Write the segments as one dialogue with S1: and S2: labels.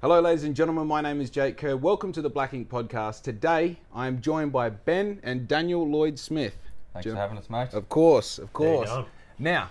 S1: Hello, ladies and gentlemen. My name is Jake Kerr. Welcome to the Black Ink Podcast. Today, I am joined by Ben and Daniel Lloyd Smith.
S2: Thanks
S1: Gen-
S2: for having us, mate.
S1: Of course, of
S3: you
S1: course.
S3: go.
S1: Now,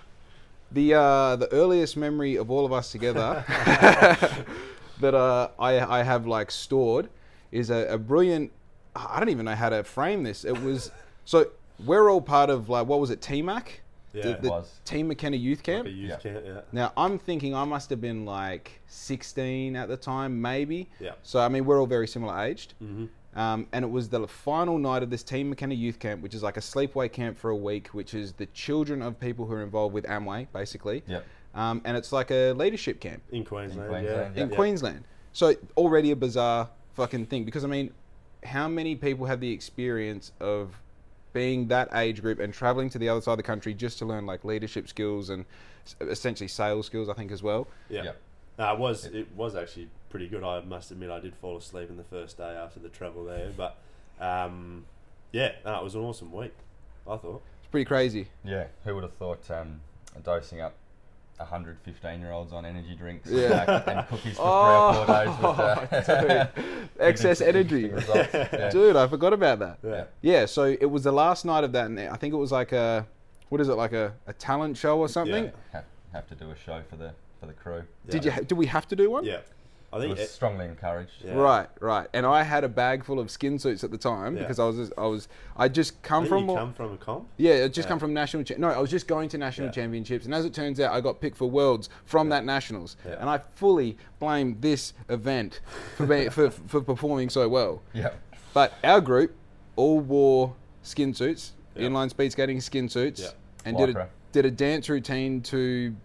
S1: the uh, the earliest memory of all of us together that uh, I I have like stored is a, a brilliant. I don't even know how to frame this. It was so we're all part of like what was it, TMAC?
S3: Yeah.
S1: the, the
S2: Was.
S1: Team McKenna Youth Camp.
S3: But you
S2: Yeah.
S3: can't, uh, yeah.
S1: Now I'm thinking I must have been like 16 at the time, maybe.
S3: Yeah.
S1: So I mean, we're all very similar aged. Mm-hmm. Um, and it was the final night of this Team McKenna Youth Camp, which is like a sleepaway camp for a week, which is the children of people who are involved with Amway, basically.
S2: Yep.
S1: Um, and it's like a leadership camp
S3: In Queensland,
S2: Queensland,
S3: yeah.
S2: yeah.
S1: in Queensland. So already a bizarre fucking thing because I mean, how many people have the experience of being that age group and traveling to the other side of the country just to learn like leadership skills and s- essentially sales skills, I think as well.
S3: Yeah.
S2: Yep.
S3: No, it was it was actually pretty good. I must admit, I did fall asleep in the first day after the travel there, but um, yeah, no, it was an awesome week. I thought.
S1: It's pretty crazy.
S2: Yeah, who would have thought um, dosing up 115 year olds on energy drinks
S1: Yeah.
S2: and, and cookies for
S1: Oh,
S2: three or four days with uh,
S1: dude. excess
S2: interesting
S1: energy,
S2: results. Yeah.
S1: dude. I forgot about that.
S3: Yeah.
S1: Yeah, so it was the last night of that, and I think it was like a, what is it, like a, a talent show or something?
S3: Yeah.
S2: Have, have to do a show for the for the crew.
S1: Did you? Ha- did we have to do one?
S3: Yeah. I
S2: It
S3: think
S2: was
S3: it,
S2: strongly encouraged.
S3: Yeah.
S1: Right, right. And I had a bag full of skin suits at the time
S3: Yeah.
S1: because I was just, I was I just come
S3: didn't
S1: from
S3: you come from a comp.
S1: yeah, I just
S3: Yeah.
S1: come from national. Cha- no, I was just going to national
S3: Yeah.
S1: championships, and as it turns out, I got picked for worlds from that nationals,
S3: Yeah.
S1: and I fully blame this event for being, for for performing so well.
S2: Yeah.
S1: But our group all wore skin suits,
S3: Yeah.
S1: inline speed skating skin suits,
S3: Yeah.
S1: and did a,
S2: Lycra.
S1: did a dance routine to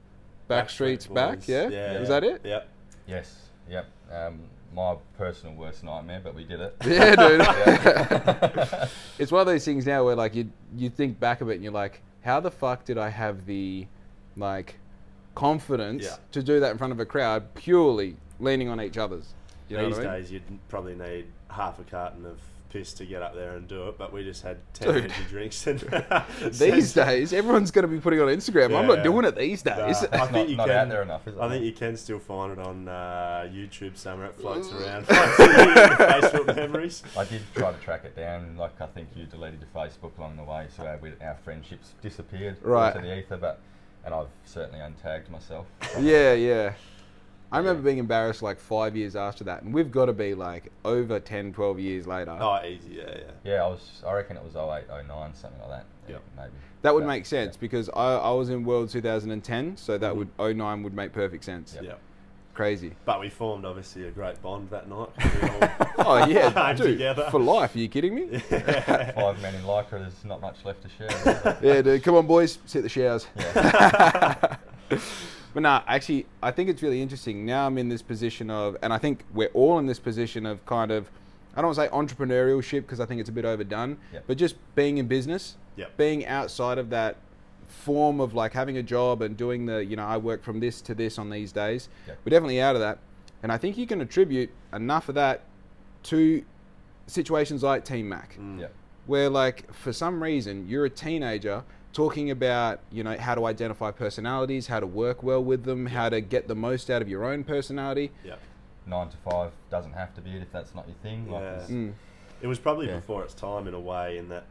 S1: Backstreet's
S3: Backstreet
S1: Back.
S3: Boys.
S1: Yeah?
S3: Yeah.
S1: was that it?
S3: Yep.
S2: Yes. Yep. Um, my personal worst nightmare, but we did it.
S1: Yeah, dude.
S2: Yeah.
S1: it's one of those things now where like you you think back of it and you're like, how the fuck did I have the like confidence
S3: Yeah.
S1: to do that in front of a crowd purely leaning on each other's? You know
S3: These
S1: what I mean?
S3: days, you'd probably need half a carton of piss to get up there and do it, but we just had ten
S1: Dude.
S3: energy drinks. And
S1: These days, everyone's going to be putting it on Instagram. I'm
S3: Yeah,
S1: not
S3: yeah.
S1: doing it these
S3: Nah,
S1: days.
S3: I think
S2: not-
S3: you
S2: not
S3: can.
S2: out there enough, is it?
S3: I think you can still find it on uh, YouTube somewhere. It floats around. floats around your Facebook memories.
S2: I did try to track it down. Like I think you deleted your Facebook along the way, so our, we, our friendships disappeared
S1: Right.
S2: into the ether. But and I've certainly untagged myself.
S1: yeah, yeah. I remember being embarrassed like five years after that, and we've got to be like over 10, 12 years later.
S3: Oh, easy. Yeah, yeah.
S2: Yeah, I was. I reckon it was 08, 09, something like that.
S3: Yep.
S2: maybe.
S1: That would
S2: Yeah,
S1: make sense because I, I was in World 2010, so that would 09 would make perfect sense.
S2: Yep.
S3: Mm-hmm. Yeah.
S1: Crazy.
S3: But we formed obviously a great bond that night. We all-
S1: Oh yeah,
S3: Came
S1: dude,
S3: together.
S1: for life. Are you kidding me?
S2: yeah. Five men in lycra. There's not much left to share. is there?
S1: yeah, dude. Come on, boys. Let's hit the showers.
S2: yeah.
S1: But nah, actually, I think it's really interesting. Now I'm in this position of, and I think we're all in this position of kind of, I don't want to say entrepreneurship because I think it's a bit overdone,
S2: Yep.
S1: but just being in business,
S3: Yep.
S1: being outside of that form of like having a job and doing the, you know, I work from this to this on these days.
S2: Yep.
S1: We're definitely out of that. And I think you can attribute enough of that to situations like Team Mac.
S2: yeah.
S1: where like for some reason you're a teenager talking about you know how to identify personalities how to work well with them how to get the most out of your own personality
S3: yeah.
S2: Nine to five doesn't have to be it if that's not your thing. Like,
S3: Yeah.
S2: there's-
S1: mm.
S3: It was probably
S2: Yeah.
S3: before its time in a way, in that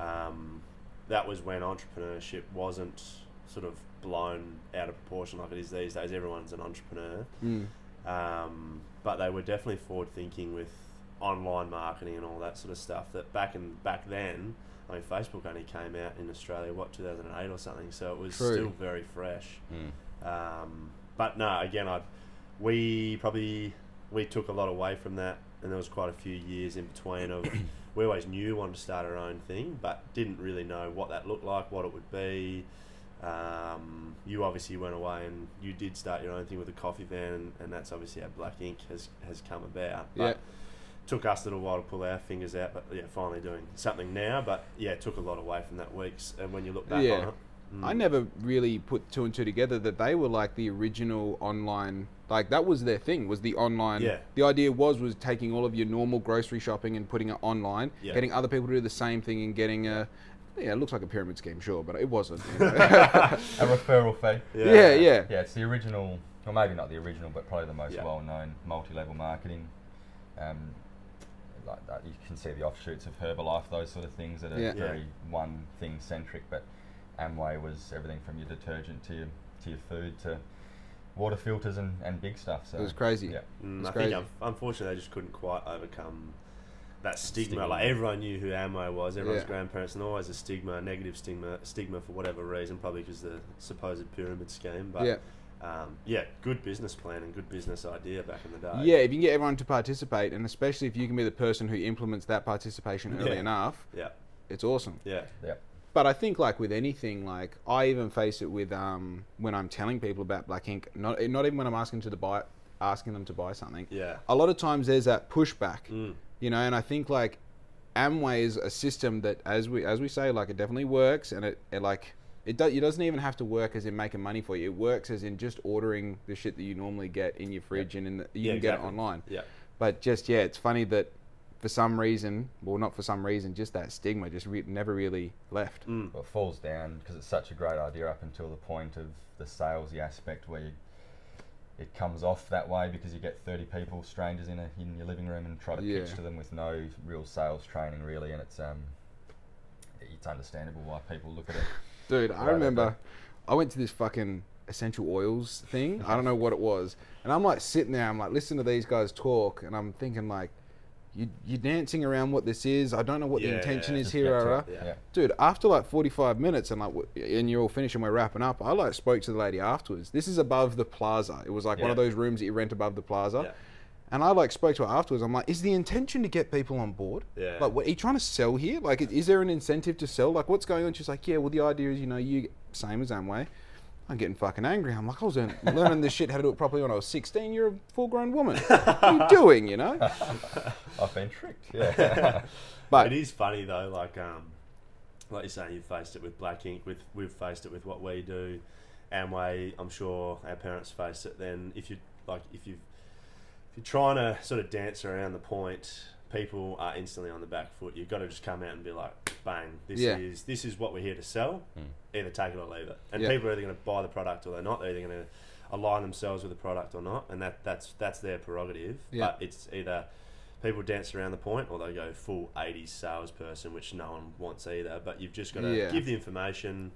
S3: um, that was when entrepreneurship wasn't sort of blown out of proportion like it is these days. Everyone's an entrepreneur.
S1: Mm.
S3: um, but they were definitely forward thinking with online marketing and all that sort of stuff. That back in back then, I mean, Facebook only came out in Australia what 2008 or something, so it was
S1: True.
S3: still very fresh.
S2: Mm.
S3: Um, but no, again, I we probably we took a lot away from that, and there was quite a few years in between of we always knew we wanted to start our own thing, but didn't really know what that looked like, what it would be. Um, you obviously went away and you did start your own thing with a coffee van, and, and that's obviously how Black Ink has has come about. But
S1: Yeah.
S3: Took us a little while to pull our fingers out, but yeah, finally doing something now. But yeah, took a lot away from that week's. And when you look back
S1: Yeah.
S3: on it, mm,
S1: i never really put two and two together that they were like the original online like that was their thing was the online
S3: Yeah.
S1: the idea was was taking all of your normal grocery shopping and putting it online
S3: Yeah.
S1: getting other people to do the same thing and getting a yeah it looks like a pyramid scheme sure but it wasn't you know.
S2: A referral fee.
S1: yeah yeah
S2: Yeah, it's the original well, maybe not the original, but probably the most
S3: Yeah.
S2: well-known multi-level marketing. Um, like that, you can see the offshoots of Herbalife, those sort of things that are
S1: Yeah.
S3: Yeah.
S2: very one thing centric. But Amway was everything from your detergent to your to your food to water filters and, and big stuff. So
S1: It was crazy.
S2: Yeah,
S3: Mm,
S1: It's
S3: I
S1: crazy.
S3: think um, unfortunately they just couldn't quite overcome that stigma.
S2: Stigma.
S3: Like everyone knew who Amway was, everyone's
S1: Yeah.
S3: grandparents, and always a stigma, a negative stigma, stigma for whatever reason, probably because the supposed pyramid scheme. But
S1: yeah.
S3: um, yeah, good business plan and good business idea back in the day.
S1: Yeah, if you can get everyone to participate, and especially if you can be the person who implements that participation early
S3: Yeah.
S1: enough,
S3: yeah,
S1: it's awesome.
S3: yeah,
S2: yeah,
S1: But I think, like with anything, like I even face it with um, when I'm telling people about Black Ink, not not even when I'm asking to the buy, asking them to buy something.
S3: yeah.
S1: A lot of times there's that pushback,
S3: Mm,
S1: you know, and I think like Amway is a system that, as we as we say, like it definitely works, and it, it like it, do, it doesn't even have to work as in making money for you. It works as in just ordering the shit that you normally get in your fridge and in the, you
S3: Yeah,
S1: can
S3: exactly.
S1: get it online.
S3: yeah,
S1: But just yeah, it's funny that for some reason, well, not for some reason, just that stigma just re- never really left.
S3: mm,
S2: well, it falls down because it's such a great idea up until the point of the salesy aspect where you, it comes off that way because you get 30 people, strangers in, a, in your living room and try to
S1: Yeah.
S2: pitch to them with no real sales training really, and it's um, it's understandable why people look at it.
S1: Dude,
S2: Right,
S1: I
S2: okay.
S1: remember I went to this fucking essential oils thing. I don't know what it was. And I'm like sitting there, I'm like listening to these guys talk, and I'm thinking like, you, you're dancing around what this is. I don't know what the
S3: Yeah,
S1: intention is
S2: just
S1: here.
S2: get to
S1: rah, rah.
S2: it, Yeah.
S1: Dude, after like 45 minutes and like, wh- and you're all finished and we're wrapping up, I like spoke to the lady afterwards. This is above the plaza. It was like one of
S3: Yeah.
S1: those rooms that you rent above the plaza.
S3: yeah.
S1: And I like spoke to her afterwards. I'm like, is the intention to get people on board?
S3: Yeah.
S1: Like, what are you trying to sell here? Like, is- is there an incentive to sell? Like, what's going on? She's like, yeah. Well, the idea is, you know, you same as Amway. I'm getting fucking angry. I'm like, I was learn- learning this shit how to do it properly when I was 16. You're a full-grown woman. What are you doing? You know.
S2: I've been tricked. Yeah.
S1: But
S3: it is funny though, like um, like you're saying, you've faced it with Black Ink, with we've faced it with what we do, Amway. I'm sure our parents faced it. Then if you like, if you if you're trying to sort of dance around the point, people are instantly on the back foot. You've got to just come out and be like, bang, this
S1: Yeah.
S3: is this is what we're here to sell. Either take it or leave it. And
S1: Yeah.
S3: people are either going to buy the product or they're not. They're either going to align themselves with the product or not, and that that's that's their prerogative.
S1: Yeah.
S3: But it's either people dance around the point or they go full 80s salesperson, which no one wants either. But you've just got to
S1: Yeah.
S3: give the information,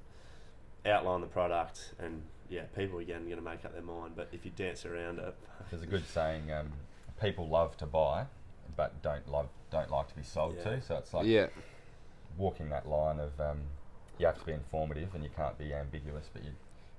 S3: outline the product, and yeah, people again are going to make up their mind. But if you dance around it,
S2: There's a good saying: um, people love to buy, but don't love don't like to be sold
S3: Yeah.
S2: to. So it's like
S1: yeah,
S2: walking that line of um, you have to be informative and you can't be ambiguous, but you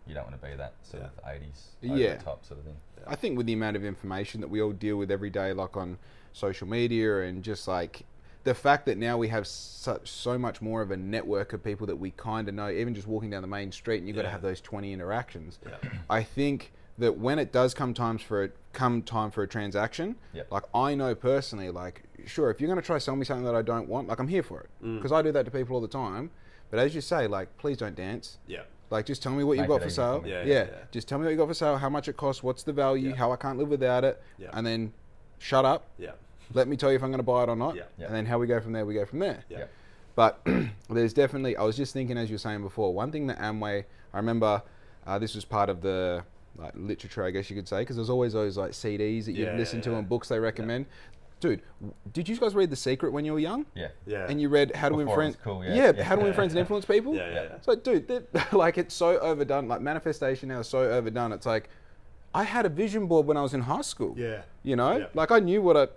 S2: you don't want to be that sort
S3: Yeah.
S2: of 80s over
S1: Yeah.
S2: the top sort of thing.
S1: I think with the amount of information that we all deal with every day, like on social media and just like the fact that now we have such so much more of a network of people that we kind of know, even just walking down the main street, and you've got to
S3: Yeah.
S1: have those twenty interactions.
S3: yeah,
S1: I think that when it does come times for a, come time for a transaction,
S2: Yep.
S1: like I know personally, like sure, if you're going to try to sell me something that I don't want, like I'm here for it because I do that to people all the time. But as you say, like please don't dance.
S3: yeah,
S1: Like just tell me what you've
S2: Make
S1: got
S2: it
S1: for
S2: easy
S1: sale.
S2: for me.
S1: Yeah,
S3: Yeah, yeah, yeah.
S1: Just tell me what you got for sale, how much it costs, what's the value,
S3: Yeah.
S1: how I can't live without it,
S3: Yeah.
S1: and then shut up.
S3: yeah,
S1: Let me tell you if I'm going to buy it or not,
S3: Yeah.
S2: Yeah.
S1: and then how we go from there, we go from there.
S3: yeah,
S2: Yeah.
S1: But there's definitely, I was just thinking as you were saying before, one thing that Amway, I remember uh, this was part of the like literature, I guess you could say, because there's always those like CDs that you
S3: Yeah,
S1: listen to
S3: yeah.
S1: and books they recommend. Dude, w- did you guys read The Secret when you were young?
S2: Yeah.
S3: yeah.
S1: And you read How to
S2: Before it
S1: Influence?
S2: was cool, yeah. Yeah.
S1: How to Influence and Influence People?
S3: yeah, yeah, yeah.
S1: It's like, dude, they're- like it's so overdone. Like manifestation now is so overdone. It's like, I had a vision board when I was in high school.
S3: Yeah.
S1: You know,
S3: Yeah.
S1: like I knew what I.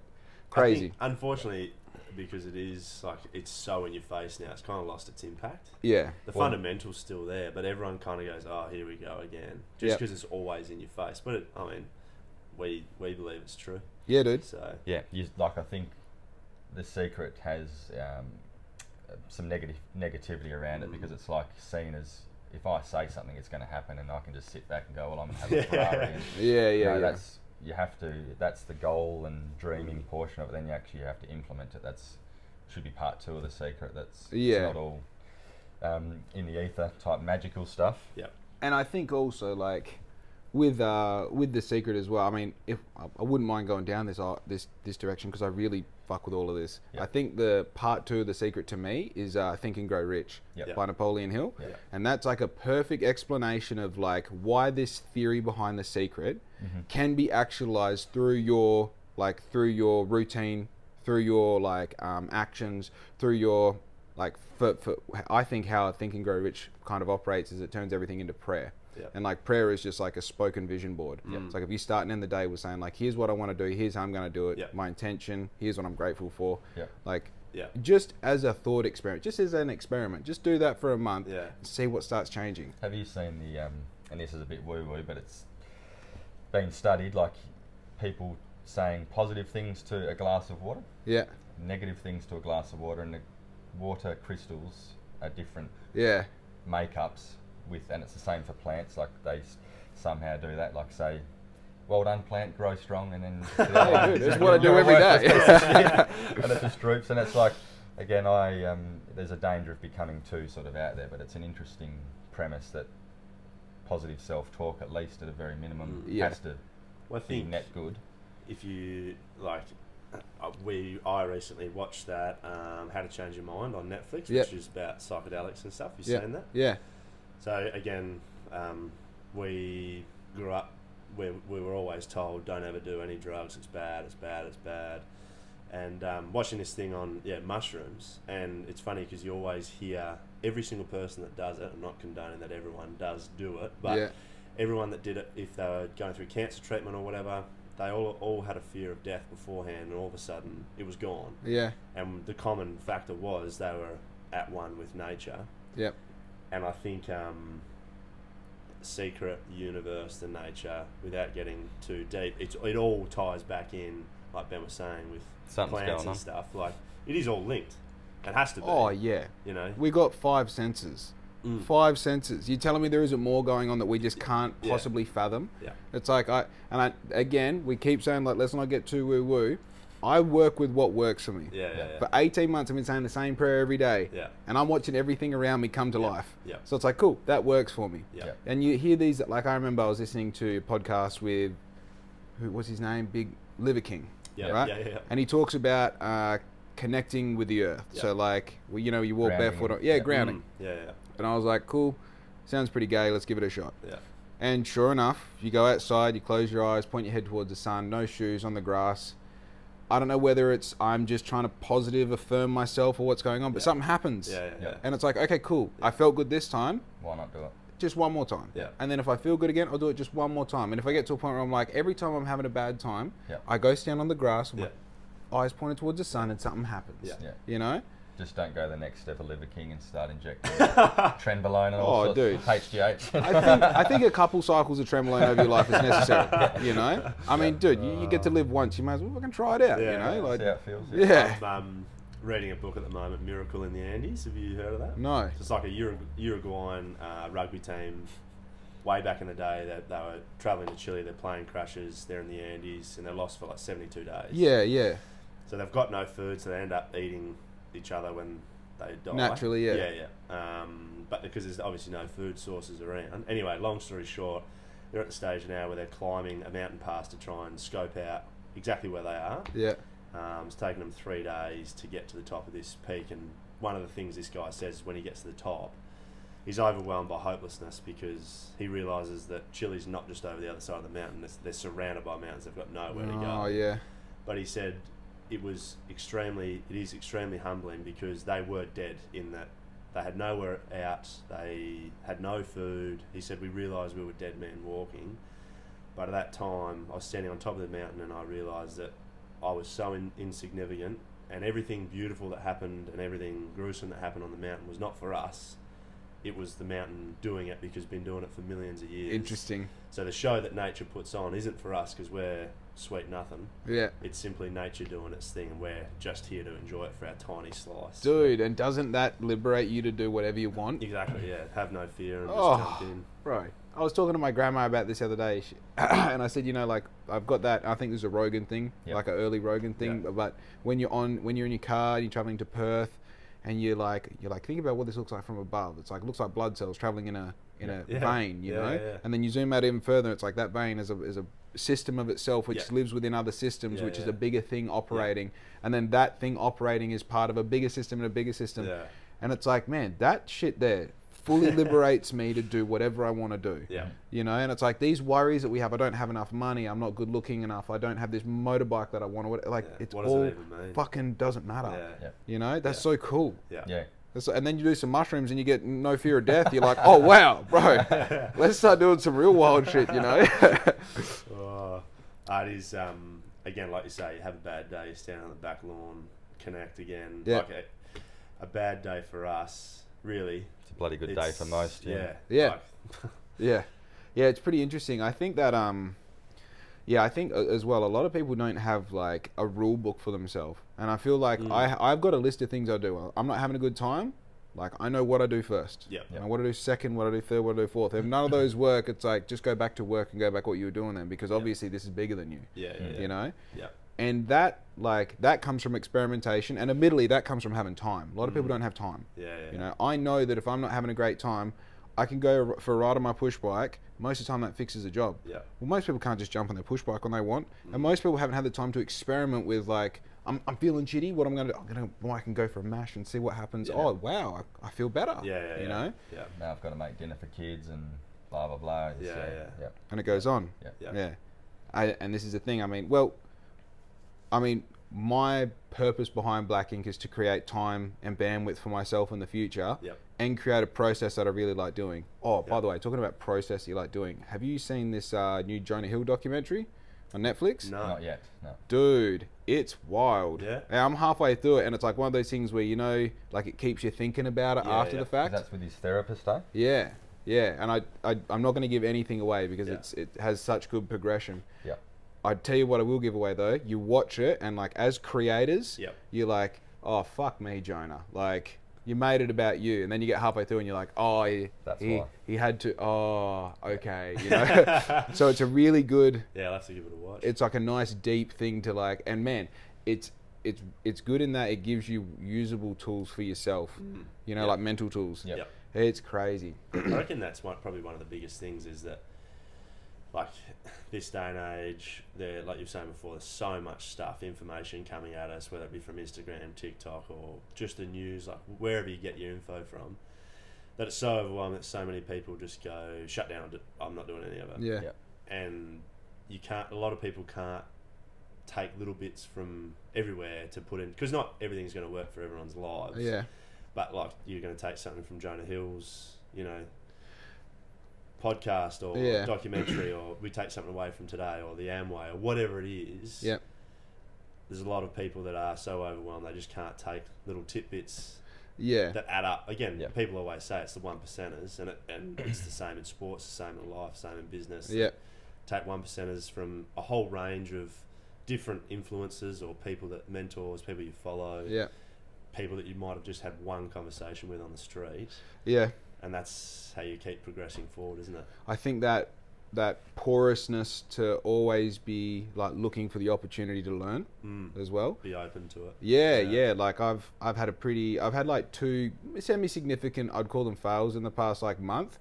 S1: Crazy.
S3: I think, unfortunately, because it is like it's so in your face now, it's kind of lost its impact.
S1: yeah.
S3: The
S2: Well-
S3: fundamentals still there, but everyone kind of goes, "Oh, here we go again," just
S1: Yep.
S3: because it's always in your face. But it, I mean, we we believe it's true.
S1: Yeah, dude.
S3: So
S2: Yeah, you, like I think the secret has um, uh, some negative negativity around
S3: Mm.
S2: it because it's like seen as if I say something, it's going to happen, and I can just sit back and go, "Well, I'm going to have a Ferrari." And,
S1: Yeah, yeah,
S2: you know,
S1: yeah.
S2: That's you have to. That's the goal and
S1: Mm.
S2: dreaming portion of it. Then you actually have to implement it. That's should be part two of the secret. That's it's
S1: Yeah.
S2: not all um, in the ether type magical stuff.
S3: yeah,
S1: and I think also like with uh, with the secret as well. I mean, if I I wouldn't mind going down this ar this this direction because I really fuck with all of this.
S2: Yeah.
S1: I think the part two of the secret to me is uh, Think and Grow Rich
S2: Yeah. Yeah.
S1: by Napoleon Hill,
S2: Yeah.
S1: and that's like a perfect explanation of like why this theory behind the secret
S2: Mm-hmm.
S1: can be actualized through your like through your routine, through your like um, actions, through your like for, for I think how Think and Grow Rich kind of operates is it turns everything into prayer.
S3: Yeah.
S1: And like prayer is just like a spoken vision board. It's like if you start and end the day with saying like, here's what I want to do, here's how I'm going to do it,
S3: Yeah.
S1: my intention, here's what I'm grateful for.
S2: Yeah.
S1: Like,
S3: Yeah.
S1: just as a thought experiment, just as an experiment, just do that for a month.
S3: Yeah.
S1: And see what starts changing.
S2: Have you seen the um, and this is a bit woo woo, but it's been studied like people saying positive things to a glass of water,
S1: Yeah.
S2: negative things to a glass of water, and the water crystals are different
S1: Yeah.
S2: makeups with, and it's the same for plants. Like they s- somehow do that. Like say, well done plant, grow strong, and then to the other
S1: Hey,
S2: one,
S1: Oh, dude,
S2: it's
S1: that's
S2: like,
S1: what I do
S2: "You're
S1: every
S2: worthless."
S1: day.
S2: and it just droops, and it's like, again, I um, there's a danger of becoming too sort of out there, but it's an interesting premise that positive self-talk, at least at a very minimum,
S1: Mm. Yeah.
S2: has to
S3: Well, I
S2: be
S3: think
S2: net good.
S3: if you like, uh, we I recently watched that um, How to Change Your Mind on Netflix,
S1: Yep.
S3: which is about psychedelics and stuff. You
S1: Yeah.
S3: seen that?
S1: Yeah.
S3: So again, um, we grew up. We, we were always told, "Don't ever do any drugs. It's bad. It's bad. It's bad." And um, watching this thing on yeah mushrooms, and it's funny because you always hear every single person that does it. I'm not condoning that everyone does do it, but
S1: yeah.
S3: everyone that did it, if they were going through cancer treatment or whatever, they all all had a fear of death beforehand, and all of a sudden it was gone.
S1: Yeah.
S3: And the common factor was they were at one with nature,
S1: Yep.
S3: and I think um, secret universe, the nature, without getting too deep, it's, it all ties back in, like Ben was saying, with
S2: Something's
S3: plants
S2: going on.
S3: and stuff. Like it is all linked. It has to be.
S1: Oh yeah.
S3: you know.
S1: We got five senses.
S3: Mm.
S1: Five senses. You're telling me there isn't more going on that we just can't
S3: Yeah.
S1: possibly fathom?
S3: Yeah.
S1: It's like I and I again we keep saying like let's not get too woo woo. I work with what works for me.
S3: Yeah, yeah, yeah.
S1: For 18 months, I've been saying the same prayer every day,
S3: Yeah.
S1: and I'm watching everything around me come to life.
S3: Yeah.
S1: So it's like, cool, that works for me.
S3: Yeah. Mm,
S2: Yeah.
S1: And you hear these, like I remember I was listening to a podcast with, who was his name? Big Liver King.
S3: Yeah,
S1: Right?
S3: yeah, yeah, yeah.
S1: And he talks about uh, connecting with the earth.
S3: Yeah.
S1: So like, well, you know, you walk
S2: Grounding.
S1: barefoot. On, yeah,
S2: Yeah.
S1: grounding.
S3: Mm. Yeah, yeah,
S1: And I was like, cool, sounds pretty gay. Let's give it a shot.
S3: yeah.
S1: And sure enough, you go outside, you close your eyes, point your head towards the sun, no shoes on the grass. I don't know whether it's I'm just trying to positive affirm myself or what's going on, but
S3: Yeah.
S1: something happens.
S3: Yeah, yeah, yeah.
S2: Yeah.
S1: And it's like, okay, cool. I felt good this time,
S2: Why not do it?
S1: just one more time.
S3: Yeah.
S1: And then if I feel good again, I'll do it just one more time. And if I get to a point where I'm like, every time I'm having a bad time,
S2: Yeah.
S1: I go stand on the grass, with
S3: Yeah.
S1: my eyes pointed towards the sun, and something happens.
S3: Yeah.
S2: Yeah.
S1: You know?
S2: Just don't go the next step of Liver King and start injecting trenbolone and all
S1: Oh,
S2: sorts
S1: dude.
S2: HGH.
S1: I think, I think a couple cycles of trembling over your life is necessary. You know, I mean, dude, you, you get to live once. You might as well fucking try it out.
S3: Yeah.
S1: you know, like
S2: See how it feels.
S1: yeah,
S3: I'm um, reading a book at the moment, Miracle in the Andes. Have you heard of that?
S1: no,
S3: It's like a Urugu- Uruguayan uh, rugby team. Way back in the day, that they, were traveling to Chile. Their plane crashes. They're in the Andes, and they're lost for like seventy-two days.
S1: yeah, yeah,
S3: So they've got no food, so they end up eating each other when they die.
S1: Naturally, yeah.
S3: Yeah, yeah. Um, but because there's obviously no food sources around. Anyway, long story short, they're at the stage now where they're climbing a mountain pass to try and scope out exactly where they are.
S1: yeah,
S3: Um, it's taken them three days to get to the top of this peak, and one of the things this guy says is when he gets to the top, he's overwhelmed by hopelessness because he realizes that Chile's not just over the other side of the mountain; it's, they're surrounded by mountains. They've got nowhere to go.
S1: oh yeah,
S3: But he said it was extremely, it is extremely humbling because they were dead in that they had nowhere out, they had no food. He said we realized we were dead men walking. But at that time, I was standing on top of the mountain and I realized that I was so in, insignificant, and everything beautiful that happened and everything gruesome that happened on the mountain was not for us. It was the mountain doing it because it's been doing it for millions of years.
S1: interesting,
S3: So the show that nature puts on isn't for us because we're sweet nothing.
S1: yeah,
S3: It's simply nature doing its thing, and we're just here to enjoy it for our tiny slice.
S1: dude. And doesn't that liberate you to do whatever you want,
S3: Exactly, yeah. Have no fear and just
S1: Oh.
S3: jump in.
S1: bro? I was talking to my grandma about this the other day, she, and I said, you know, like I've got that. I think there's a Rogan thing,
S2: Yeah.
S1: like an early Rogan thing. But, but when you're on, when you're in your car, and you're traveling to Perth, and you're like, you're like, think about what this looks like from above. It's like looks like blood cells traveling in a in a
S3: Yeah.
S1: vein, you
S3: Yeah,
S1: know.
S3: yeah, yeah.
S1: And then you zoom out even further, it's like that vein is a is a system of itself which
S3: Yeah.
S1: lives within other systems,
S3: Yeah,
S1: which is
S3: yeah.
S1: a bigger thing operating, and then that thing operating is part of a bigger system and a bigger system.
S3: Yeah.
S1: And it's like, man, that shit there fully liberates me to do whatever I want to do.
S3: Yeah.
S1: You know, and it's like these worries that we have. I don't have enough money. I'm not good looking enough. I don't have this motorbike that I want. What- Like
S3: Yeah.
S1: it's
S3: What does it
S1: all
S3: even mean?
S1: fucking doesn't matter.
S3: Yeah.
S2: Yeah.
S1: You know, that's
S3: Yeah.
S1: so cool.
S3: Yeah.
S2: Yeah.
S1: That's, and then you do some mushrooms and you get no fear of death. You're like, oh wow, bro, let's start doing some real wild shit. You know.
S3: Oh, that is um, again, like you say, you have a bad day, you stand on the back lawn, connect again.
S1: Yeah.
S3: Like a, a bad day for us, really.
S2: It's a bloody good day
S3: It's-
S2: for most. Yeah.
S3: Yeah.
S1: Yeah.
S3: like-
S1: Yeah, yeah, it's pretty interesting. I think that um, yeah, I think a- as well. A lot of people don't have like a rule book for themselves, and I feel like
S3: Mm.
S1: I I've got a list of things I do. I'm not having a good time. Like I know what I do first.
S3: Yep.
S1: I know what I do second, what I do third, what I do fourth. If none of those work, it's like just go back to work and go back what you were doing then, because obviously this is bigger than you.
S3: Yeah. Yeah.
S1: You know
S3: Yeah.
S1: and that like that comes from experimentation and admittedly that comes from having time a lot of
S3: Mm.
S1: people don't have time
S3: Yeah. Yeah.
S1: you know i know that if i'm not having a great time i can go for a ride on my push bike most of the time that fixes a job
S3: Yeah. Mm.
S1: well most people can't just jump on their push bike when they want and most people haven't had the time to experiment with like i'm, I'm feeling shitty what i'm gonna do i'm gonna well, i can go for a mash and see what happens
S3: Yeah.
S1: oh wow I, I feel better
S3: Yeah. Yeah.
S1: you
S3: yeah.
S1: know
S3: Yeah.
S2: Now I've got to make dinner for kids and blah blah blah. It's,
S3: Yeah,
S2: uh,
S3: yeah.
S2: yeah.
S1: and it goes on
S2: Yeah.
S3: Yeah.
S1: yeah. I, and this is the thing. I mean, well, I mean, my purpose behind Black Ink is to create time and bandwidth for myself in the future,
S3: Yep.
S1: and create a process that I really like doing. Oh, by
S3: Yep.
S1: the way, talking about process you like doing, have you seen this uh, new Jonah Hill documentary on Netflix?
S3: No.
S2: Not yet. No.
S1: Dude, it's wild.
S3: Yeah.
S1: And I'm halfway through it, and it's like one of those things where you know, like it keeps you thinking about it
S3: Yeah,
S1: after
S3: yeah.
S1: the
S2: 'Cause
S1: fact.
S2: That's with his therapist, eh?
S1: Yeah, yeah, and I, I I'm not going to give anything away because
S3: Yeah.
S1: it's it has such good progression.
S2: Yeah.
S1: I tell you what, I will give away though. You watch it, and like as creators,
S3: Yep.
S1: you're like, oh fuck me, Jonah. Like you made it about you, and then you get halfway through, and you're like, oh, he,
S2: That's
S1: he,
S2: why.
S1: he had to. Oh, okay, you know. so it's a really good.
S3: Yeah. I'll have to give it a watch.
S1: It's like a nice deep thing to like, and man, it's it's it's good in that it gives you usable tools for yourself.
S2: Mm.
S1: You know,
S3: Yep.
S1: like mental tools.
S2: Yep.
S3: Yep.
S1: It's crazy.
S3: I reckon that's one, probably one of the biggest things is that, like, this day and age, there, like you were saying before, there's so much stuff, information coming at us, whether it be from Instagram, TikTok, or just the news, like wherever you get your info from, that it's so overwhelming that so many people just go shut down. d- I'm not doing any of it,
S1: Yeah.
S2: Yeah.
S3: and you can't. A lot of people can't take little bits from everywhere to put in because not everything's going to work for everyone's lives.
S1: Yeah.
S3: But like you're going to take something from Jonah Hill's, you know, podcast or
S1: Yeah.
S3: documentary, or we take something away from today, or the Amway, or whatever it is.
S1: Yep.
S3: There's a lot of people that are so overwhelmed they just can't take little tidbits
S1: Yeah.
S3: that add up. Again,
S2: Yep.
S3: people always say it's the one percenters, and it, and it's the same in sports, the same in life, same in business.
S1: Yeah.
S3: Take one percenters from a whole range of different influences or people that mentors, people you follow,
S1: Yeah.
S3: people that you might have just had one conversation with on the street
S1: Yeah.
S3: and that's how you keep progressing forward, isn't it?
S1: I think that that porousness to always be like looking for the opportunity to learn
S3: Mm.
S1: as well.
S3: Be open to it.
S1: Yeah,
S3: Yeah.
S1: yeah, Like I've I've had a pretty I've had like two semi significant I'd call them fails in the past like month.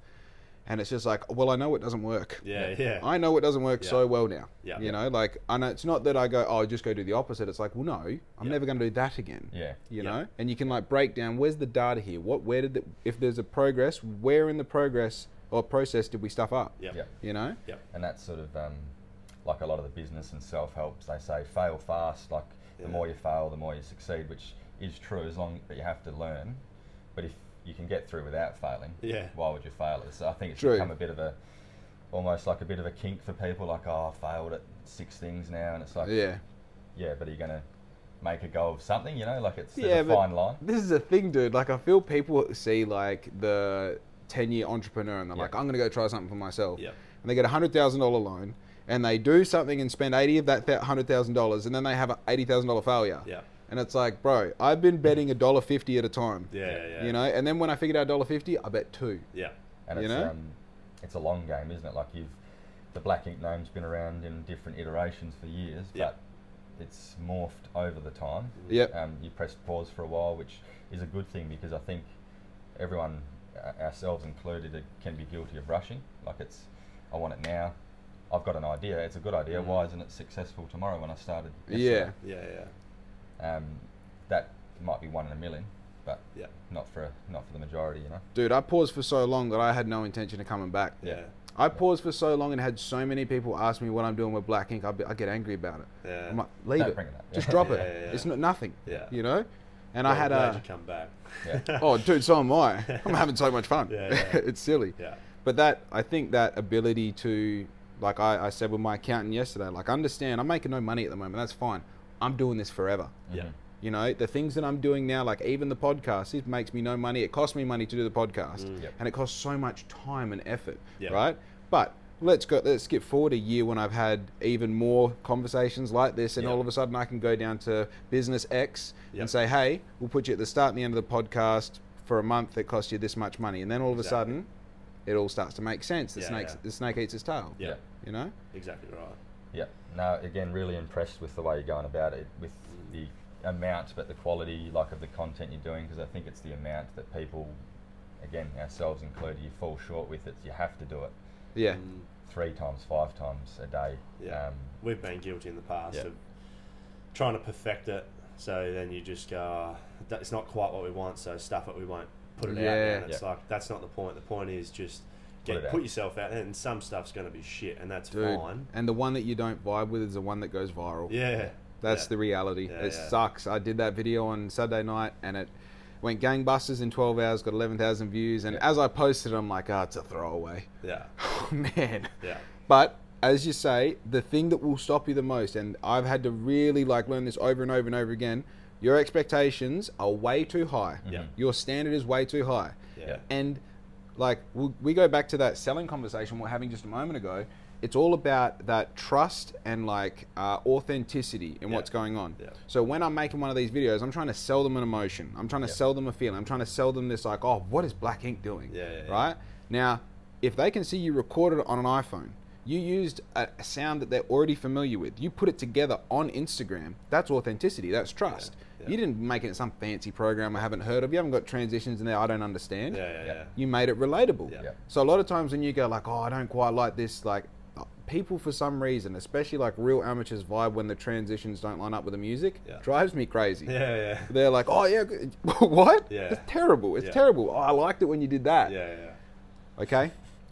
S1: And it's just like, well, I know it doesn't work.
S3: Yeah, yeah,
S1: I know it doesn't work
S3: Yeah.
S1: so well now.
S3: Yeah.
S1: You know, like, and it's not that I go, oh, just go do the opposite. It's like, well, no, I'm
S3: Yeah.
S1: never going to do that again
S2: Yeah.
S1: you
S3: Yeah.
S1: know and you can like break down where's the data here what where did the, if there's a progress where in the progress or process did we stuff up
S3: yeah,
S2: Yeah.
S1: you know
S2: And that's sort of um, like a lot of the business and self helps. They say fail fast. Like
S3: Yeah.
S2: the more you fail, the more you succeed, which is true as long that you have to learn. But if you can get through without failing,
S3: Yeah.
S2: why would you fail it? So I think it's
S1: True.
S2: become a bit of a almost like a bit of a kink for people. Like oh, I failed at six things now, and it's like
S1: yeah
S2: yeah, but are you gonna make a go of something? You know, like it's there's
S1: Yeah,
S2: a
S1: but-
S2: fine line.
S1: this is a thing dude like i feel people see like the 10 year entrepreneur and they're
S2: Yeah.
S1: like i'm gonna go try something for myself
S3: Yeah.
S1: and they get a hundred thousand dollar loan and they do something and spend 80 of that th- hundred thousand dollars and then they have a eighty thousand dollar failure
S3: yeah,
S1: and it's like bro i've been betting a dollar fifty at a time
S3: yeah, yeah.
S1: you know and then when i figured out dollar fifty i bet two
S3: yeah,
S2: and
S1: You
S2: it's,
S1: know?
S2: um, it's a long game, isn't it? Like you've the black ink name's been around in different iterations for years,
S3: Yeah.
S2: but it's morphed over the time.
S1: yep
S2: Um, you press pause for a while, which is a good thing because I think everyone uh, ourselves included, it can be guilty of rushing. Like it's, I want it now. I've got an idea. It's a good idea.
S3: Mm.
S2: Why isn't it successful tomorrow when I started?
S1: Yeah.
S2: yesterday?
S3: Yeah, yeah.
S2: Um, that might be one in a million, but
S3: Yeah.
S2: not for not for the majority, you know.
S1: Dude, I paused for so long that I had no intention of coming back.
S3: Yeah.
S1: I paused for so long and had so many people ask me what I'm doing with Black Ink. I, be, I get angry about it.
S3: Yeah.
S1: I'm like, leave
S2: Don't
S1: it.
S2: bring it up.
S1: Just
S2: Yeah.
S1: drop it.
S3: Yeah, yeah, yeah.
S1: It's not nothing.
S3: Yeah.
S1: You know. And I
S3: Well,
S1: had
S3: glad
S1: a.
S3: you come back.
S2: Yeah.
S1: Oh, dude, so am I. I'm having so much fun.
S3: Yeah, yeah.
S1: it's silly.
S3: Yeah.
S1: But that I think that ability to, like I, I said with my accountant yesterday, like understand I'm making no money at the moment. That's fine. I'm doing this forever.
S3: Yeah.
S2: Mhm.
S1: You know, the things that I'm doing now, like even the podcast, it makes me no money. It costs me money to do the podcast,
S3: Mm,
S2: Yep.
S1: and it costs so much time and effort,
S3: Yeah.
S1: right? But let's go. Let's skip forward a year when I've had even more conversations like this, and
S3: Yeah.
S1: all of a sudden I can go down to business X
S3: Yeah.
S1: and say, "Hey, we'll put you at the start and the end of the podcast for a month. It costs you this much money," and then all of a
S3: Exactly.
S1: sudden, it all starts to make sense. The
S3: Yeah,
S1: snake,
S3: yeah.
S1: the snake eats its tail.
S3: Yeah.
S1: You know,
S3: Exactly right.
S2: Yeah. No, again, really impressed with the way you're going about it, with the amount, but the quality, like of the content you're doing, because I think it's the amount that people, again, ourselves included, you fall short with it. You have to do it
S1: yeah,
S3: Mm.
S2: three times, five times a day.
S3: Yeah.
S2: Um,
S3: We've been guilty in the past
S2: Yeah.
S3: of trying to perfect it. So then you just go, "Ah, that- it's not quite what we want, so stuff it, we won't put it out.
S1: Yeah.
S3: there." And it's like, that's not the point. The point is just
S2: Put
S3: get,
S2: it
S3: put,
S2: out.
S3: yourself out there, and some stuff's going to be shit, and that's
S1: dude.
S3: fine.
S1: And the one that you don't vibe with is the one that goes viral.
S3: Yeah.
S1: That's
S3: Yeah.
S1: the reality.
S3: Yeah,
S1: it
S3: yeah.
S1: sucks. I did that video on Saturday night and it went gangbusters in 12 hours, got 11,000 views. And
S2: Yeah.
S1: as I posted, I'm like, ah, it's a throwaway.
S3: Yeah.
S1: Oh, man.
S3: Yeah.
S1: But as you say, the thing that will stop you the most, and I've had to really like learn this over and over and over again, your expectations are way too high.
S3: Yeah.
S1: Your standard is way too high.
S3: Yeah.
S1: And like we we go back to that selling conversation we are having just a moment ago. It's all about that trust and like uh, authenticity in
S3: Yeah.
S1: what's going on.
S3: Yeah.
S1: So when I'm making one of these videos, I'm trying to sell them an emotion. I'm trying to
S2: Yeah.
S1: sell them a feeling. I'm trying to sell them this like, oh, what is Black Ink doing?
S3: Yeah, yeah, yeah.
S1: Right now, if they can see you recorded it on an iPhone, you used a a sound that they're already familiar with. You put it together on Instagram. That's authenticity. That's trust.
S3: yeah.
S1: You didn't make it some fancy program I haven't heard of. You haven't got transitions in there I don't
S3: Yeah.
S1: understand
S3: Yeah. Yeah.
S1: you made it relatable.
S3: Yeah.
S2: Yeah.
S1: So a lot of times when you go like, oh, I don't quite like this, like uh, people for some reason, especially like real amateurs vibe when the transitions don't line up with the music,
S3: Yeah.
S1: drives me crazy.
S3: Yeah. Yeah.
S1: They're like, oh yeah, good." what?
S3: Yeah.
S1: It's terrible. It's
S3: Yeah.
S1: terrible. Oh, I liked it when you did that.
S3: Yeah. Yeah.
S1: Okay.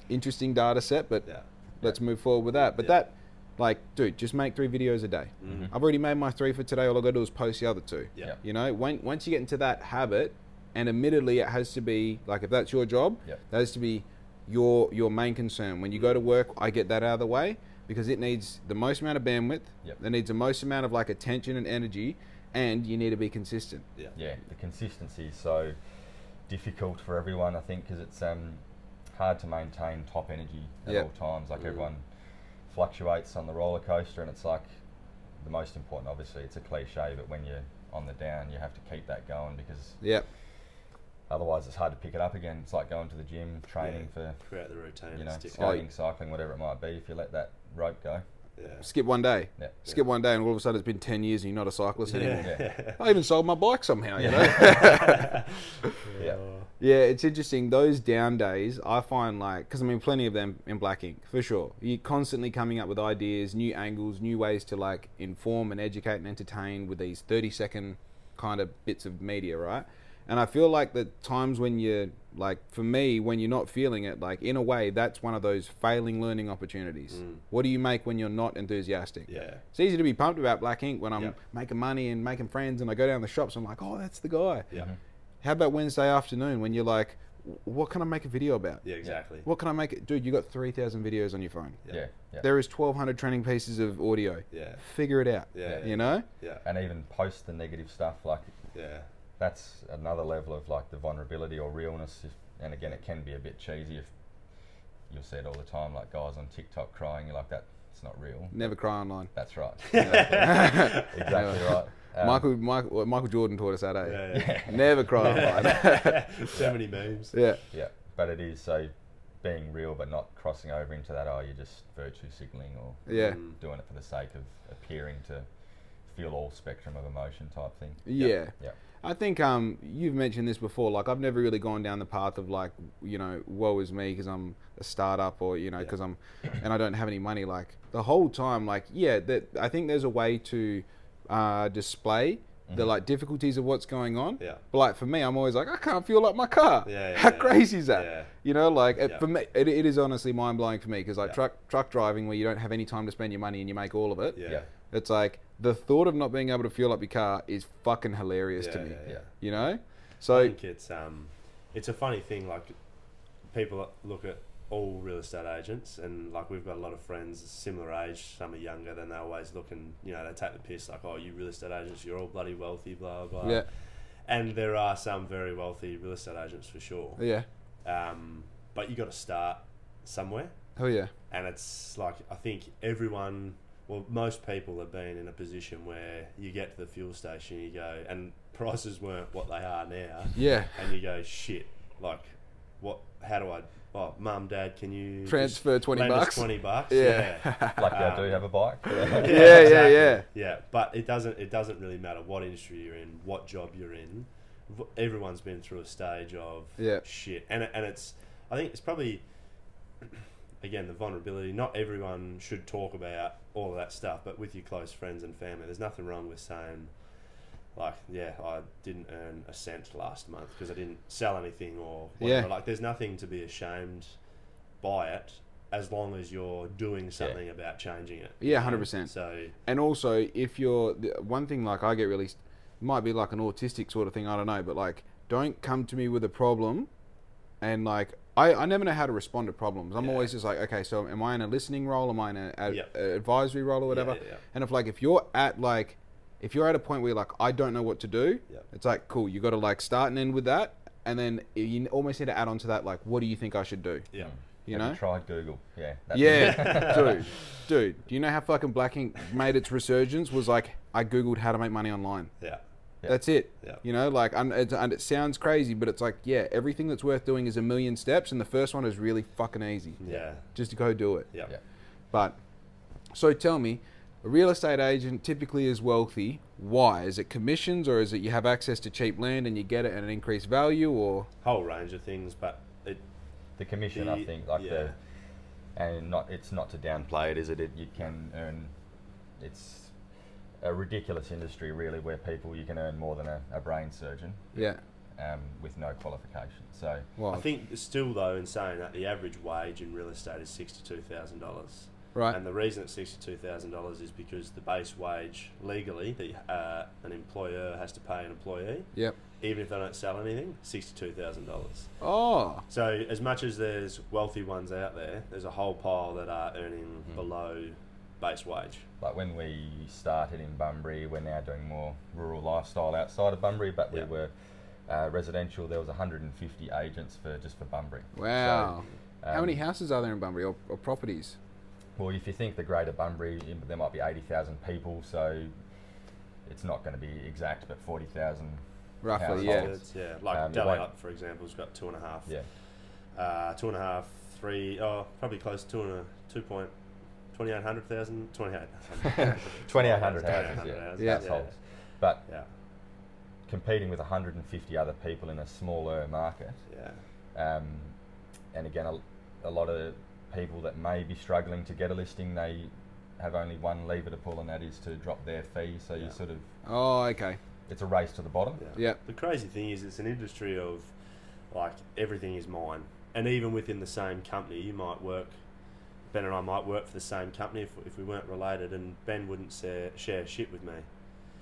S1: Interesting data set, but
S3: Yeah.
S1: let's move forward with that. But
S3: Yeah.
S1: that, like, dude, just make three videos a day.
S3: Mhm.
S1: I've already made my three for today. All I got to do is post the other two.
S3: Yeah.
S2: Yeah.
S1: You know, when, once you get into that habit, and admittedly, it has to be like if that's your job,
S2: Yep.
S1: that has to be your your main concern. When you go to work, I get that out of the way because it needs the most amount of bandwidth.
S2: Yep.
S1: It needs the most amount of like attention and energy, and you need to be consistent.
S3: Yeah.
S2: yeah, the consistency is so difficult for everyone. I think because it's um, hard to maintain top energy at
S1: Yeah.
S2: all times. Like
S3: Mm.
S2: everyone fluctuates on the roller coaster, and it's like the most important. Obviously, it's a cliche, but when you're on the down, you have to keep that going because
S1: Yeah.
S2: otherwise it's hard to pick it up again. It's like going to the gym, training
S3: Create the routine.
S2: for you
S3: and
S2: know
S3: stick
S1: Oh,
S2: skating, cycling, whatever it might be. If you let that rope go,
S3: Yeah.
S1: Skip one day.
S2: yeah,
S1: Skip one day, and all of a sudden it's been ten years, and you're not a cyclist anymore.
S3: Yeah.
S1: I even sold my bike somehow. You
S2: Yeah.
S1: know.
S2: Yeah.
S3: Uh,
S1: Yeah, it's interesting. Those down days, I find like, because I mean, plenty of them in Black Ink, for sure. You're constantly coming up with ideas, new angles, new ways to like inform and educate and entertain with these 30 second kind of bits of media, right? And I feel like the times when you're like, for me, when you're not feeling it, like in a way, that's one of those failing learning opportunities. What do you make when you're not enthusiastic?
S3: Mm. Yeah.
S1: It's easy to be pumped about Black Ink when I'm
S3: Yeah.
S1: making money and making friends, and I go down the shops. I'm like, oh, that's the guy.
S3: Yeah.
S1: How about Wednesday afternoon when you're like, "W- what can I make a video about?
S3: Yeah. Exactly.
S1: What can I make? Dude, you got 3,000 videos on your phone.
S3: Yeah.
S2: yeah, yeah.
S1: There is 1,200 training pieces of audio.
S3: Yeah.
S1: Figure it out.
S3: Yeah.
S1: You know?
S3: Yeah.
S2: And even post the negative stuff like
S3: Yeah.
S2: that's another level of like the vulnerability or realness. If, and again, it can be a bit cheesy if you'll see it all the time, like guys on TikTok crying, you're like that. It's not real.
S1: Never cry online.
S2: That's right.
S3: Yeah.
S2: exactly right. Um,
S1: Michael, Michael, well, Michael Jordan taught us that, eh?
S3: Yeah.
S2: Yeah,
S1: Never cry online.
S3: so many memes.
S1: yeah.
S2: yeah, but it is so being real, but not crossing over into that. Oh, you're just virtue signaling or
S1: Yeah.
S3: Mm.
S2: doing it for the sake of appearing to feel all spectrum of emotion type thing.
S1: Yeah.
S2: Yeah.
S1: I think um, you've mentioned this before. Like, I've never really gone down the path of like, you know, woe is me because I'm a startup or you know, because I'm, and I don't have any money. Like the whole time, like, yeah, that I think there's a way to uh, display the
S3: Mm-hmm.
S1: like difficulties of what's going on.
S3: Yeah.
S1: But like for me, I'm always like, I can't fuel up my car.
S3: Yeah, yeah,
S1: How
S3: yeah.
S1: crazy is that?
S3: Yeah.
S1: You know, like it,
S3: Yeah.
S1: for me, it, it is honestly mind blowing for me because like
S3: Yeah.
S1: truck truck driving where you don't have any time to spend your money and you make all of it.
S3: Yeah.
S2: Yeah.
S1: It's like the thought of not being able to fuel up your car is fucking hilarious to
S3: Yeah,
S1: me.
S3: yeah.
S1: You know?
S3: I
S1: So
S3: think it's um, it's a funny thing. Like people look at all real estate agents, and like we've got a lot of friends similar age. Some are younger, then they always look and you know they take the piss. Like, oh, you real estate agents, you're all bloody wealthy, blah blah.
S1: yeah,
S3: And there are some very wealthy real estate agents for sure.
S1: yeah,
S3: Um, but you got to start somewhere.
S1: oh yeah,
S3: and it's like I think everyone, well, most people have been in a position where you get to the fuel station, you go, and prices weren't what they are now,
S1: yeah.
S3: and you go, shit, like, what? How do I? Oh, mum, dad, can you just
S1: Transfer 20
S3: lend us
S1: bucks?
S3: Twenty bucks,
S1: Yeah.
S3: yeah.
S2: Lucky I do have a bike.
S1: Yeah, yeah,
S3: exactly.
S1: yeah.
S3: Yeah, but it doesn't. It doesn't really matter what industry you're in, what job you're in. V- Everyone's been through a stage of
S1: Yeah.
S3: shit, and it- and it's. I think it's probably, again, the vulnerability. Not everyone should talk about all of that stuff, but with your close friends and family, there's nothing wrong with saying, like, yeah, I didn't earn a cent last month because I didn't sell anything or whatever.
S1: Yeah.
S3: Like, there's nothing to be ashamed by it. As long as you're doing something about changing it,
S1: Yeah, 100%.
S3: So
S1: And also, if you're the one thing like I get really might be like an autistic sort of thing. I don't know, but like, don't come to me with a problem, and like. I, I never know how to respond to problems. I'm
S3: Yeah.
S1: always just like, okay, so am I in a listening role? Am I in a, a,
S3: Yeah.
S1: a advisory role or whatever?
S3: yeah, yeah.
S1: And if like if you're at like if you're at a point where you're like I don't know what to do,
S3: Yep.
S1: it's like cool. You got to like start and end with that, and then you almost need to add on to that like what do you think I should do?
S3: Yeah.
S1: You
S2: Have
S1: know?
S2: tried Google. Yeah. that's it.
S1: Yeah, dude, dude. Do you know how fucking Black Ink made its resurgence? Was like I googled how to make money online.
S3: Yeah.
S2: Yeah.
S1: That's it.
S3: Yeah.
S1: You know, like and, it's- and it sounds crazy, but it's like yeah, everything that's worth doing is a million steps, and the first one is really fucking easy.
S3: Yeah.
S1: Just go do it.
S3: Yeah.
S2: Yeah.
S1: But so tell me, a real estate agent typically is wealthy. Why? Is it commissions or is it you have access to cheap land and you get it at an increased value or
S3: Whole range of things, but it
S2: The commission,
S3: The-
S2: I think, like
S3: yeah.
S2: the, and not it's not to downplay it, is it? it you can earn, it's a ridiculous industry really, where people you can earn more than a, a brain surgeon
S1: yeah.
S2: um, with no qualification. So
S1: Well,
S3: I think still though in saying that the average wage in real estate is sixty two thousand dollars.
S1: right.
S3: And the reason it's sixty two thousand dollars is because the base wage legally that uh, an employer has to pay an employee,
S1: Yep.
S3: even if they don't sell anything, sixty two thousand dollars.
S1: Oh,
S3: So as much as there's wealthy ones out there, there's a whole pile that are earning below base wage.
S2: like when we started in Bunbury, we're now doing more rural lifestyle outside of Bunbury, but
S3: Yeah.
S2: we were uh, residential. There was 150 agents for just for Bunbury.
S1: wow.
S2: So, um,
S1: how many houses are there in Bunbury or, or properties?
S2: Well, if you think the greater Bunbury, you- there might be 80,000 people, so it's not going to be exact, but 40,000.
S1: Roughly, yeah.
S2: Households.
S3: It's- yeah, like
S2: Um,
S3: um,
S2: it
S3: Delhi
S2: won't-
S3: Up, for example, has got two and a half
S2: Yeah.
S3: uh, two and a half, three, oh, probably close to two and a two point twenty eight hundred thousand, twenty eight.
S2: 2,800 houses,
S3: 2,800
S2: yeah.
S3: houses,
S1: Yeah.
S2: Households. But
S3: Yeah,
S2: competing with 150 other people in a smaller market,
S3: yeah,
S2: um, and again, a, a lot of people that may be struggling to get a listing, they have only one lever to pull, and that is to drop their fee. So
S3: Yeah.
S2: you sort of,
S1: Oh, okay.
S2: it's a race to the bottom.
S3: yeah.
S1: Yeah.
S3: The crazy thing is, it's an industry of like everything is mine, and even within the same company, you might work. Ben and I might work for the same company if, if we weren't related, and Ben wouldn't share, share shit with me.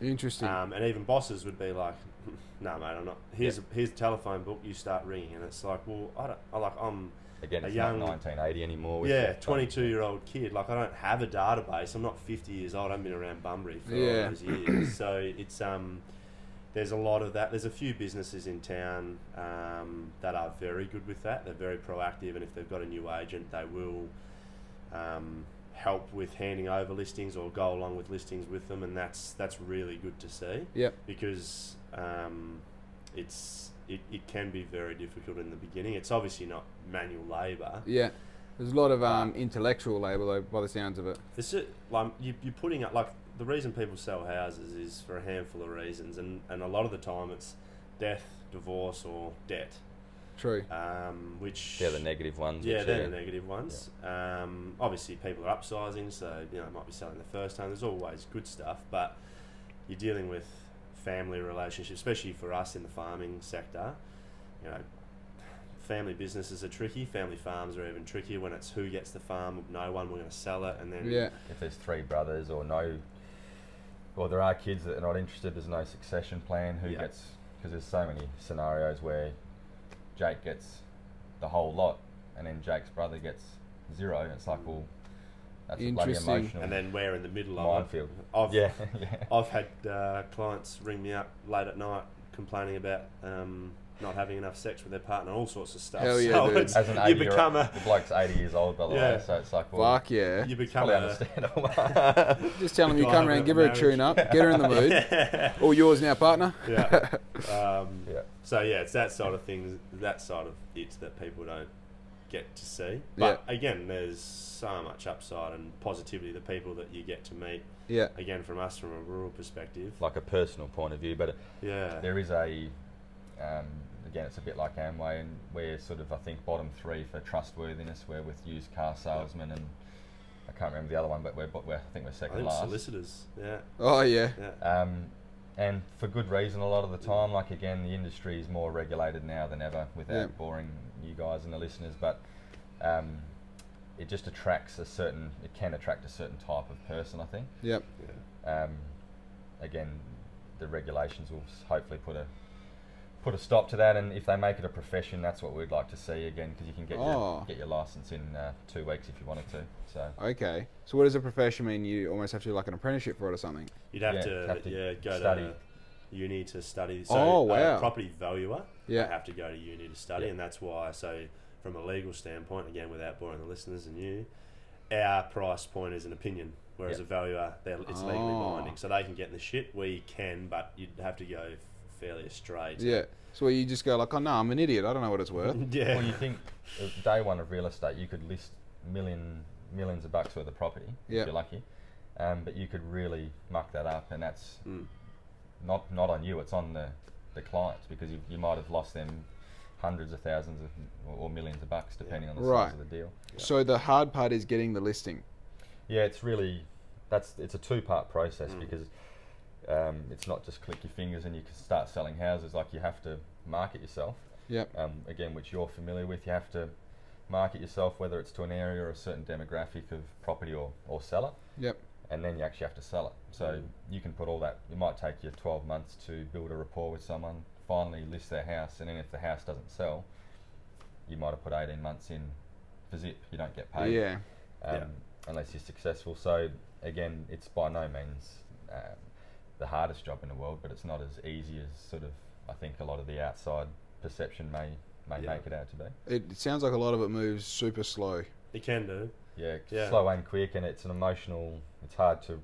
S1: Interesting.
S3: Um, and even bosses would be like, "No, mate, I'm not. Here's here's the telephone book. You start ringing." And it's like, "Well, I don't. I like I'm
S2: Again,
S3: A
S2: it's
S3: young-
S2: not 1980 anymore. with
S3: Yeah,
S2: the-
S3: 22 year old kid. Like, I don't have a database. I'm not 50 years old. I haven't been around Bunbury for
S1: Yeah.
S3: all those years. So it's, um, there's a lot of that. There's a few businesses in town um, that are very good with that. They're very proactive, and if they've got a new agent, they will um, help with handing over listings or go along with listings with them, and that's that's really good to see
S1: yep.
S3: because um, it's it, it can be very difficult in the beginning. It's obviously not manual labour.
S1: Yeah.
S3: um,
S1: There's a lot of um, intellectual labour, though, by the sounds of it.
S3: This is like you, you're putting up like the reason people sell houses is for a handful of reasons, and, and a lot of the time it's death, divorce, or debt,
S1: True.
S3: um, which
S2: They're the negative ones.
S3: yeah,
S2: which
S3: they're
S2: are-
S3: the negative ones. Um, obviously, people are upsizing, so you know, might be selling the first home. There's always good stuff, but you're dealing with family relationships, especially for us in the farming sector. You know, family businesses are tricky. Family farms are even trickier when it's who gets the farm. No one, we're going to sell it, and then
S1: Yeah.
S2: if there's three brothers or no, well, there are kids that are not interested. There's no succession plan. Who
S3: Yeah.
S2: gets? Because there's so many scenarios where Jake gets the whole lot, and then Jake's brother gets zero. And it's like, well, that's a bloody
S1: Interesting.
S2: emotional
S3: and then we're in the middle of it.
S2: minefield.
S3: I've,
S2: Yeah, yeah.
S3: I've had uh, clients ring me up late at night complaining about um, not having enough sex with their partner, all sorts of stuff.
S1: Hell yeah,
S3: so
S1: dude.
S3: it's,
S2: As an
S3: you
S2: eighty year
S3: become a
S2: the bloke's eighty years old by the
S3: Yeah.
S2: way, so it's like, well,
S1: Fuck yeah.
S3: you become
S2: probably
S3: a
S2: understandable.
S1: Just tell him
S3: the
S1: you
S3: guy
S1: come
S3: that
S1: around, give her a
S3: marriage.
S1: tune up, get her in the mood. All yours now, partner.
S3: yeah. Um,
S2: yeah,
S3: So yeah, it's that side of things, that side of it that people don't get to see. But again, there's so much upside and positivity. The people that you get to meet,
S1: Yeah.
S3: again, from us from a rural perspective.
S2: like a personal point of view, but
S3: Yeah.
S2: There is a, um, again, it's a bit like Amway, and we're sort of, I think, bottom three for trustworthiness. We're with used car salesmen, and I can't remember the other one, but we're, but we're I think we're
S3: I
S2: second
S3: think
S2: last.
S3: solicitors. Yeah.
S1: Oh yeah.
S3: Yeah.
S2: Um, and for good reason, a lot of the time. Like again, the industry is more regulated now than ever. Without
S1: Yeah.
S2: boring you guys and the listeners, but um, it just attracts a certain. It can attract a certain type of person, I think.
S1: Yep.
S3: yeah.
S2: Um, again, the regulations will s- hopefully put a put a stop to that, and if they make it a profession, that's what we'd like to see again, because you can get
S1: Oh.
S2: your, get your license in uh, two weeks if you wanted to. So
S1: Okay. So what does a profession mean? You almost have to do like an apprenticeship for it or something.
S3: You'd have,
S2: Yeah,
S3: to,
S2: have to
S3: yeah go
S2: study.
S3: to uni to study. So
S1: Oh,
S3: a
S1: wow.
S3: property valuer, you
S1: Yeah.
S3: have to go to uni to study,
S2: Yeah.
S3: and that's why. So from a legal standpoint, again, without boring the listeners and you, our price point is an opinion, whereas
S2: Yeah. Ah.
S3: a valuer, they're, it's legally
S1: Oh.
S3: binding, so they can get in the shit. We can, but you'd have to go fairly astray. to-
S1: Yeah. So where you just go like, oh no, I'm an idiot. I don't know what it's worth.
S3: yeah.
S2: well, you think uh, day one of real estate, you could list million millions of bucks worth of property
S1: Yeah.
S2: if you're lucky, um, but you could really muck that up, and that's
S3: Mm.
S2: not not on you. It's on the the clients because you, you might have lost them hundreds of thousands of, or millions of bucks depending on the
S1: Right.
S2: size of the deal.
S1: So the hard part is getting the listing.
S2: Yeah, it's really that's it's a two part process
S3: Mm.
S2: because um, it's not just click your fingers and you can start selling houses. Like you have to market yourself.
S1: Yep.
S2: Um, again, which you're familiar with, you have to market yourself whether it's to an area or a certain demographic of property or or seller.
S1: Yep.
S2: And then you actually have to sell it. So
S3: Mm.
S2: you can put all that. It might take you 12 months to build a rapport with someone, finally list their house, and then if the house doesn't sell, you might have put 18 months in for zip. You don't get paid
S1: Yeah.
S2: um,
S3: Yeah.
S2: unless you're successful. So again, it's by no means um, the hardest job in the world, but it's not as easy as sort of I think a lot of the outside perception may may
S3: Yeah.
S2: make it out to be.
S1: It, it sounds like a lot of it moves super slow.
S3: It can do.
S2: Yeah, c-
S3: Yeah.
S2: slow and quick, and it's an emotional. It's hard to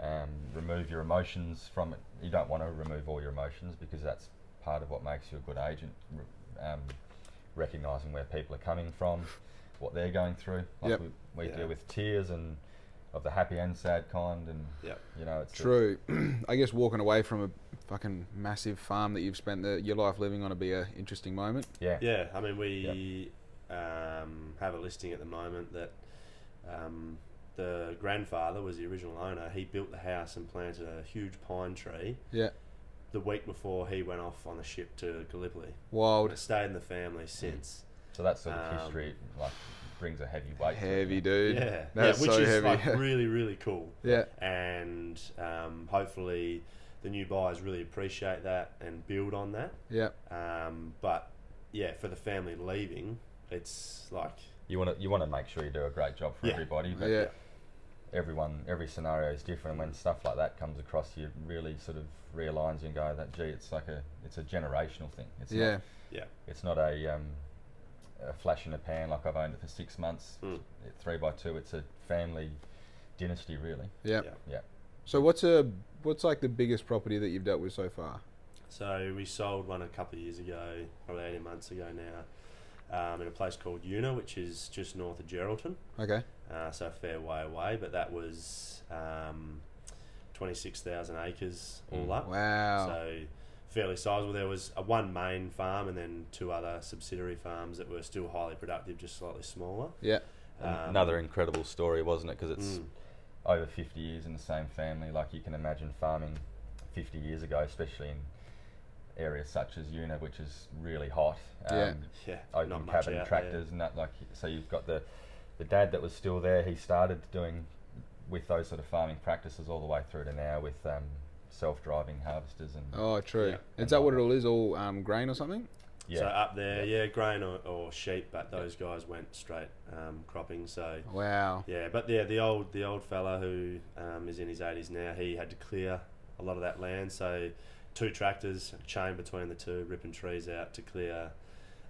S2: um, remove your emotions from it. You don't want to remove all your emotions because that's part of what makes you a good agent. r- Um, recognizing where people are coming from, what they're going through. Like
S1: Yep.
S2: we, we
S3: Yeah.
S2: deal with tears and of the happy and sad kind, and
S3: Yep.
S2: you know it's a-
S1: True. I guess walking away from a fucking massive farm that you've spent the, your life living on would be a interesting moment.
S2: yeah,
S3: Yeah, I mean, we um, have a listing at the moment that um, the grandfather was the original owner. He built the house and planted a huge pine tree.
S1: Yeah.
S3: The week before he went off on a ship to Gallipoli.
S1: Wild.
S3: It's stayed in the family since.
S2: So that sort of
S3: Um,
S2: history like brings a heavy weight. to it,
S1: Heavy,
S2: you know.
S1: dude.
S3: Yeah,
S1: That's
S3: yeah, which
S1: so
S3: is
S1: heavy.
S3: like really, really cool.
S1: yeah.
S3: And um, hopefully, the new buyers really appreciate that and build on that.
S1: Yeah.
S3: Um, but yeah, for the family leaving, it's like
S2: You want to you want to make sure you do a great job for
S3: Yeah.
S2: everybody, but
S1: Yeah.
S2: everyone every scenario is different. And when stuff like that comes across, you really sort of realigns you and go that gee, it's like a it's a generational thing. It's
S1: Yeah.
S2: not, it's not a um, a flash in the pan like I've owned it for six months,
S3: Mm.
S2: it- three by two. It's a family dynasty really.
S1: Yeah.
S3: Yeah.
S2: Yeah.
S1: So what's a what's like the biggest property that you've dealt with so far?
S3: So we sold one a couple of years ago, probably 18 months ago now, um, in a place called Una, which is just north of Geraldton,
S1: Okay.
S3: uh, so a fair way away. But that was um, twenty-six thousand acres all
S2: Mm.
S3: up.
S1: Wow.
S3: So fairly sizable. There was a one main farm and then two other subsidiary farms that were still highly productive, just slightly smaller.
S1: yeah.
S3: Um,
S2: Another incredible story, wasn't it? Because it's
S3: Mm.
S2: over 50 years in the same family. Like you can imagine farming 50 years ago, especially in areas such as Una, which is really hot. Um,
S1: Yeah.
S3: Yeah,
S2: Open
S3: not much
S2: cabin
S3: out
S2: tractors and that. Like so, you've got the the dad that was still there. He started doing with those sort of farming practices all the way through to now with um, self-driving harvesters and
S1: Oh, true.
S3: Yeah.
S1: Is that what it all is? All um, grain or something?
S3: So
S2: yeah,
S3: up there, yeah, grain or, or sheep, but those guys went straight um, cropping. So
S1: Wow.
S3: yeah, but yeah, the old the old fella who um, is in his eighties now, he had to clear a lot of that land. So two tractors, chain between the two, ripping trees out to clear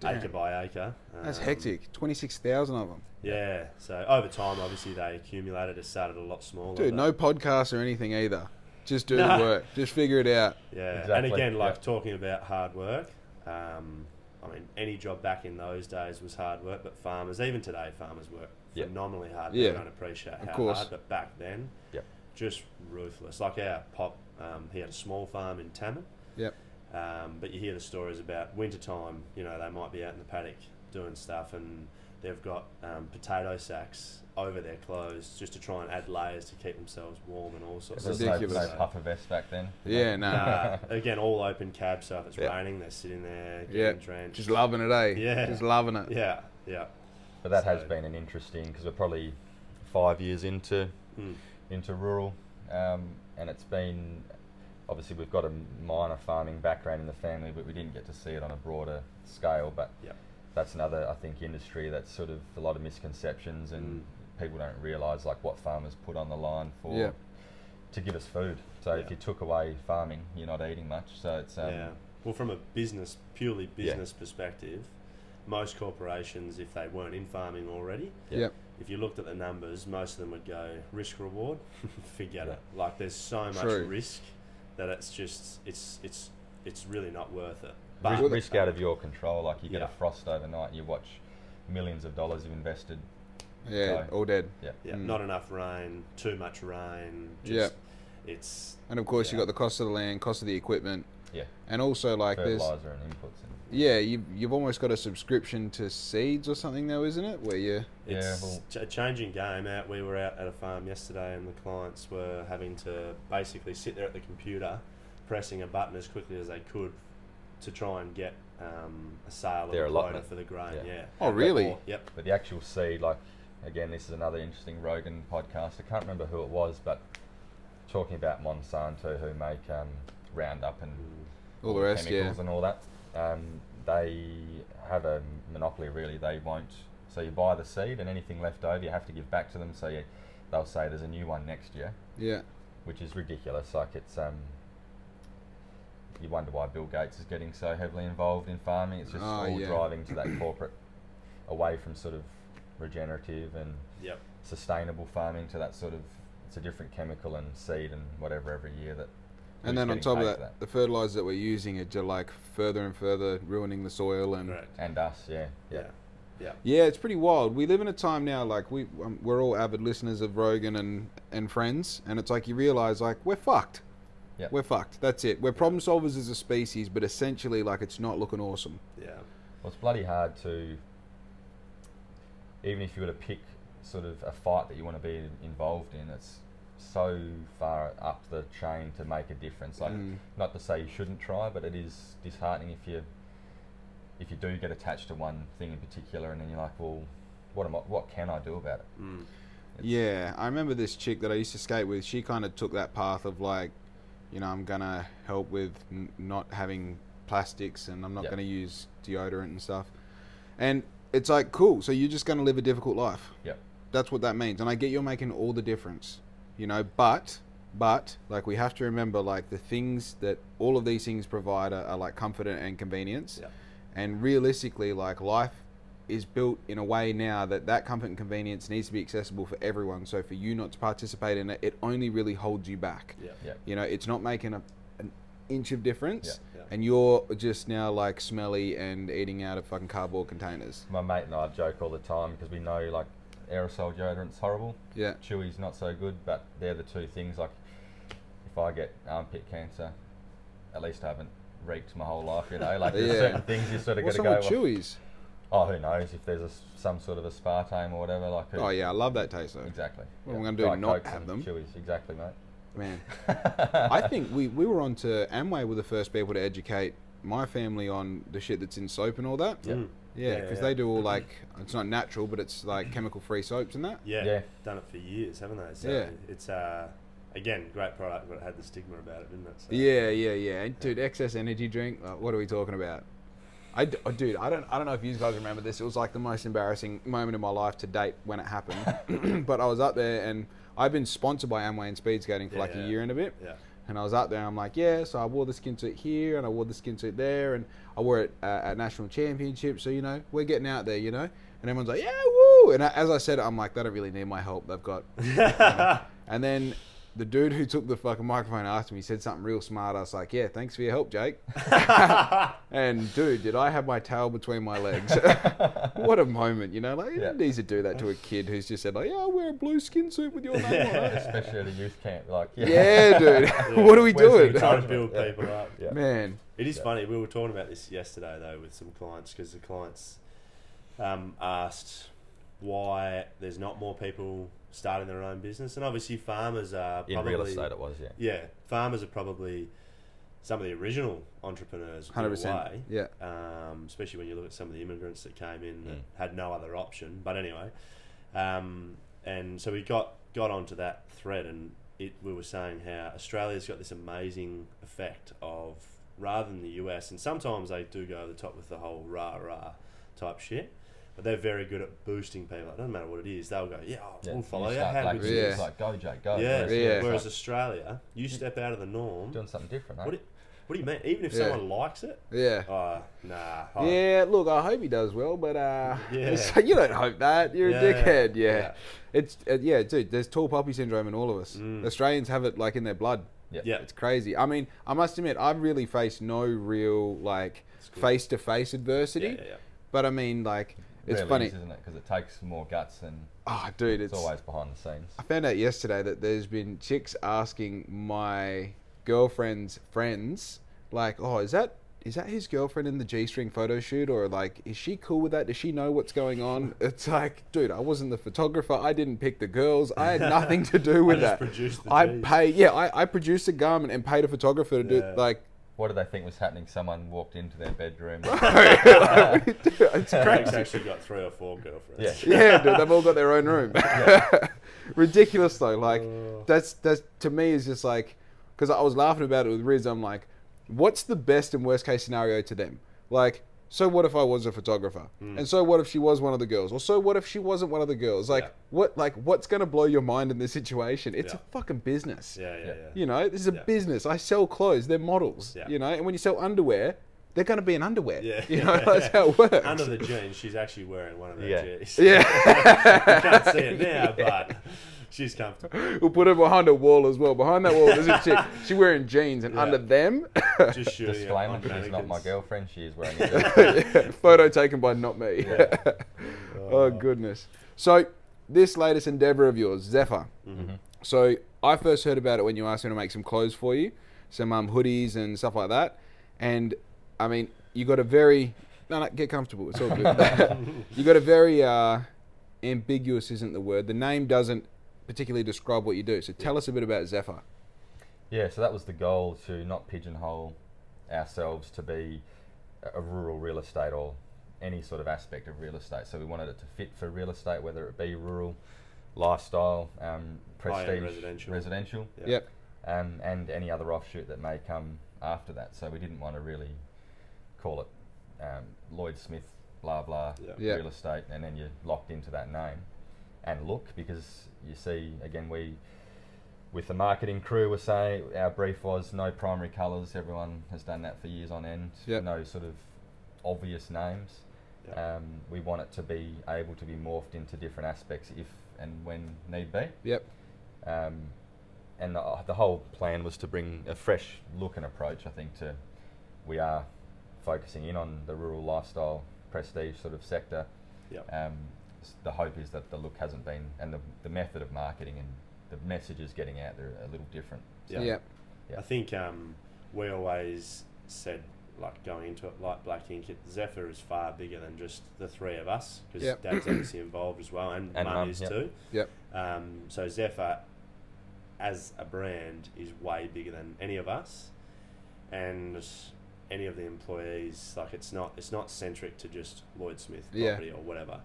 S1: Damn.
S3: acre by acre.
S1: That's
S3: Um,
S1: hectic. 26,000 of them.
S3: Yeah. So over time, obviously they accumulated. It started a lot smaller.
S1: Dude,
S3: but-
S1: no podcast or anything either. Just do the
S3: No.
S1: work. Just figure it out.
S3: Yeah,
S2: Exactly,
S3: and again, like
S2: yeah.
S3: talking about hard work. Um, I mean, any job back in those days was hard work, but farmers, even today, farmers work
S2: Yeah.
S3: phenomenally hard.
S1: Yeah.
S3: They don't appreciate how
S1: course.
S3: hard, but back then,
S2: Yeah.
S3: just ruthless. Like our pop, um, he had a small farm in Tamman,
S1: Yep.
S3: um, but you hear the stories about wintertime. You know, they might be out in the paddock doing stuff, and they've got um, potato sacks over their clothes just to try and add layers to keep themselves warm and all sorts
S2: There was
S3: of
S2: no,
S3: stuff.
S1: ridiculous.
S2: no puffer vest back then.
S1: Yeah, no.
S3: Uh, again, all open cab stuff. It's
S1: Yeah.
S3: raining. They're sitting there getting
S1: Yeah.
S3: drenched.
S1: Just loving it, eh?
S3: Yeah.
S1: Just loving it.
S3: yeah, yeah,
S2: But that has
S3: So-
S2: been an interesting because we're probably five years into
S3: Mm.
S2: into rural, um, and it's been obviously we've got a minor farming background in the family, but we didn't get to see it on a broader scale. But
S3: Yep.
S2: that's another I think industry that's sort of a lot of misconceptions and
S3: Hmm.
S2: people don't realise like what farmers put on the line for
S1: Yeah.
S2: to give us food. So if
S3: Yeah.
S2: you took away farming, you're not eating much. So it's um,
S3: yeah. Well, from a business purely business perspective, most corporations, if they weren't in farming already,
S2: Yeah.
S1: Yep.
S3: if you looked at the numbers, most of them would go risk reward. Forget
S2: Yeah.
S3: it. Like there's so much
S1: True.
S3: risk that it's just it's it's it's really not worth it.
S2: ri-
S3: But
S2: risk out of your control. Like you get
S3: Yeah.
S2: a frost overnight, you watch millions of dollars you've invested.
S1: Yeah,
S2: So-
S1: all dead.
S2: Yeah.
S3: yeah,
S1: Mm.
S3: not enough rain, too much rain. Just, It's
S1: And of course, you
S3: Yeah.
S1: got the cost of the land, cost of the equipment,
S2: Yeah.
S1: and also like there's
S2: fertilizer and inputs and
S1: yeah, you you've almost got a subscription to seeds or something though, isn't it? Where you
S2: Yeah,
S3: It's
S2: well-
S3: ch- a changing game out. We were out at a farm yesterday, and the clients were having to basically sit there at the computer, pressing a button as quickly as they could to try and get um, a sale of
S2: Their
S3: a quota
S2: allotment.
S3: for the grain.
S2: Yeah.
S3: Yeah.
S1: oh really?
S3: Or- yep.
S2: But the actual seed, like, again, this is another interesting Rogan podcast. I can't remember who it was, but talking about Monsanto, who make um, Roundup and
S1: All the rest, yeah.
S2: chemicals and all that, um, they have a monopoly, really. They won't. So you buy the seed, and anything left over, you have to give back to them. So you, they'll say there's a new one next year,
S1: Yeah,
S2: which is ridiculous. Like, it's. Um, you wonder why Bill Gates is getting so heavily involved in farming. It's just
S1: Oh,
S2: all
S1: yeah.
S2: driving to that corporate, away from sort of regenerative and
S3: Yep.
S2: sustainable farming to that sort of it's a different chemical and seed and whatever every year that
S1: and
S2: we're
S1: then on
S2: getting
S1: top of
S2: paid
S1: that,
S2: for
S1: the fertilizers that we're using are just like further and further ruining the soil and
S3: Correct.
S2: and us yeah Um, yeah
S3: Yeah. Yeah.
S1: yeah, it's pretty wild. We live in a time now like we um, we're all avid listeners of Rogan and and friends, and it's like you realize like we're fucked.
S2: Yeah.
S1: We're fucked. That's it. We're problem solvers as a species, but essentially, like, it's not looking awesome.
S3: Yeah.
S2: well it's bloody hard to even if you were to pick sort of a fight that you want to be involved in it's so far up the chain to make a difference like
S1: Mm.
S2: not to say you shouldn't try but it is disheartening if you if you do get attached to one thing in particular and then you're like well what am I, what can I do about it
S3: Mm.
S2: It's-
S1: Yeah, I remember this chick that I used to skate with. She kind of took that path of like, you know, I'm gonna help with n- not having plastics and I'm not
S2: Yeah.
S1: gonna use deodorant and stuff. And it's like, cool. So you're just gonna live a difficult life.
S2: Yep.
S1: That's what that means. And I get you're making all the difference, you know. But, but like we have to remember like the things that all of these things provide are, are like comfort and convenience.
S3: Yeah.
S1: And realistically, like life is built in a way now that that comfort and convenience needs to be accessible for everyone. So for you not to participate in it, it only really holds you back.
S3: Yeah.
S2: yeah
S1: You know, it's not making a, an inch of difference,
S3: Yeah. Yeah.
S1: and you're just now like smelly and eating out of fucking cardboard containers.
S2: My mate and I joke all the time because we know like aerosol deodorant's horrible,
S1: Yeah,
S2: chewy's not so good, but they're the two things like if I get armpit cancer, at least I haven't reeked my whole life. You know, like there's
S1: Yeah.
S2: certain things you sort of got
S1: What's
S2: to
S1: up
S2: go.
S1: with
S2: with.
S1: Chewies?
S2: Oh, who knows if there's a s some sort of aspartame or whatever. Like who,
S1: Oh yeah, I love that taste though.
S2: exactly.
S1: What
S2: Yeah.
S1: am I gonna do,
S2: Diet
S1: not
S2: Cokes
S1: have
S2: and
S1: them?
S2: Chewies, exactly, mate.
S1: Man, I think we, we were on to Amway were the first people to educate my family on the shit that's in soap and all that.
S2: Yeah.
S3: Mm.
S1: Yeah,
S3: Yeah,
S1: because
S3: yeah. Mm-hmm.
S1: they do all like it's not natural, but it's like chemical free soaps and that.
S3: Yeah,
S2: Yeah.
S3: done it for years, haven't they? So
S1: Yeah.
S3: it's uh, again great product, but it had the stigma about it, didn't it? So,
S1: Yeah, yeah, yeah. And dude, excess energy drink. Like, what are we talking about? I d- oh, dude, I don't, I don't know if you guys remember this. It was like the most embarrassing moment in my life to date when it happened. but I was up there and I've been sponsored by Amway and speed skating for like
S3: Yeah.
S1: a year and a bit.
S3: Yeah.
S1: And I was out there, and I'm like, yeah. So I wore the skin suit here, and I wore the skin suit there, and I wore it uh, at national championships. So you know, we're getting out there, you know. And everyone's like, yeah, woo! And I, as I said, I'm like, they don't really need my help. They've got. And then the dude who took the fucking microphone asked me. He said something real smart. I was like, yeah, thanks for your help, Jake. and dude, did I have my tail between my legs? what a moment, you know? Like,
S2: Yeah.
S1: it's easy to do that to a kid who's just said like, yeah, I wear a blue skin suit with your name on it.
S2: Especially at a youth camp, like yeah.
S1: Yeah, dude. what are we
S2: Where's the
S1: doing?
S2: guitar?
S3: Trying to build
S2: Yeah.
S3: people up.
S2: Yeah.
S1: Man.
S3: It is
S2: Yeah.
S3: funny. We were talking about this yesterday though with some clients because the clients um, asked why there's not more people starting their own business, and obviously farmers are
S2: In
S3: probably
S2: real estate, it was yeah.
S3: yeah, farmers are probably some of the original entrepreneurs. in a
S1: Hundred percent.
S3: way.
S1: Yeah.
S3: um, especially when you look at some of the immigrants that came in that
S2: Mm.
S3: had no other option. But anyway, um, and so we got got onto that thread, and it we were saying how Australia's got this amazing effect of rather than the US, and sometimes they do go over the top with the whole rah rah type shit. But they're very good at boosting people. It doesn't matter what it is. They'll go, yeah,
S2: Yeah,
S3: we'll follow
S2: you
S3: you.
S2: start,
S3: How
S2: like,
S3: good is
S1: Yeah.
S3: this?
S2: it's like go Jake, go.
S3: Yeah.
S2: Whereas-
S1: Yeah.
S3: Whereas
S2: it's
S3: Australia, you step out of the norm.
S2: like doing something different. eh?
S3: What do, what do you mean? Even if
S1: Yeah.
S3: someone likes it,
S1: Yeah.
S3: oh, nah. oh,
S1: Yeah, look, I hope he does well, but uh,
S3: Yeah.
S1: so you don't hope that. You're
S3: Yeah.
S1: a dickhead. Yeah,
S3: Yeah.
S1: it's uh, yeah, dude. There's tall poppy syndrome in all of us.
S3: Mm.
S1: Australians have it like in their blood.
S2: Yeah.
S3: Yeah.
S1: It's crazy. I mean, I must admit, I've really faced no real like
S3: It's good.
S1: face to face adversity.
S3: Yeah, yeah, yeah.
S1: But I mean, like, it's
S2: Really
S1: funny.
S2: is, isn't it? Because it takes more guts and
S1: oh, dude,
S2: it's,
S1: it's
S2: always behind the scenes.
S1: I found out yesterday that there's been chicks asking my girlfriend's friends, like, "Oh, is that is that his girlfriend in the G-string photo shoot, or like, is she cool with that? Does she know what's going on?" It's like, dude, I wasn't the photographer. I didn't pick the girls. I had nothing to do with
S3: I
S1: that.
S3: just produced the
S1: I
S3: Gs.
S1: pay, yeah, I, I produced a garment and paid a photographer to
S3: Yeah.
S1: do like.
S2: What did they think was happening? Someone walked into their bedroom.
S1: it's
S3: Craig's
S1: crazy.
S3: actually got three or four girlfriends.
S2: Yeah.
S1: yeah, dude, they've all got their own room. Ridiculous though, like
S3: Oh.
S1: that's that's to me is just like because I was laughing about it with Riz. I'm like, what's the best and worst case scenario to them? Like, so what if I was a photographer?
S3: Hmm.
S1: And so what if she was one of the girls? Or so what if she wasn't one of the girls? Like
S3: Yeah.
S1: what? Like what's gonna blow your mind in this situation? It's
S3: Yeah.
S1: a fucking business.
S3: Yeah, yeah, yeah.
S1: You know, this is a
S3: Yeah.
S1: business. I sell clothes. They're models.
S3: Yeah.
S1: You know, and when you sell underwear, they're gonna be in underwear.
S3: Yeah.
S1: You know, that's how it works.
S3: Under the jeans, she's actually wearing one of her
S2: Yeah.
S3: jeans.
S1: yeah.
S3: I can't see it now, but she's comfortable.
S1: We'll put her behind a wall as well. Behind that wall, there's a chick. She wearing jeans, and
S3: Yeah.
S1: under them,
S3: Just shooting up
S2: Disclaimer:
S3: on
S2: She's not my
S3: mannequins.
S2: girlfriend. She is wearing a
S1: photo taken by not me. oh goodness. So this latest endeavor of yours, Zephyr. So I first heard about it when you asked me to make some clothes for you, some um, hoodies and stuff like that. And I mean, you got a very no, no, get comfortable. It's all good. you got a very uh, ambiguous, isn't the word? The name doesn't particularly describe what you do. So tell us a bit about Zephyr.
S2: Yeah, so that was the goal to not pigeonhole ourselves to be a- a rural real estate or any sort of aspect of real estate. So we wanted it to fit for real estate, whether it be rural, lifestyle, um,
S3: High-end
S2: prestige,
S3: residential.
S2: residential,
S3: Yeah.
S1: Yep.
S2: um, and any other offshoot that may come after that. So we didn't want to really call it um, Lloyd Smith, blah blah,
S3: Yeah.
S1: Yeah.
S2: real estate, and then you're locked into that name and look because you see again we with the marketing crew were saying our brief was no primary colours. Everyone has done that for years on end.
S1: Yep.
S2: No sort of obvious names.
S3: Yep.
S2: Um, we want it to be able to be morphed into different aspects if and when need be.
S1: Yep.
S2: Um, and the, the whole plan was to bring a fresh look and approach, I think, to we are focusing in on the rural lifestyle prestige sort of sector.
S3: Yep.
S2: Um, s- the hope is that the look hasn't been, and the, the method of marketing and the message is getting out there a little different.
S3: Yeah.
S1: Yeah.
S2: Yeah.
S3: I think um, we always said, like going into it like Black Ink, it- Zephyr is far bigger than just the three of us because
S1: Yep.
S3: Dad's obviously involved as well, and,
S2: And
S3: Mum
S2: Mum,
S3: is
S2: yep.
S3: too.
S1: Yep.
S3: Um, so Zephyr, as a brand, is way bigger than any of us, and any of the employees. Like it's not it's not centric to just Lloyd Smith
S1: Yeah.
S3: property or whatever.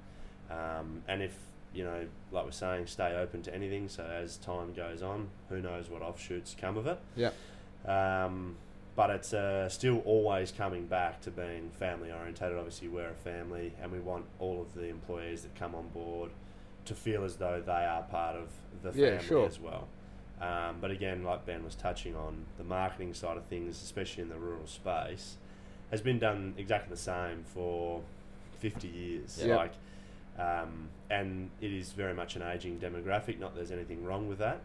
S3: Um, and if you know, like we're saying, stay open to anything. So as time goes on, who knows what offshoots come of it.
S1: Yep.
S3: Um, but it's uh, still always coming back to being family orientated. Obviously, we're a family, and we want all of the employees that come on board to feel as though they are part of the
S1: Yeah,
S3: family
S1: sure.
S3: as well. Um, but again, like Ben was touching on, the marketing side of things, especially in the rural space, has been done exactly the same for 50 years.
S1: Yeah.
S3: Like, um, and it is very much an aging demographic. Not that there's anything wrong with that,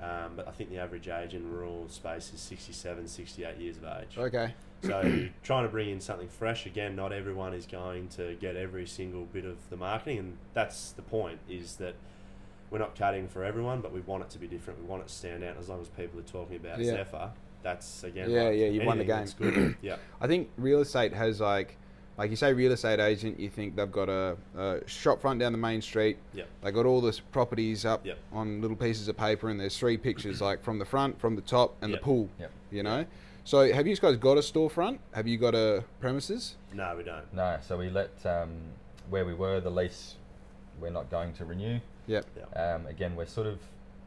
S3: um, but I think the average age in rural space is 67, 68 years of age.
S1: Okay.
S3: So trying to bring in something fresh again, not everyone is going to get every single bit of the marketing, and that's the point. Is that we're not cutting for everyone, but we want it to be different. We want it to stand out. As long as people are talking about
S1: Yeah.
S3: Zephyr, that's again.
S1: Yeah, yeah, you've won the
S3: anything that's good. yeah,
S1: I think real estate has like, like you say, real estate agent. You think they've got a, a shop front down the main street.
S3: Yep.
S1: They got all this properties up
S3: Yep.
S1: on little pieces of paper, and there's three pictures like from the front, from the top, and
S3: Yep.
S1: the pool.
S2: Yep.
S1: You know. So have you guys got a storefront? Have you got a premises?
S3: no, we don't.
S2: No, so we let um, where we were the lease. We're not going to renew.
S1: Yep.
S2: Um, again, we're sort of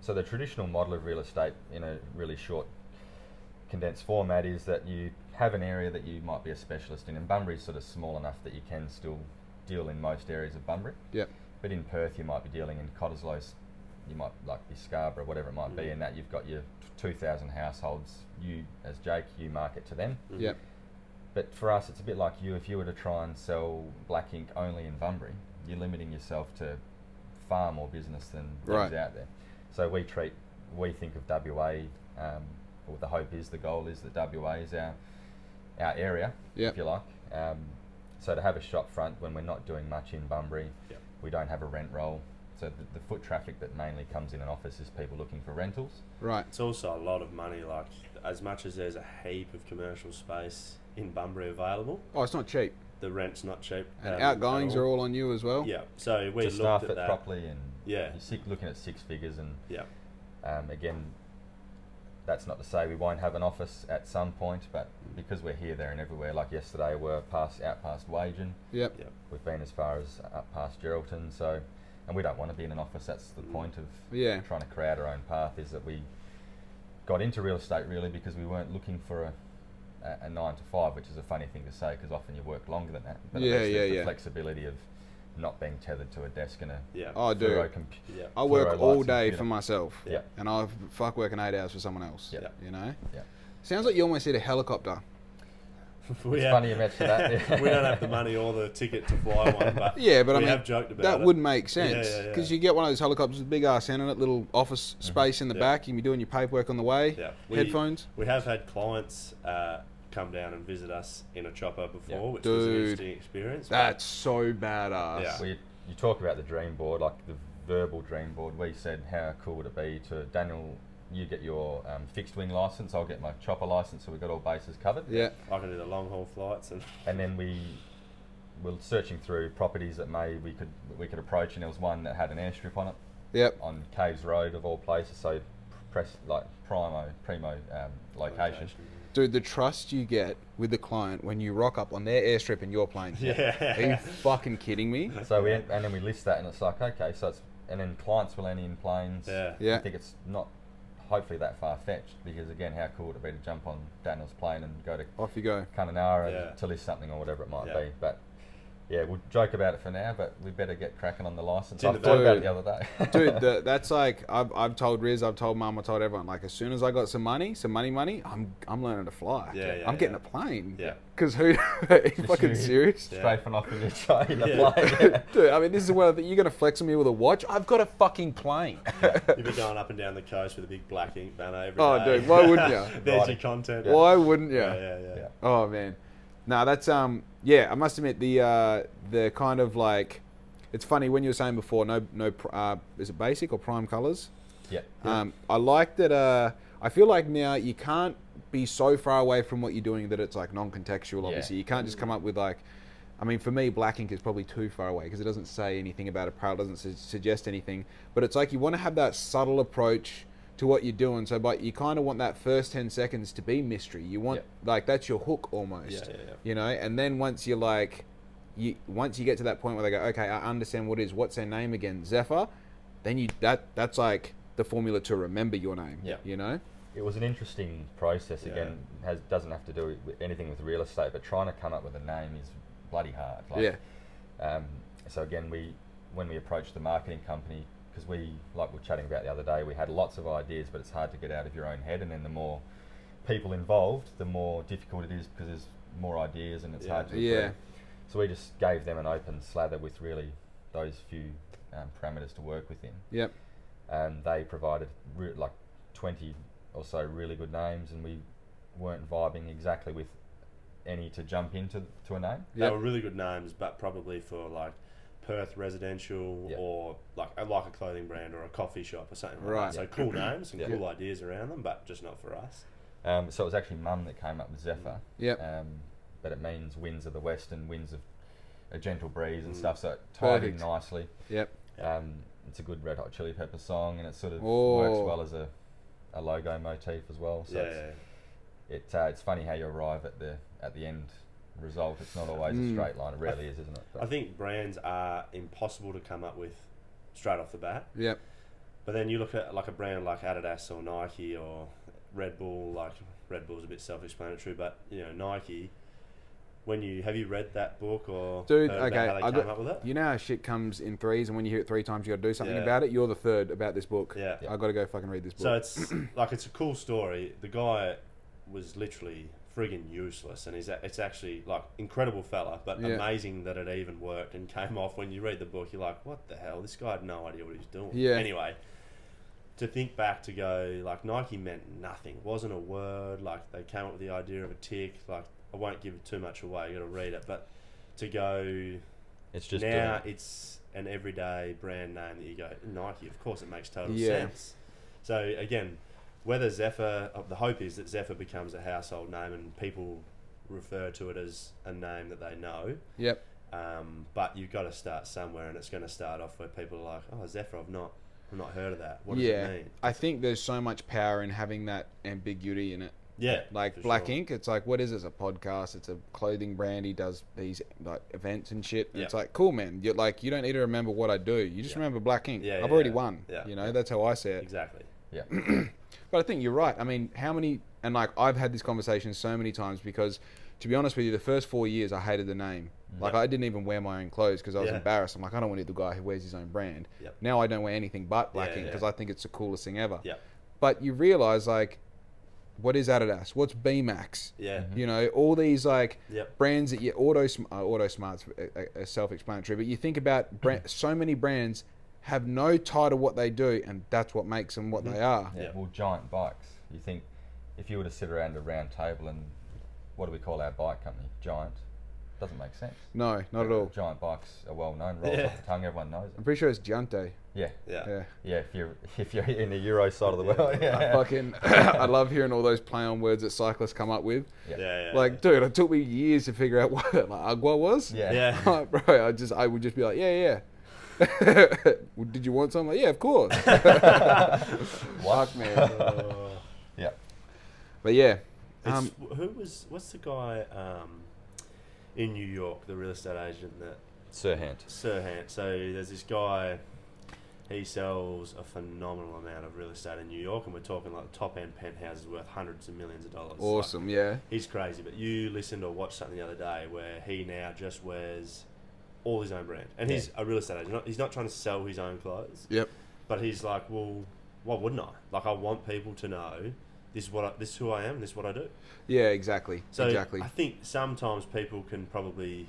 S2: so the traditional model of real estate in a really short, condensed format is that you have an area that you might be a specialist in, and Bunbury's sort of small enough that you can still deal in most areas of Bunbury.
S1: Yep.
S2: But in Perth, you might be dealing in Cottesloe, s- you might like be Scarborough, whatever it might be,
S3: Mm.
S2: and that you've got your t- 2,000 households. You, as Jake, you market to them.
S3: Mhm.
S1: Yep.
S2: But for us, it's a bit like you. If you were to try and sell black ink only in Bunbury, you're limiting yourself to far more business than
S1: Right.
S2: is out there. So we treat, we think of WA. Um, or the hope is, the goal is that WA is our our area,
S1: Yep.
S2: if you like. Um, so to have a shop front when we're not doing much in Bunbury,
S3: Yep.
S2: we don't have a rent roll. So the, the foot traffic that mainly comes in an office is people looking for rentals.
S1: Right.
S3: It's also a lot of money. Like as much as there's a heap of commercial space in Bunbury available,
S1: Oh, it's not cheap.
S3: the rent's not cheap.
S1: And
S3: um, at
S1: outgoings are all on you as well.
S3: Yeah, so we
S2: to
S3: looked
S2: staff
S3: at
S2: it
S3: that.
S2: properly and
S3: Yeah,
S2: you're sick looking at six figures and
S3: yeah,
S2: Um, again, that's not to say we won't have an office at some point, but because we're here, there, and everywhere, like yesterday, we're past out past Wagen.
S1: Yep.
S3: yeah.
S2: We've been as far as up past Geraldton, so and we don't want to be in an office. That's the
S3: Mm.
S2: point of
S1: Yeah.
S2: trying to create our own path. Is that we got into real estate really because we weren't looking for a a, a nine to five, which is a funny thing to say because often you work longer than that. But at
S1: Yeah,
S2: least there's
S1: yeah,
S2: the
S1: yeah.
S2: Flexibility of not being tethered to a desk and a
S3: Yeah.
S1: Oh,
S2: fluoro
S1: dude.
S2: compu-
S3: Yeah.
S1: I work
S2: fluoro
S1: all
S2: lights
S1: day
S2: computer.
S1: for myself,
S2: Yeah.
S1: and I fuck working eight hours for someone else.
S2: Yeah.
S1: You know.
S2: Yeah.
S1: Sounds like you almost hit a helicopter.
S3: we
S2: It's
S3: have-
S2: funny you mention that.
S3: we don't have the money or the ticket to fly one, but
S1: Yeah, but
S3: we
S1: I mean,
S3: have joked about
S1: that
S3: it.
S1: would make
S3: Yeah, yeah,
S1: sense
S3: yeah. Mm-hmm.
S1: because you get one of those helicopters with a big ass in it, little office space in the
S3: Yeah.
S1: back. You can be doing your paperwork on the way.
S3: Yeah,
S1: Headphones.
S3: We have had clients uh, come down and visit us in a chopper before, which was an
S1: Dude.
S3: interesting experience. but-
S1: That's so badass.
S3: Yeah.
S2: We, you talk about the dream board, like the verbal dream board. We said, how cool would it be to Daniel? You get your um, fixed wing license. I'll get my chopper license. So we got all bases covered.
S1: Yeah.
S3: I can do the long haul flights and
S2: And then we were searching through properties that may we could we could approach, and there was one that had an airstrip on it
S1: Yep.
S2: on Caves Road of all places. So press like primo primo um, location.
S1: Dude, the trust you get with the client when you rock up on their airstrip in your plane.
S3: Yeah.
S1: Are you fucking kidding me?
S2: So we en- and then we list that, and it's like okay, so it's and then clients will land in planes.
S3: Yeah.
S1: Yeah.
S2: I think it's not hopefully that far fetched because again, how cool would it be to jump on Daniel's plane and go to
S1: Off you go.
S2: Kununurra
S3: Yeah.
S2: to list something or whatever it might
S3: Yeah.
S2: be. But yeah, we'll joke about it for now, but we better get cracking on the license.
S3: It's in
S2: I
S3: the
S2: thought about
S1: bag.
S2: it the other day.
S1: Dude, the, that's like I've, I've told Riz, I've told Mum, I told everyone. Like as soon as I got some money, some money, money, I'm I'm learning to fly.
S3: Yeah, yeah,
S1: I'm getting
S3: yeah.
S1: a plane.
S3: Yeah.
S1: Cause who? are you
S2: Just
S1: fucking
S2: you.
S1: serious?
S2: Strafing off in your chain in the
S3: Yeah.
S2: plane.
S1: Dude, I mean, this is one of the, you're gonna flex on me with a watch. I've got a fucking plane.
S3: You'd be going up and down the coast with a big black ink banner every
S1: Oh,
S3: day.
S1: dude, why wouldn't ya?
S3: There's your
S2: Right.
S3: content.
S1: Why wouldn't you?
S3: Yeah, yeah, yeah.
S2: Yeah.
S1: Oh man, no, that's um, yeah. I must admit the uh, the kind of like, it's funny when you were saying before, no, no, pr- uh, is it basic or prime colors?
S2: yeah.
S1: Um, I like that. Uh, I feel like now you can't be so far away from what you're doing that it's like non-contextual.
S2: Yeah.
S1: Obviously, you can't just come up with like. I mean, for me, black ink is probably too far away because it doesn't say anything about apparel, doesn't su- suggest anything. But it's like you want to have that subtle approach to what you're doing. So, but you kind of want that first ten seconds to be mystery. You want like that's your hook almost.
S3: Yeah, yeah, yeah.
S1: You know, and then once you're like, you once you get to that point where they go, okay, I understand what it is. What's their name again? Zephyr. Then you that that's like the formula to remember your name.
S3: Yeah.
S1: You know.
S2: It was an interesting process.
S3: Yeah.
S2: Again, has doesn't have to do with anything with real estate, but trying to come up with a name is bloody hard.
S1: yeah.
S2: Um, so again, we when we approached the marketing company because we like we were chatting about the other day, we had lots of ideas, but it's hard to get out of your own head. And then the more people involved, the more difficult it is because there's more ideas and it's
S3: Yeah.
S2: hard to.
S1: Yeah.
S2: agree. So we just gave them an open slather with really those few um, parameters to work within,
S1: Yep.
S2: and they provided re- like 20 or so really good names, and we weren't vibing exactly with any to jump into to a name.
S3: They
S1: Yep.
S3: were really good names, but probably for like Perth residential
S2: Yeah.
S3: or like I like a clothing brand or a coffee shop or something. Like
S1: Right.
S3: that. So cool names and
S2: Yeah.
S3: cool ideas around them, but just not for us.
S2: Um, so it was actually Mum that came up with Zephyr.
S1: Yep.
S2: Um, but it means winds of the west and winds of a gentle breeze and stuff. So it tied
S1: Perfect.
S2: in nicely.
S1: Yep.
S2: Um, it's a good Red Hot Chili Pepper song, and it sort of
S1: Oh.
S2: works well as a, a logo motif as well. So
S3: yeah.
S2: it's, it, uh, it's funny how you arrive at the at the end result. It's not always
S1: Mm.
S2: a straight line. It rarely is, isn't it? But
S3: I think brands are impossible to come up with straight off the bat.
S1: Yep.
S3: But then you look at like a brand like Adidas or Nike or Red Bull. Like Red Bull's a bit self-explanatory, but you know Nike. When you have you read that book or
S1: Dude,
S3: heard about
S1: okay,
S3: how they
S1: I
S3: came
S1: got-
S3: up with it?
S1: You know how shit comes in threes, and when you hear it three times, you got to do something
S3: Yeah.
S1: about it. You're the third about this book.
S3: Yeah.
S1: I got to go fucking read this book.
S3: So it's like it's a cool story. The guy was literally friggin' useless, and he's a, it's actually like incredible fella, but
S1: Yeah.
S3: amazing that it even worked and came off. When you read the book, you're like, what the hell? This guy had no idea what he was doing.
S1: Yeah.
S3: Anyway, to think back to go like Nike meant nothing, wasn't a word. Like they came up with the idea of a tick. Like I won't give too much away. You got to read it, but to go
S2: it's just
S3: now
S2: doing it.
S3: it's an everyday brand name that you go Nike. Of course, it makes total
S1: Yeah.
S3: sense. So again, whether Zephyr, uh, the hope is that Zephyr becomes a household name and people refer to it as a name that they know.
S1: yep.
S3: Um, but you've got to start somewhere, and it's going to start off where people are like, "Oh, Zephyr, I've not, I've not heard of that. What does
S1: yeah.
S3: it mean?"
S1: I think there's so much power in having that ambiguity in it.
S3: Yeah,
S1: like
S3: for
S1: Black
S3: sure.
S1: Ink. It's like, what is this? A podcast? It's a clothing brand. He does these like events and shit. And
S3: Yeah.
S1: It's like, cool, man. You're like, you don't need to remember what I do. You just
S3: Yeah.
S1: remember Black Ink.
S3: Yeah,
S1: I've
S3: yeah,
S1: already
S3: yeah.
S1: won.
S3: Yeah.
S1: You know, that's how I see it.
S3: Exactly.
S2: Yeah.
S1: But I think you're right. I mean, how many? And like, I've had this conversation so many times because, to be honest with you, the first four years I hated the name. Like,
S3: Yeah.
S1: I didn't even wear my own clothes because I was
S3: Mm-hmm. Yeah.
S1: embarrassed. I'm like, I don't want to be the guy who wears his own brand.
S3: Yep.
S1: Now I don't wear anything but Black
S3: Yeah,
S1: Ink
S3: yeah.
S1: because I think it's the coolest thing ever.
S3: Yeah.
S1: But you realize like, what is Adidas? What's BMax?
S3: Yeah.
S1: You know, all these like
S3: Yep.
S1: brands that you auto Sm- uh, auto smarts uh, uh, self-explanatory, but you think about brand, so many brands have no tie to what they do, and that's what makes them what they are.
S2: Yeah.
S3: Yeah.
S2: Well, giant bikes. You think if you were to sit around a round table and what do we call our bike company? Giant. Doesn't make sense.
S1: No, not at all.
S2: Giant bikes are well known. Rolls
S3: Yeah.
S2: off the tongue. Everyone knows
S1: I'm
S2: it.
S1: pretty sure it's Giante.
S2: Yeah.
S3: Yeah.
S1: Yeah.
S2: Yeah. If you're if you're in the Euro side of the world.
S1: I
S2: Yeah.
S1: fucking I love hearing all those play on words that cyclists come up with.
S3: Yeah. yeah,
S1: Like, dude, it took me years to figure out what like, agua was.
S2: Yeah.
S3: yeah. Yeah.
S1: Like, bro, I just I would just be like, yeah, yeah. Well, Did you want some? Like, yeah, of course.
S2: What?
S1: Fuck man.
S3: Oh.
S2: Yeah.
S1: But yeah.
S3: It's,
S1: Um,
S3: who was what's the guy um, in New York, the real estate agent that
S2: Sirhant.
S3: Sirhan? So there's this guy. He sells a phenomenal amount of real estate in New York, and we're talking like the top end penthouses worth hundreds of millions of dollars. Like,
S1: awesome, yeah.
S3: he's crazy. But you listened or watched something the other day where he now just wears all his own brand, and he's a real estate agent. Not- He's not trying to sell his own clothes.
S1: Yep.
S3: But he's like, well, why wouldn't I? Like, I want people to know this is what I, this is who I am. This is what I do.
S1: Yeah, exactly.
S3: So
S1: exactly.
S3: I think sometimes people can probably,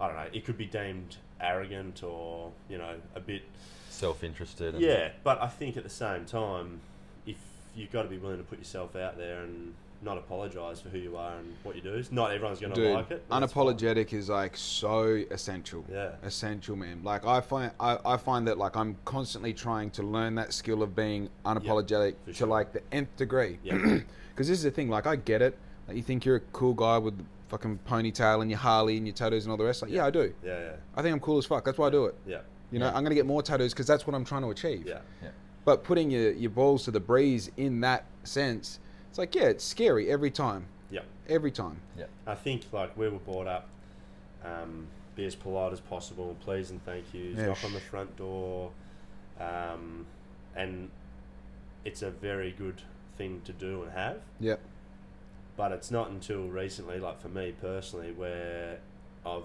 S3: I don't know, it could be deemed arrogant or you know a bit.
S2: Self-interested. And
S3: Yeah, but I think at the same time, if you've got to be willing to put yourself out there and not apologise for who you are and what you do. Not everyone's going to
S1: Dude,
S3: like it. and that's fine.
S1: unapologetic is like so essential.
S3: Yeah.
S1: Essential, man. Like I find I, I find that like I'm constantly trying to learn that skill of being unapologetic
S3: for
S1: to
S3: sure.
S1: like the nth degree.
S3: Yeah.
S1: Because this is the thing, like I get it. Like, you think you're a cool guy with the fucking ponytail and your Harley and your tattoos and all the rest. Like, yeah, I do.
S3: yeah, yeah,
S1: I think I'm cool as fuck. That's why I do it.
S3: yeah,
S1: You know,
S2: Yeah.
S1: I'm gonna get more tattoos because that's what I'm trying to achieve.
S3: yeah.
S2: Yeah.
S1: But putting your, your balls to the breeze in that sense, it's like yeah, it's scary every time.
S3: yeah.
S1: Every time.
S3: I think like we were brought up, um, be as polite as possible, please and thank yous,
S1: Yeah,
S3: knock on the
S1: sh-
S3: front door, um, and it's a very good thing to do and have.
S1: Yeah.
S3: But it's not until recently, like for me personally, where I've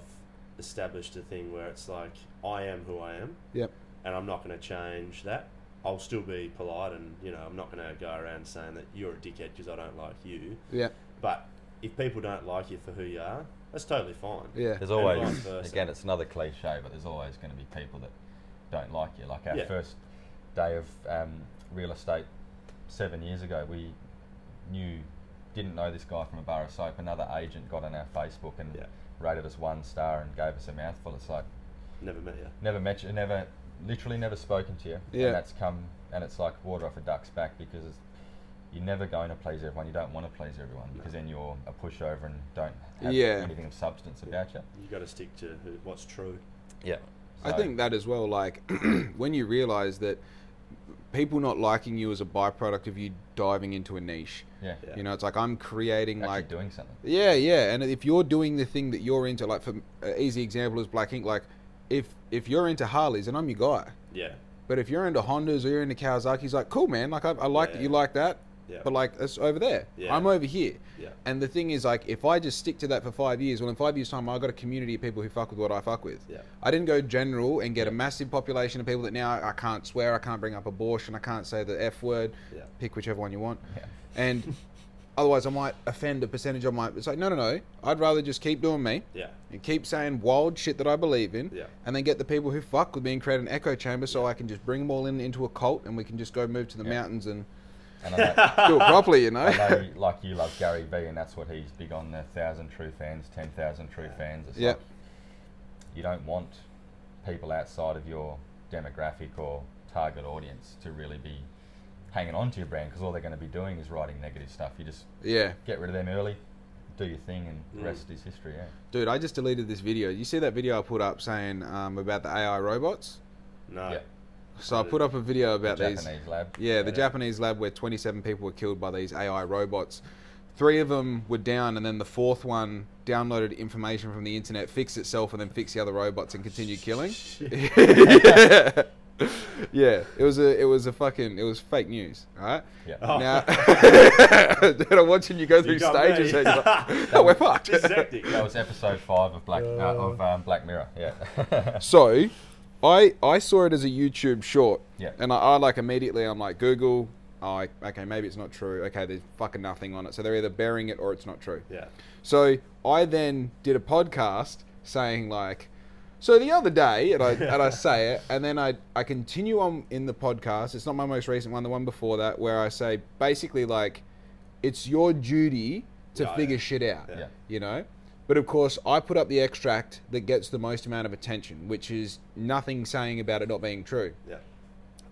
S3: established a thing where it's like I am who I am.
S1: Yep.
S3: And I'm not going to change that. I'll still be polite, and you know I'm not going to go around saying that you're a dickhead because I don't like you.
S1: Yeah.
S3: But if people don't like you for who you are, that's totally fine.
S1: Yeah.
S2: There's
S3: And vice
S2: always,
S3: versa.
S2: again, it's another cliche, but there's always going to be people that don't like you. Like our
S3: Yeah.
S2: first day of um, real estate seven years ago, we knew, didn't know this guy from a bar of soap. Another agent got on our Facebook and
S3: Yeah.
S2: rated us one star and gave us a mouthful. It's like,
S3: Never met you.
S2: never met you, never, literally never spoken to you.
S1: Yeah.
S2: And that's come, and it's like water off a duck's back because it's, you're never going to please everyone. You don't want to please everyone because then you're a pushover and don't have
S1: Yeah.
S2: anything of substance about you.
S3: You got to stick to who, what's true.
S2: Yeah.
S1: I think that as well, like when you realize that people not liking you is a byproduct of you diving into a niche.
S2: Yeah.
S3: Yeah.
S1: You know, it's like I'm creating
S2: Actually
S1: like
S2: doing something.
S1: yeah, yeah, and if you're doing the thing that you're into, like for an easy example is Black Ink. Like if if you're into Harleys, and I'm your guy.
S3: Yeah.
S1: But if you're into Hondas or you're into Kawasaki's, like cool man, like I, I like that you
S3: Yeah.
S1: like that,
S3: Yeah.
S1: but like it's over there.
S3: Yeah.
S1: I'm over here.
S3: Yeah.
S1: And the thing is, like, if I just stick to that for five years, well, in five years' time, I got a community of people who fuck with what I fuck with.
S3: Yeah.
S1: I didn't go general and get a massive population of people that now I can't swear, I can't bring up abortion, I can't say the F word.
S3: Yeah.
S1: Pick whichever one you want.
S2: Yeah.
S1: And otherwise, I might offend a percentage. I might. It's like, no, no, no. I'd rather just keep doing me
S3: Yeah.
S1: and keep saying wild shit that I believe in.
S3: Yeah.
S1: And then get the people who fuck with me and create an echo chamber so I can just bring them all in into a cult and we can just go move to the
S2: Yeah.
S1: mountains and
S2: And I know,
S1: do it properly, you
S2: I
S1: know?
S2: know you- like you love Gary Vee, and that's what he's big on the thousand true fans, 10,000 true fans. It's
S1: Yeah.
S2: like you don't want people outside of your demographic or target audience to really be hanging on to your brand because all they're going to be doing is writing negative stuff. You just
S1: yeah.
S2: get rid of them early, do your thing, and the
S3: Mm.
S2: rest is history. Yeah.
S1: Dude, I just deleted this video. You see that video I put up saying um, about the AI robots?
S3: No.
S2: Yeah.
S1: So I put up a video about
S2: The
S1: these.
S2: Japanese lab.
S1: Yeah, the
S3: Yeah.
S1: Japanese lab where 27 people were killed by these AI robots. Three of them were down, and then the fourth one downloaded information from the internet, fixed itself, and then fixed the other robots and continued killing. yeah. it was a it was a fucking it was fake news. All right,
S2: Yeah.
S3: Oh.
S1: now dude, I'm watching you go through
S3: got me.
S1: stages. And you're like, oh, we're fucked.
S3: Dissecting.
S2: That was episode five of Black uh,
S3: Oh.
S2: of um, Black Mirror. Yeah.
S1: So, I I saw it as a YouTube short.
S2: Yeah.
S1: And I, I like immediately I'm like Google. Oh, I- okay, maybe it's not true. Okay, there's fucking nothing on it. So they're either burying it or it's not true.
S3: yeah.
S1: So I then did a podcast saying like, so the other day, and I and I say it, and then I I continue on in the podcast. It's not my most recent one, the one before that, where I say basically like, it's your duty to
S3: Yeah,
S1: figure
S3: yeah.
S1: shit out
S2: yeah.
S1: you know. But of course, I put up the extract that gets the most amount of attention, which is nothing saying about it not being true.
S3: Yeah.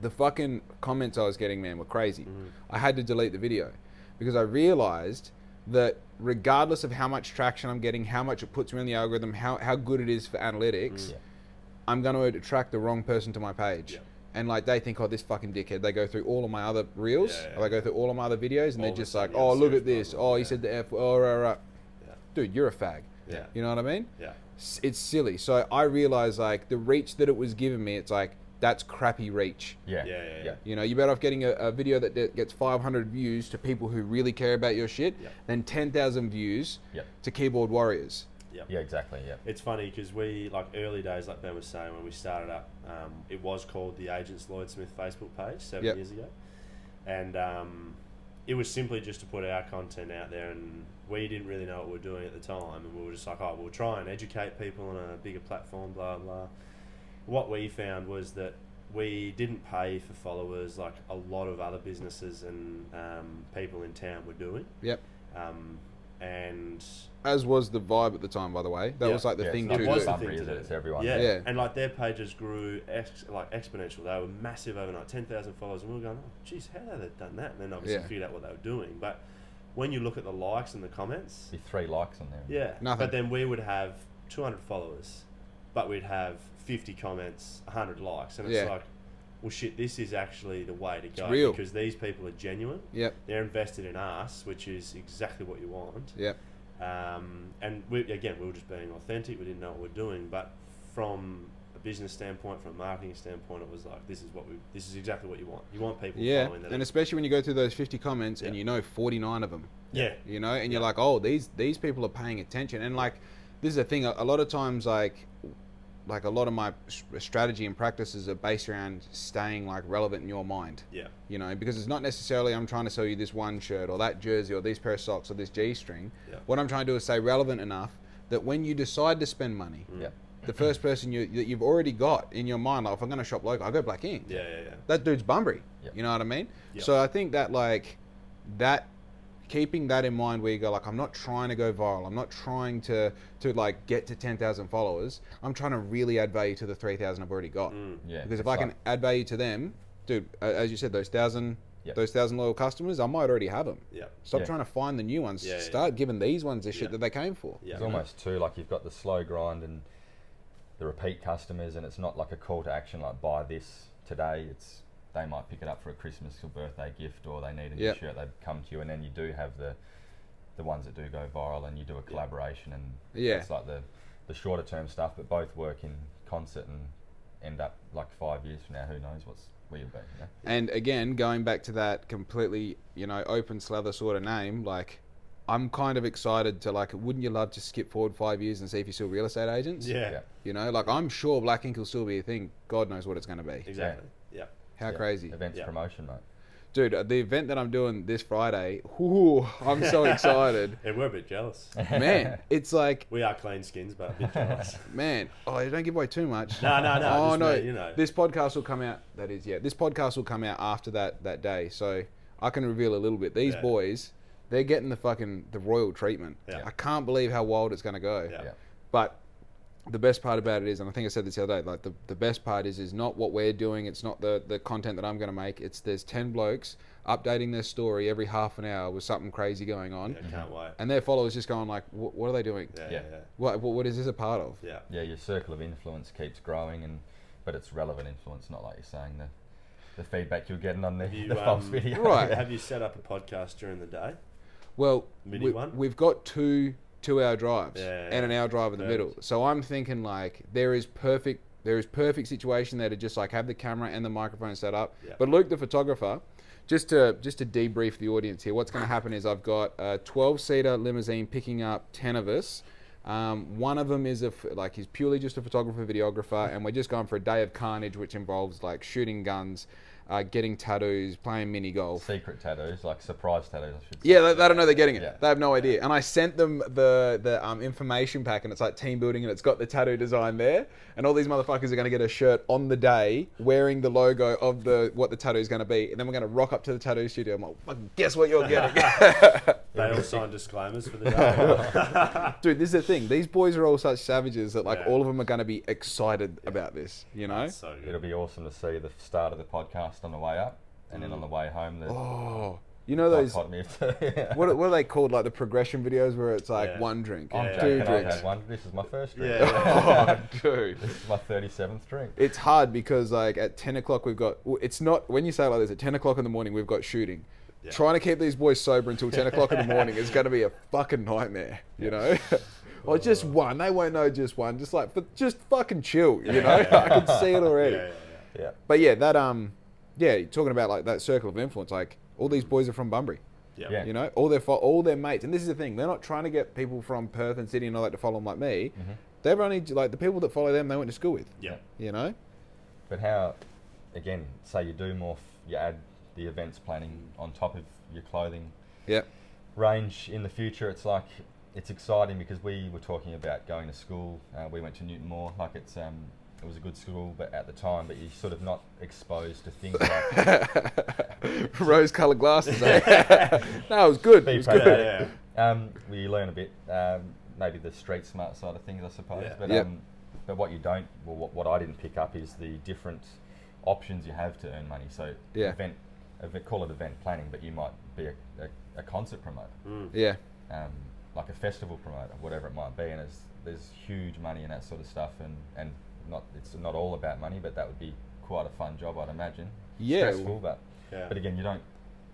S1: The fucking comments I was getting, man, were crazy.
S3: Mm.
S1: I had to delete the video because I realized that regardless of how much traction I'm getting, how much it puts me on the algorithm, how, how good it is for analytics,
S2: Yeah.
S1: I'm going to attract the wrong person to my page.
S3: Mm. Yeah.
S1: And like they think, oh, this fucking dickhead. They go through all of my other reels,
S3: Yeah, yeah,
S1: or they go through all of my other videos, and
S3: All
S1: they're
S3: the
S1: just
S3: time,
S1: like,
S3: yeah,
S1: oh, look
S3: serious
S1: at this.
S3: problem,
S1: Oh, he
S3: yeah.
S1: said the F. Oh, right, right. Dude, you're a fag.
S3: Yeah.
S1: You know what I mean?
S3: Yeah.
S1: S- It's silly. So I realized like the reach that it was giving me, it's like that's crappy reach.
S2: Yeah.
S3: Yeah, yeah, yeah.
S1: You know, you're better off getting a, a video that d- gets 500 views to people who really care about your shit
S3: Yeah.
S1: than 10,000 views
S2: Yeah.
S1: to keyboard warriors.
S3: Yeah.
S2: Yeah, exactly. Yeah.
S3: It's funny because we like early days, like Ben was saying, when we started up, um, it was called the Agents Lloyd Smith Facebook page seven
S1: Yep.
S3: years ago, and um, it was simply just to put our content out there, and we didn't really know what we were doing at the time, and we were just like, oh, we'll try and educate people on a bigger platform, blah blah. What we found was that we didn't pay for followers like a lot of other businesses and um, people in town were doing
S1: Yep.
S3: Um, and
S1: As was the vibe at the time, by the way. That
S3: Yeah.
S1: was like the
S2: Yeah, it's
S1: thing
S2: not
S1: to do.
S3: It
S2: just
S3: was the
S2: Bunbury,
S3: thing
S2: is
S3: to
S2: it?
S3: do.
S2: It's everyone.
S3: yeah.
S1: Yeah.
S3: and like their pages grew ex- like exponential. They were massive overnight, ten thousand followers, and we were going, "Oh, geez, how did they done that?" And then obviously
S1: Yeah.
S3: figured out what they were doing. But when you look at the likes and the comments,
S2: Be three likes on there.
S3: yeah.
S1: Nothing.
S3: But then we would have 200 followers, but we'd have 50 comments, 100 likes. And it's
S1: Yeah.
S3: like, well, shit, this is actually the way to go.
S1: real.
S3: Because these people are genuine.
S1: Yep,
S3: They're invested in us, which is exactly what you want.
S1: yep,
S3: Um, and we, again, we were just being authentic. We didn't know what we are doing. But from a business standpoint, from a marketing standpoint, it was like, this is what we, this is exactly what you want. You want people
S1: yeah.
S3: following that.
S1: And
S3: are-
S1: especially when you go through those 50 comments and
S3: Yeah.
S1: you know 49 of them.
S3: yeah.
S1: you know and you're like oh these these people are paying attention and like this is the thing a, a lot of times like like a lot of my s- strategy and practices are based around staying like relevant in your mind
S3: Yeah.
S1: you know because it's not necessarily i'm trying to sell you this one shirt or that jersey or these pair of socks or this g string
S3: Yeah.
S1: what i'm trying to do is stay relevant enough that when you decide to spend money
S3: Mm.
S2: Yeah.
S1: the first person you that you've already got in your mind like if i'm going to shop local i go black ink
S3: Yeah. Yeah. Yeah.
S1: that dude's Bunbury.
S2: Yep.
S1: You know what I mean?
S3: Yep.
S1: So I think that like that keeping that in mind where you go like I'm not trying to go viral. I'm not trying to to like get to 10,000 followers. I'm trying to really add value to the 3,000 I've already got.
S3: Mm.
S2: Yeah.
S1: Because if
S2: it's
S1: I can
S2: like-
S1: add value to them, dude, a- as you said those 1,000
S2: Yep.
S1: those 1,000 loyal customers, I might already have them.
S3: Yeah.
S1: Stop
S2: Yeah.
S1: trying to find the new ones.
S3: Yeah, yeah.
S1: Start giving these ones the shit
S3: Yeah.
S1: that they came for.
S3: Yeah.
S2: It's almost too like you've got the slow grind and the repeat customers, and it's not like a call to action like buy this today. It's they might pick it up for a Christmas or birthday gift, or they need a new
S1: Yep.
S2: shirt. They come to you, and then you do have the the ones that do go viral, and you do a collaboration, and
S1: Yeah.
S2: it's like the the shorter term stuff, but both work in concert and end up like five years from now. Who knows what's where you'll be? You know?
S1: And again, going back to that completely, you know, open slather sort of name, like I'm kind of excited to like. Wouldn't you love to skip forward five years and see if you're still real estate agents?
S3: Yeah.
S2: Yeah.
S1: You know, like I'm sure Black Ink will still be a thing. God knows what it's going to be.
S3: Exactly. Yeah.
S1: How
S2: Yeah.
S1: crazy,
S2: Events
S3: Yeah.
S2: promotion, mate.
S1: dude! uh, The event that I'm doing this Friday, whoo, I'm so excited,
S3: And we're a bit jealous.
S1: man. It's like,
S3: We are clean skins, but a bit jealous.
S1: man, oh, you don't give away too much.
S3: no, no, no.
S1: oh
S3: just
S1: no,
S3: mean, you know.
S1: this podcast will come out. That is, yeah, this podcast will come out after that that day, so I can reveal a little bit. These
S3: Yeah.
S1: boys, they're getting the fucking the royal treatment.
S3: Yeah.
S1: I can't believe how wild it's going to go.
S3: yeah.
S2: Yeah.
S1: But the best part about it is, and I think I said this the other day, like the, the best part is is not what we're doing. It's not the the content that I'm going to make. It's there's ten blokes updating their story every half an hour with something crazy going on,
S3: Yeah, can't wait.
S1: and their followers just going like, "Wh- what are they doing?
S3: Yeah, yeah,
S2: Yeah.
S3: yeah.
S1: What, what what is this a part of?
S3: yeah.
S2: Yeah, your circle of influence keeps growing, and but it's relevant influence, not like you're saying the the feedback you're getting on the,
S3: Have you,
S2: the false
S3: um,
S2: video.
S1: Right.
S3: Have you set up a podcast during the day?
S1: Well,
S3: Mini
S1: we,
S3: one?
S1: we've got two two-hour drives
S3: Yeah, yeah,
S1: and an
S3: yeah.
S1: hour drive in the
S3: Perfect.
S1: middle. So I'm thinking like there is perfect there is perfect situation there to just like have the camera and the microphone set up.
S3: Yeah.
S1: But Luke, the photographer, just to just to debrief the audience here, what's going to happen is I've got a 12-seater limousine picking up 10 of us. Um, one of them is a f- like he's purely just a photographer videographer, and we're just going for a day of carnage, which involves like shooting guns, uh, getting tattoos, playing mini golf.
S2: Secret tattoos, like surprise tattoos, I should say.
S1: Yeah, they, they don't know they're getting it.
S2: Yeah.
S1: They have no idea. And I sent them the the um, information pack, and it's like team building, and it's got the tattoo design there. And all these motherfuckers are going to get a shirt on the day wearing the logo of the what the tattoo is going to be, and then we're going to rock up to the tattoo studio. I'm like, "Fucking guess what you're getting,
S3: They all sign disclaimers for the day.
S1: dude. This is the thing. These boys are all such savages that like
S3: Yeah.
S1: all of them are going to be excited about this. You know?
S3: That's so
S2: It'll
S3: good.
S2: be awesome to see the start of the podcast on the way up, and then on
S3: Mm.
S2: the way home, the
S1: Oh, you know those.
S2: dichotomy of the-
S1: What, are- what are they called? Like the progression videos where it's like
S3: Yeah.
S1: one drink,
S2: I'm
S3: Yeah.
S1: two
S2: joking, I've
S1: drinks.
S2: had one. This is my first drink.
S3: Yeah, yeah.
S1: Oh, dude.
S2: This is my 37th drink.
S1: it's hard because like at 10 o'clock we've got w- it's not when you say it like this at 10 o'clock in the morning we've got shooting
S3: Yeah.
S1: trying to keep these boys sober until 10 o'clock in the morning is going to be a fucking nightmare you know or just one they won't know just one just like but just fucking chill you know i can see it
S3: Yeah,
S1: already
S3: yeah,
S2: Yeah.
S1: but yeah that um yeah talking about like that circle of influence like all these boys are from bunbury
S3: yeah.
S2: Yeah.
S1: you know, all their fo- all their mates, and this is the thing: they're not trying to get people from Perth and Sydney and all that to follow them like me. They've only like the people that follow them they went to school with.
S3: Yeah.
S1: You know,
S2: But how, again, say you do more, f- you add the events planning on top of your clothing
S1: yeah.
S2: range in the future. It's like it's exciting because we were talking about going to school. Uh, we went to Newton Moore. Like it's um, it was a good school, but at the time, but you're sort of not exposed to things like
S1: rose colored glasses. eh? no, it was good. It
S2: be
S1: was
S2: proud.
S1: good.
S3: yeah.
S2: Um, we learn a bit, um, maybe the street smart side of things, I suppose.
S3: Yeah.
S2: But
S1: Yep.
S2: um, but what you don't, well, what, what I didn't pick up is the different options you have to earn money. So
S1: Yeah.
S2: event, event, call it event planning, but you might be a, a, a concert promoter,
S3: Mm.
S1: Yeah.
S2: um, like a festival promoter, whatever it might be. And it's, there's huge money in that sort of stuff, and and not it's not all about money, but that would be quite a fun job, I'd imagine.
S1: Yeah.
S2: Stressful, but
S3: Yeah.
S2: but again, you don't.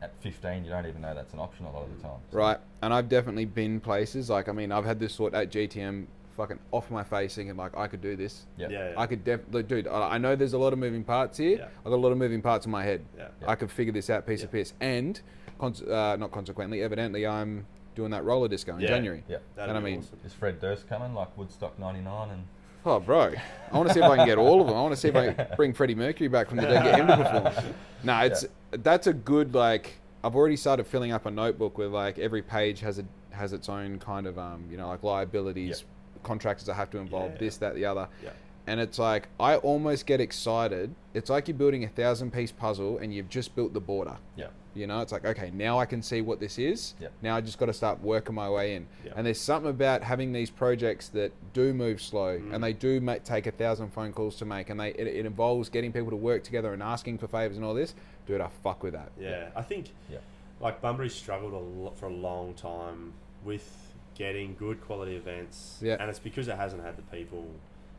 S2: At 15, you don't even know that's an option a lot of the time. So-
S1: Right. And I've definitely been places like I mean I've had this thought at GTM fucking off my face thinking like I could do this.
S2: Yep.
S3: Yeah.
S1: I could definitely, dude. I I know there's a lot of moving parts here.
S3: Yeah.
S1: I've got a lot of moving parts in my head.
S3: Yeah.
S1: I could figure this out piece of
S3: Yeah.
S1: piece. And, cons- uh, not consequently, evidently, I'm doing that roller disco in
S3: Yeah.
S1: January.
S2: Yep.
S3: That'd
S1: And I
S3: be
S1: mean-
S3: awesome.
S2: Is Fred Durst coming like Woodstock '99 and
S1: Oh, bro. I want to see if I can get all of them. I want to see if I can bring Freddie Mercury back from the dead, get him to perform. Nah, it's that's a good like. I've already started filling up a notebook with like every page has a has its own kind of um you know like liabilities, contractors that have to involve
S3: Yeah.
S1: this that the other.
S3: Yeah.
S1: and it's like I almost get excited. It's like you're building a thousand piece puzzle and you've just built the border.
S2: yeah,
S1: You know, it's like okay, now I can see what this is.
S2: Yep.
S1: Now I just got to start working my way in.
S3: Yep.
S1: And there's something about having these projects that do move slow
S3: Mm.
S1: and they do make, take a thousand phone calls to make, and they it, it involves getting people to work together and asking for favors and all this. Dude, I fuck with that.
S3: Yeah, I think
S2: yeah,
S3: like Bunbury struggled a lot for a long time with getting good quality events.
S1: Yeah.
S3: and it's because it hasn't had the people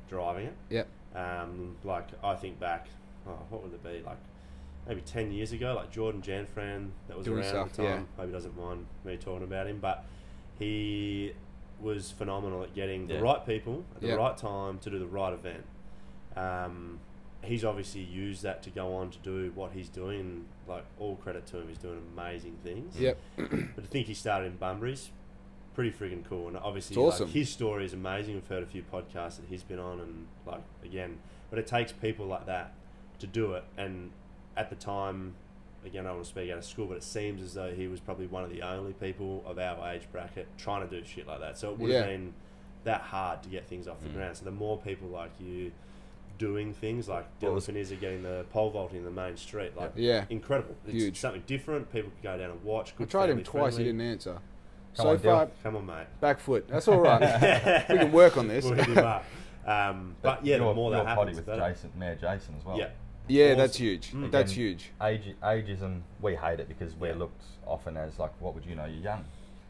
S3: driving it.
S1: Yeah.
S3: Um, like I think back, oh, what would it be like? Maybe ten years ago, like Jordan Janfran, that was
S1: Doing
S3: around at the
S1: stuff, yeah.
S3: time. Maybe doesn't mind me talking about him, but he was phenomenal at getting the
S2: Yeah.
S3: right people at the
S1: Yeah.
S3: right time to do the right event. Um, he's obviously used that to go on to do what he's doing. Like all credit to him, he's doing amazing things.
S1: Yep.
S3: But to think he started in Bunbury's, pretty friggin' cool. And obviously,
S1: It's awesome.
S3: like, his story is amazing. We've heard a few podcasts that he's been on, and like again, but it takes people like that to do it. And at the time, again, I don't want to speak out of school, but it seems as though he was probably one of the only people of our age bracket trying to do shit like that. So it would
S1: Yeah.
S3: have been that hard to get things off the ground. So the more people like you doing things like
S2: Well,
S3: Dylan
S2: it's-
S3: Finizzi getting the pole vaulting in the main street, like
S1: Yeah.
S3: incredible. It's
S1: Huge.
S3: something different. People can go down and watch.
S1: I
S3: Good
S1: tried him
S3: family
S1: twice. He
S3: friendly.
S1: didn't answer.
S2: Come
S1: so
S2: on, Dil.
S1: far,
S3: Come on, mate.
S1: back foot. That's all right. we can work on this.
S3: We'll hit him up. Um, but yeah, the
S2: your-
S3: more
S2: your
S3: that
S2: potty
S3: happens,
S2: with
S3: the better.
S2: Jason, Mayor Jason as well.
S3: Yeah,
S1: Yeah,
S3: Awesome.
S1: that's huge.
S3: Mm.
S1: That's
S2: And-
S1: huge.
S2: Age, ageism, we hate it because we're
S3: Yeah. Mm.
S2: looked often as like, what would you know? You're young,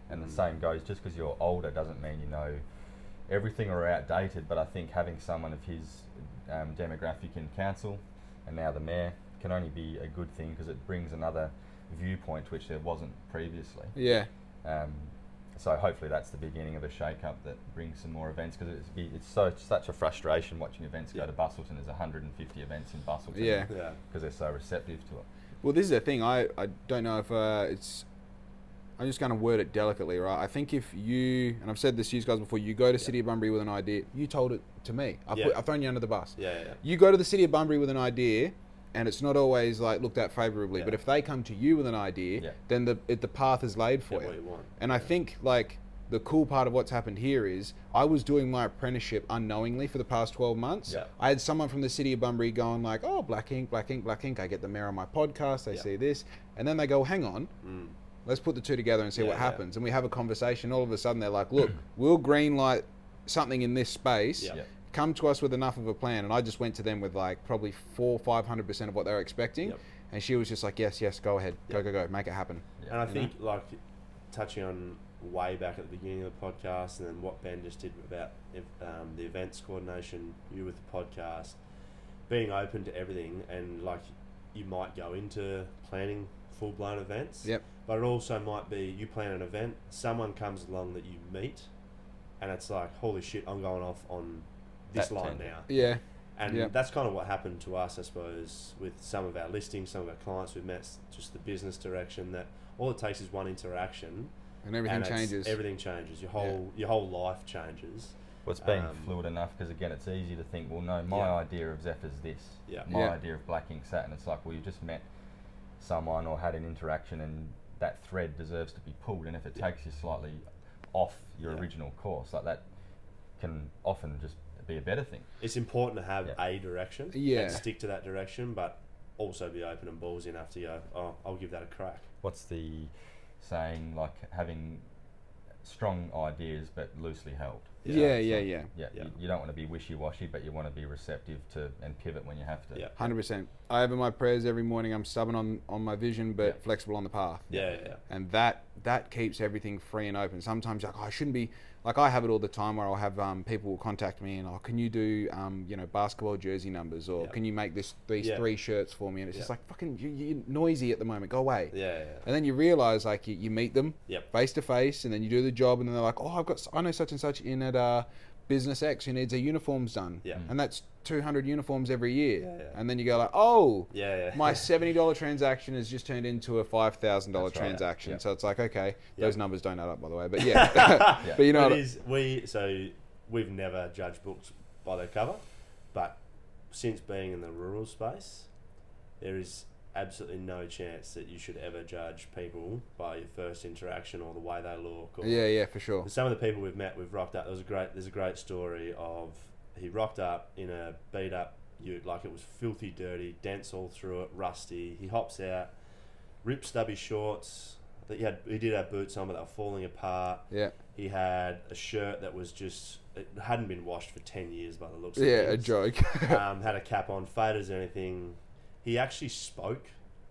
S2: and the same goes. Just because you're older doesn't mean you know everything or are outdated. But I think having someone of his um, demographic in council, and now the mayor, can only be a good thing because it brings another viewpoint which there wasn't previously.
S1: Yeah.
S2: Um, so hopefully that's the beginning of a shake-up that brings some more events because it's, be- it's so such a frustration watching events
S3: Yeah.
S2: go to Bustleton. There's 150 events in Bustleton.
S1: Yeah.
S3: yeah,
S2: Because they're so receptive to it.
S1: Well, this is the thing. I, I don't know if uh, it's. I'm just going to word it delicately, right? I think if you, and I've said this to you guys before, you go to City of Bunbury with an idea, you told it to me. I've,
S3: Yeah.
S1: put, I've thrown you under the bus.
S3: yeah, yeah.
S1: You go to the City of Bunbury with an idea, and it's not always like looked at favourably.
S3: Yeah.
S1: But if they come to you with an idea,
S2: Yeah.
S1: then the it, the path is laid for
S3: Get what
S1: you.
S3: you want.
S1: And I think like the cool part of what's happened here is I was doing my apprenticeship unknowingly for the past 12 months.
S3: Yeah.
S1: I had someone from the city of Bunbury going like, "Oh, black ink, black ink, black ink." I get the mayor on my podcast. They
S3: Yeah.
S1: see this, and then they go, "Hang on,
S3: Mm.
S1: let's put the two together and see
S3: Yeah,
S1: what
S3: yeah.
S1: happens." And we have a conversation. All of a sudden, they're like, "Look, we'll green light something in this space."
S3: Yeah.
S2: Yeah.
S1: Come to us with enough of a plan, and I just went to them with like probably four, five hundred percent of what they were expecting,
S3: Yep.
S1: and she was just like, "Yes, yes, go ahead,
S3: Yeah.
S1: go, go, go, make it happen."
S2: Yeah.
S3: And I think like touching on way back at the beginning of the podcast, and then what Ben just did about if, um, the events coordination, you with the podcast, being open to everything, and like you might go into planning full blown events.
S1: Yep.
S3: But it also might be you plan an event, someone comes along that you meet, and it's like, holy shit, I'm going off on this
S2: That
S3: line
S2: tangent.
S3: now.
S1: Yeah,
S3: And
S1: Yeah.
S3: that's kind of what happened to us, I suppose, with some of our listings, some of our clients we've met, s- just the business direction that all it takes is one interaction.
S1: and everything
S3: and it's-
S1: changes.
S3: Everything changes. Your whole your whole life changes.
S2: Well, it's being
S3: um,
S2: fluid enough because again, it's easy to think, well, no, my
S3: Yeah.
S2: idea of Zeph is this.
S3: Yeah.
S2: My
S1: Yeah.
S2: idea of Black Ink Sat, and it's like, well, you just met someone or had an interaction, and that thread deserves to be pulled. And if it takes you slightly off your
S3: Yeah.
S2: original course, like that can often just be a better thing.
S3: It's important to have
S2: Yeah.
S3: a direction.
S1: Yeah.
S3: And stick to that direction, but also be open and ballsy enough to go, oh, I'll give that a crack.
S2: what's the saying like having strong ideas but loosely held.
S1: Yeah, yeah, yeah.
S2: Yeah,
S3: Yeah.
S2: You, you don't want to be wishy-washy, but you want to be receptive to and pivot when you have to.
S3: Yeah.
S1: Hundred percent. I have in my prayers every morning. I'm stubborn on, on my vision, but
S2: Yeah.
S1: flexible on the path.
S3: Yeah, yeah, yeah.
S1: and that that keeps everything free and open. Sometimes like "Oh, I shouldn't be like I have it all the time where I'll have um, people will contact me and oh can you do um, you know basketball jersey numbers or
S3: Yeah.
S1: can you make this these
S3: Yeah.
S1: three shirts for me and it's just
S3: Yeah.
S1: like fucking you, you're noisy at the moment go away
S3: Yeah, yeah, yeah.
S1: and then you realize like you, you meet them
S3: Yep.
S1: face to face and then you do the job and then they're like oh I've got s- I know such and such in at uh, business X who needs their uniforms done
S3: Yeah.
S1: and that's 200 uniforms every year
S3: Yeah, yeah.
S1: and then you go like oh
S3: Yeah, yeah.
S1: my seventy dollar transaction has just turned into a five thousand dollar
S2: That's right.
S1: transaction.
S2: Yeah.
S1: So it's like, okay,
S3: Yeah.
S1: those numbers don't add up, by the way. But yeah, but you know,
S3: it
S1: what-
S3: is we so we've never judged books by their cover, but since being in the rural space, there is absolutely no chance that you should ever judge people by your first interaction or the way they look. Or
S1: yeah, yeah, for sure.
S3: some of the people we've met, we've rocked up. There was a great there's a great story of he rocked up in a beat up ute like it was filthy dirty, dents all through it, rusty. He hops out, rips stubby shorts. That he had he did have boots on, but they were falling apart.
S1: Yeah,
S3: He had a shirt that was just it hadn't been washed for ten years by the looks. of
S1: yeah, a
S3: things.
S1: joke.
S3: um, had a cap on, faders and everything. He actually spoke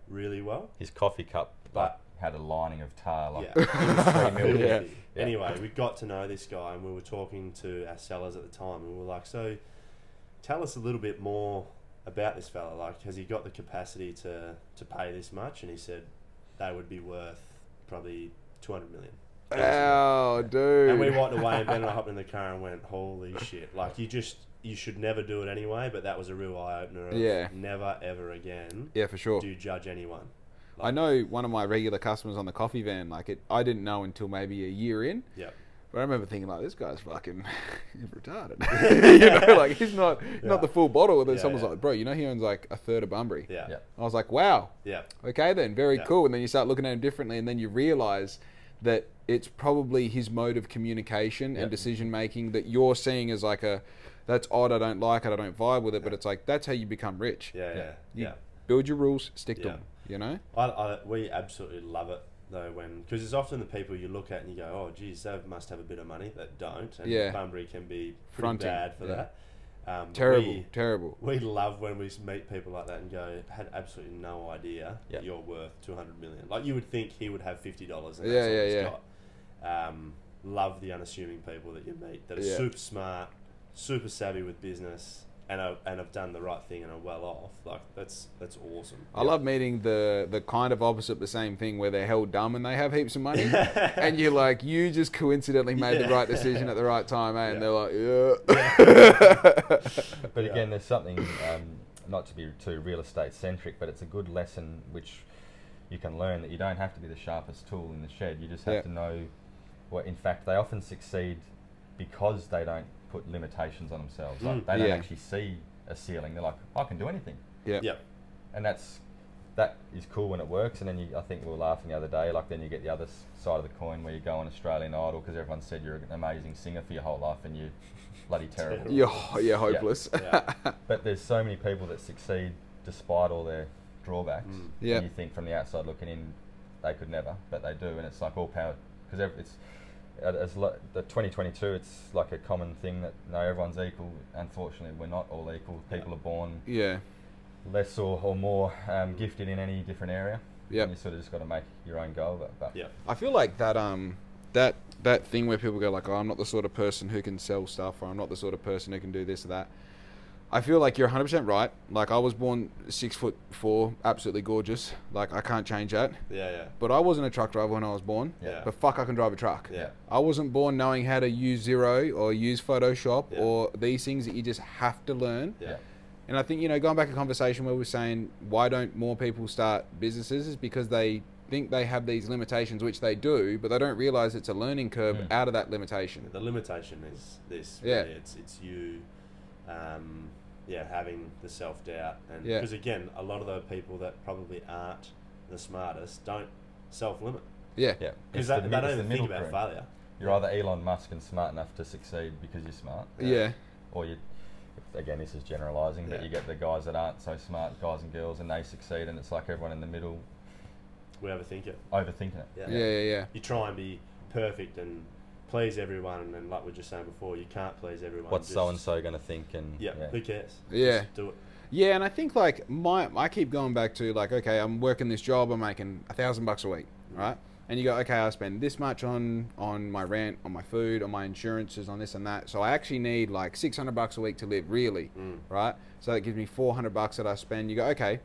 S3: really well,
S2: His coffee cup like,
S3: but
S2: had a lining of tar. Like,
S3: yeah.
S2: straight milk.
S1: Yeah.
S2: Yeah.
S3: Anyway, we got to know this guy, and we were talking to our sellers at the time, and we were like, "So, tell us a little bit more about this fella. Like, has he got the capacity to to pay this much?" And he said, "They would be worth probably two hundred million.
S1: Ow, dude.
S3: And we walked away, and Ben and I hopped in the car and went, "Holy shit!" Like you just you should never do it anyway. But that was a real eye opener.
S1: Yeah.
S3: Never ever again
S1: yeah, for sure.
S3: do you judge anyone.
S1: I know one of my regular customers on the coffee van. Like it, I didn't know until maybe a year in.
S3: Yep.
S1: But I remember thinking like, this guy's fucking he's retarded. you know, like he's not
S3: Yeah.
S1: not the full bottle. And then
S3: Yeah,
S1: someone's
S3: yeah.
S1: like, bro, you know he owns like a third of Bunbury.
S3: Yeah.
S2: Yeah.
S1: I was like, wow,
S3: Yeah.
S1: Okay, then very
S3: Yeah.
S1: cool. And then you start looking at him differently, and then you realize that it's probably his mode of communication and
S2: Yep.
S1: decision making that you're seeing as like a that's odd. I don't like it. I don't vibe with it. But it's like that's how you become rich.
S3: Yeah. Yeah. Yeah.
S2: Yeah.
S1: You build your rules, stick to
S3: Yeah.
S1: them. You know.
S3: I, I, we absolutely love it though when because it's often the people you look at and you go, "Oh, geez, they must have a bit of money." That don't. And
S1: Yeah.
S3: Bunbury can be pretty
S1: Fronting,
S3: bad for
S1: yeah.
S3: that. Um, but
S1: Terrible,
S3: we-
S1: terrible.
S3: We love when we s- meet people like that and go, had absolutely no idea
S2: Yep.
S3: that you're worth 200 million. Like you would think he would have $50 and
S1: Yeah,
S3: that's all
S1: yeah,
S3: he's
S1: yeah.
S3: got. Um, love the unassuming people that you meet that are
S1: Yeah.
S3: super smart, super savvy with business and are, and have done the right thing and are well off. Like that's that's awesome.
S1: I love meeting the the kind of opposite the same thing where they're held dumb and they have heaps of money, and you're like you just coincidentally made the
S3: Yeah.
S1: right decision at the right time, eh? and
S3: Yeah.
S1: they're like, yeah.
S2: But
S3: Yeah.
S2: again, there's something um, not to be too real estate centric, but it's a good lesson which you can learn that you don't have to be the sharpest tool in the shed. You just have
S1: Yeah.
S2: to know what. In fact, they often succeed because they don't put limitations on themselves. Like
S3: Mm.
S2: they don't
S1: Yeah.
S2: actually see a ceiling. They're like, I can do anything,
S1: yeah,
S3: Yeah.
S2: and that's that is cool when it works. And then you, I think we were laughing the other day. Like then you get the other s- side of the coin where you go on Australian Idol because everyone said you're an amazing singer for your whole life and you bloody terrible.
S3: Terrible.
S1: you're, ho- you're hopeless.
S3: Yeah.
S2: But there's so many people that succeed despite all their drawbacks.
S3: Mm.
S1: Yeah.
S2: And you think from the outside looking in, they could never, but they do, and it's like all power because it's uh, it's like the 2022. It's like a common thing that no, everyone's equal. Unfortunately, we're not all equal. People are born
S1: yeah.
S2: less or, or more um, gifted in any different area.
S1: Yep.
S2: And you sort of just got to make your own goal of it. But
S3: Yeah.
S1: I feel like that um that that thing where people go like, oh, I'm not the sort of person who can sell stuff, or I'm not the sort of person who can do this or that. I feel like you're 100 percent right. Like I was born six foot four, absolutely gorgeous. Like I can't change that.
S3: Yeah. Yeah.
S1: But I wasn't a truck driver when I was born.
S3: Yeah.
S1: But fuck, I can drive a truck.
S3: Yeah.
S1: I wasn't born knowing how to use Zero or use Photoshop
S3: Yeah.
S1: or these things that you just have to learn.
S3: Yeah.
S1: And I think, you know, going back to a conversation where we we're saying why don't more people start businesses is because they think they have these limitations, which they do, but they don't realize it's a learning curve
S2: Mm.
S1: out of that limitation.
S3: The limitation is this.
S1: Yeah.
S3: really. It's it's you, um, yeah, having the self doubt, and
S1: Yeah.
S3: because again, a lot of the people that probably aren't the smartest don't self limit
S1: Yeah.
S2: yeah. It's
S3: because they,
S2: the
S3: they
S2: mid-
S3: don't
S2: it's the
S3: even think
S2: middle
S3: about
S2: ground.
S3: failure.
S2: You're either Elon Musk and smart enough to succeed because you're smart.
S1: Yeah.
S2: or you again this is generalizing but
S3: Yeah.
S2: you get the guys that aren't so smart guys and girls and they succeed and it's like everyone in the middle
S3: We overthink it.
S2: overthinking it
S1: Yeah. Yeah. Yeah.
S3: You try and be perfect and please everyone, and like we were just saying before, you can't please everyone.
S2: What's
S3: Just-
S2: so and so going to think? And
S3: Yeah, who cares?
S1: Yeah.
S3: Just do it.
S1: Yeah, and I think like my I keep going back to like okay, I'm working this job, I'm making a thousand bucks a week, right? And you go okay, I spend this much on on my rent, on my food, on my insurances, on this and that. So I actually need like six hundred bucks a week to live, really, right? So that gives me four hundred bucks that I spend. You go okay,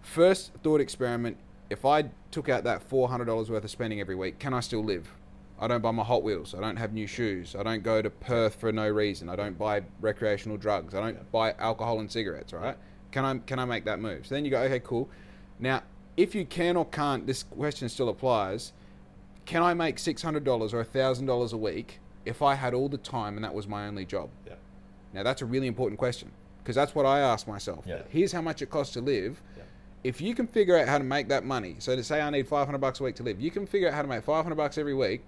S1: first thought experiment: if I took out that four hundred dollars worth of spending every week, can I still live? I don't buy my Hot Wheels. I don't have new shoes. I don't go to Perth for no reason. I don't buy recreational drugs. I don't buy alcohol and cigarettes. Right? Can I can I make that move? So then you go, okay, cool. Now, if you can or can't, this question still applies. Can I make six hundred dollars or thousand dollars a week if I had all the time and that was my only job?
S3: Yeah.
S1: Now that's a really important question because that's what I ask myself.
S2: Yeah.
S1: Here's how much it costs to live.
S3: Yeah.
S1: If you can figure out how to make that money, so to say I need 500 bucks a week to live, you can figure out how to make 500 bucks every week.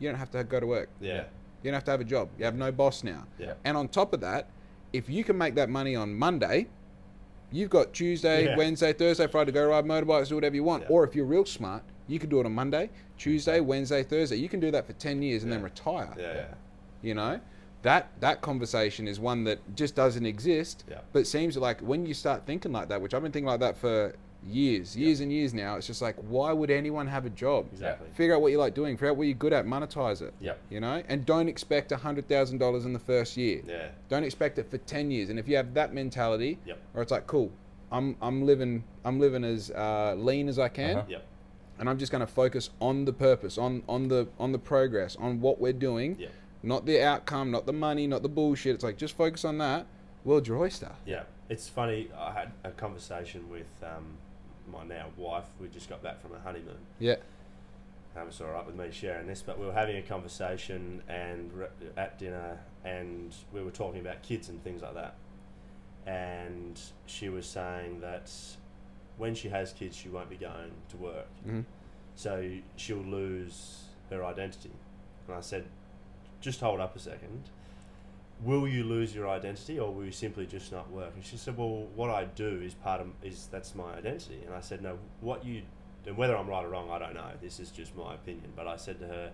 S1: You don't have to go to work.
S3: Yeah.
S1: You don't have to have a job. You have no boss now.
S3: Yeah.
S1: And on top of that, if you can make that money on Monday, you've got Tuesday,
S3: Yeah.
S1: Wednesday, Thursday, Friday to go ride motorbikes, do whatever you want.
S3: Yeah.
S1: Or if you're real smart, you can do it on Monday, Tuesday, Wednesday, Thursday. You can do that for 10 years and then
S3: Yeah.
S1: retire
S3: Yeah. yeah.
S1: you know that that conversation is one that just doesn't exist
S3: Yeah.
S1: but seems like when you start thinking like that which i've been thinking like that for years years and years now it's just like why would anyone have a job
S3: Exactly.
S1: figure out what you like doing figure out what you're good at monetize it
S3: Yeah.
S1: you know and don't expect $100000 in the first year
S3: Yeah.
S1: don't expect it for 10 years and if you have that mentality
S3: Yep.
S1: or it's like cool i'm i'm living i'm living as uh, lean as i can
S2: Uh-huh.
S3: Yep.
S1: and i'm just going to focus on the purpose on on the on the progress on what we're doing
S3: Yep.
S1: not the outcome, not the money, not the bullshit. It's like just focus on that. World your oyster.
S3: Yeah, it's funny. I had a conversation with um, my now wife. We just got back from a honeymoon.
S1: Yeah.
S3: Um, it's all right with me sharing this, but we were having a conversation and re- at dinner, and we were talking about kids and things like that. And she was saying that when she has kids, she won't be going to work,
S1: Mhm.
S3: so she'll lose her identity. And I said, just hold up a second. Will you lose your identity, or will you simply just not work? And she said, "Well, what I do is part of is that's my identity." And I said, "No, what you and whether I'm right or wrong, I don't know. This is just my opinion." But I said to her,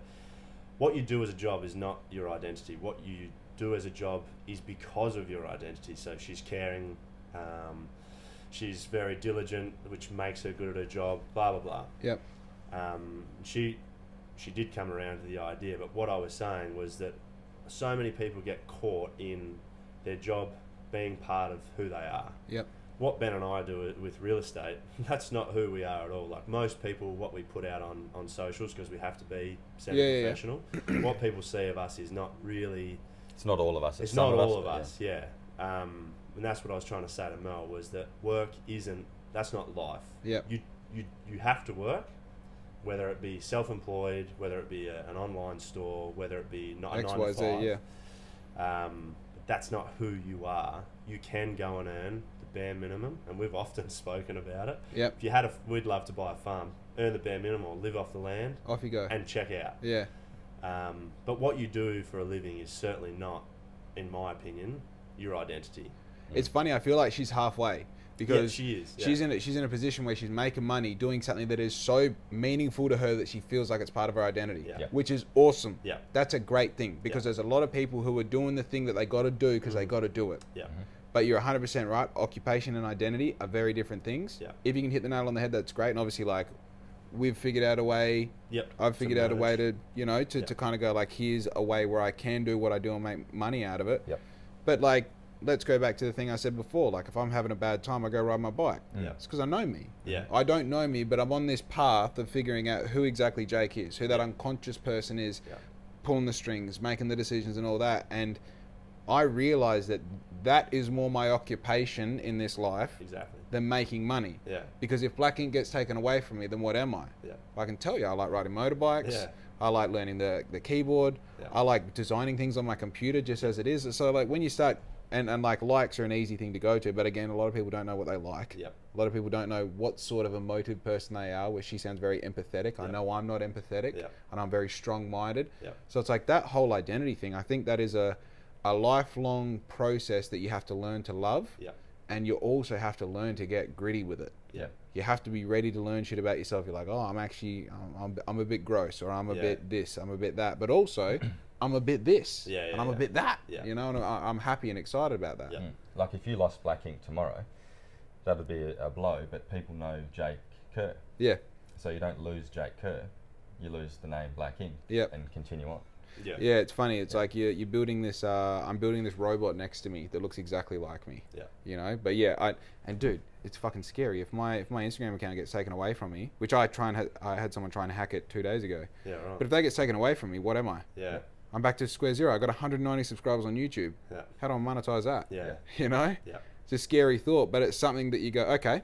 S3: "What you do as a job is not your identity. What you do as a job is because of your identity." So she's caring, um, she's very diligent, which makes her good at her job. Blah blah blah
S1: Yep.
S3: um, she she did come around to the idea. But what I was saying was that so many people get caught in their job being part of who they are.
S1: Yep.
S3: What Ben and I do with real estate, that's not who we are at all. Like most people, what we put out on, on socials, because we have to be
S1: Yeah, yeah, yeah.
S3: semi-professional, what people see of us is not really
S2: It's not all of us.
S3: it's
S2: some
S3: not all of
S2: but
S3: us, yeah. Um, and that's what I was trying to say to Mel was that work isn't that's not life.
S1: Yep.
S3: You you you have to work, whether it be self-employed, whether it be a, an online store, whether it be not a
S1: X,
S3: nine
S1: Y,
S3: to
S1: Z.
S3: five.
S1: Yeah.
S3: Um, but that's not who you are. You can go and earn the bare minimum, and we've often spoken about it.
S1: Yep.
S3: If you had a, we'd love to buy a farm, earn the bare minimum, or live off the land,
S1: Off you go.
S3: and check out.
S1: yeah.
S3: Um, but what you do for a living is certainly not, in my opinion, your identity.
S1: It's funny. I feel like she's halfway because
S3: she is, yeah.
S1: She's in a, she's in a position where she's making money doing something that is so meaningful to her that she feels like it's part of her identity,
S3: Yeah.
S2: Yeah.
S1: which is awesome.
S3: Yeah. Mm-hmm.
S1: That's a great thing because there's a lot of people who are doing the thing that they got to do because they got to do it.
S3: Yeah.
S1: But you're 100% right. Occupation and identity are very different things.
S3: Yeah.
S1: If you can hit the nail on the head, that's great. And obviously, like, we've figured out a way.
S3: Yep.
S1: I've figured out a way to, you know, to,
S3: Yeah.
S1: to kind of go, like, here's a way where I can do what I do and make money out of it.
S2: Yep.
S1: But, like, let's go back to the thing I said before. Like, if I'm having a bad time, I go ride my bike.
S3: Yeah.
S1: It's because I know me.
S3: Yeah.
S1: I don't know me, but I'm on this path of figuring out who exactly Jake is, who that unconscious person is,
S3: Yeah.
S1: pulling the strings, making the decisions, and all that. And I realize that that is more my occupation in this life
S3: Exactly.
S1: than making money.
S3: Yeah.
S1: Because if black ink gets taken away from me, then what am I?
S3: Yeah.
S1: I can tell you, I like riding motorbikes.
S3: Yeah.
S1: I like learning the, the keyboard.
S3: Yeah.
S1: I like designing things on my computer just as it is. So, like, when you start, and, and like, likes are an easy thing to go to, but again, a lot of people don't know what they like.
S3: Yep.
S1: A lot of people don't know what sort of emotive person they are, where she sounds very empathetic. I
S3: Yeah.
S1: know I'm not empathetic,
S3: Yeah.
S1: and I'm very strong minded.
S3: Yeah.
S1: So, it's like that whole identity thing. I think that is a, a lifelong process that you have to learn to love
S3: Yeah.
S1: and you also have to learn to get gritty with it.
S2: Yeah.
S1: you have to be ready to learn shit about yourself. You're like, oh, I'm actually, I'm, I'm, I'm a bit gross, or I'm a
S3: Yeah.
S1: bit this, I'm a bit that, but also, I'm a bit this,
S3: Yeah, yeah,
S1: and I'm a
S3: yeah.
S1: bit that.
S3: Yeah.
S1: You know, and I, I'm happy and excited about that.
S3: Yeah.
S2: Mm. Like if you lost Black Ink tomorrow, that would be a, a blow. But people know Jake Kerr,
S1: Yeah,
S2: so you don't lose Jake Kerr, you lose the name Black Ink
S1: Yep.
S2: and continue on.
S3: Yeah.
S1: yeah. It's funny. It's like you're, you're building this. Uh, I'm building this robot next to me that looks exactly like me.
S3: Yeah.
S1: You know, but yeah, I and dude, it's fucking scary. If my if my Instagram account gets taken away from me, which I try and ha- I had someone try and hack it two days ago.
S3: Yeah, right.
S1: But if that gets taken away from me, what am I?
S3: yeah.
S1: I'm back to square zero. I got 190 subscribers on YouTube.
S3: Yeah.
S1: How do I monetize that?
S3: Yeah.
S1: You know?
S3: Yeah.
S1: It's a scary thought, but it's something that you go, okay,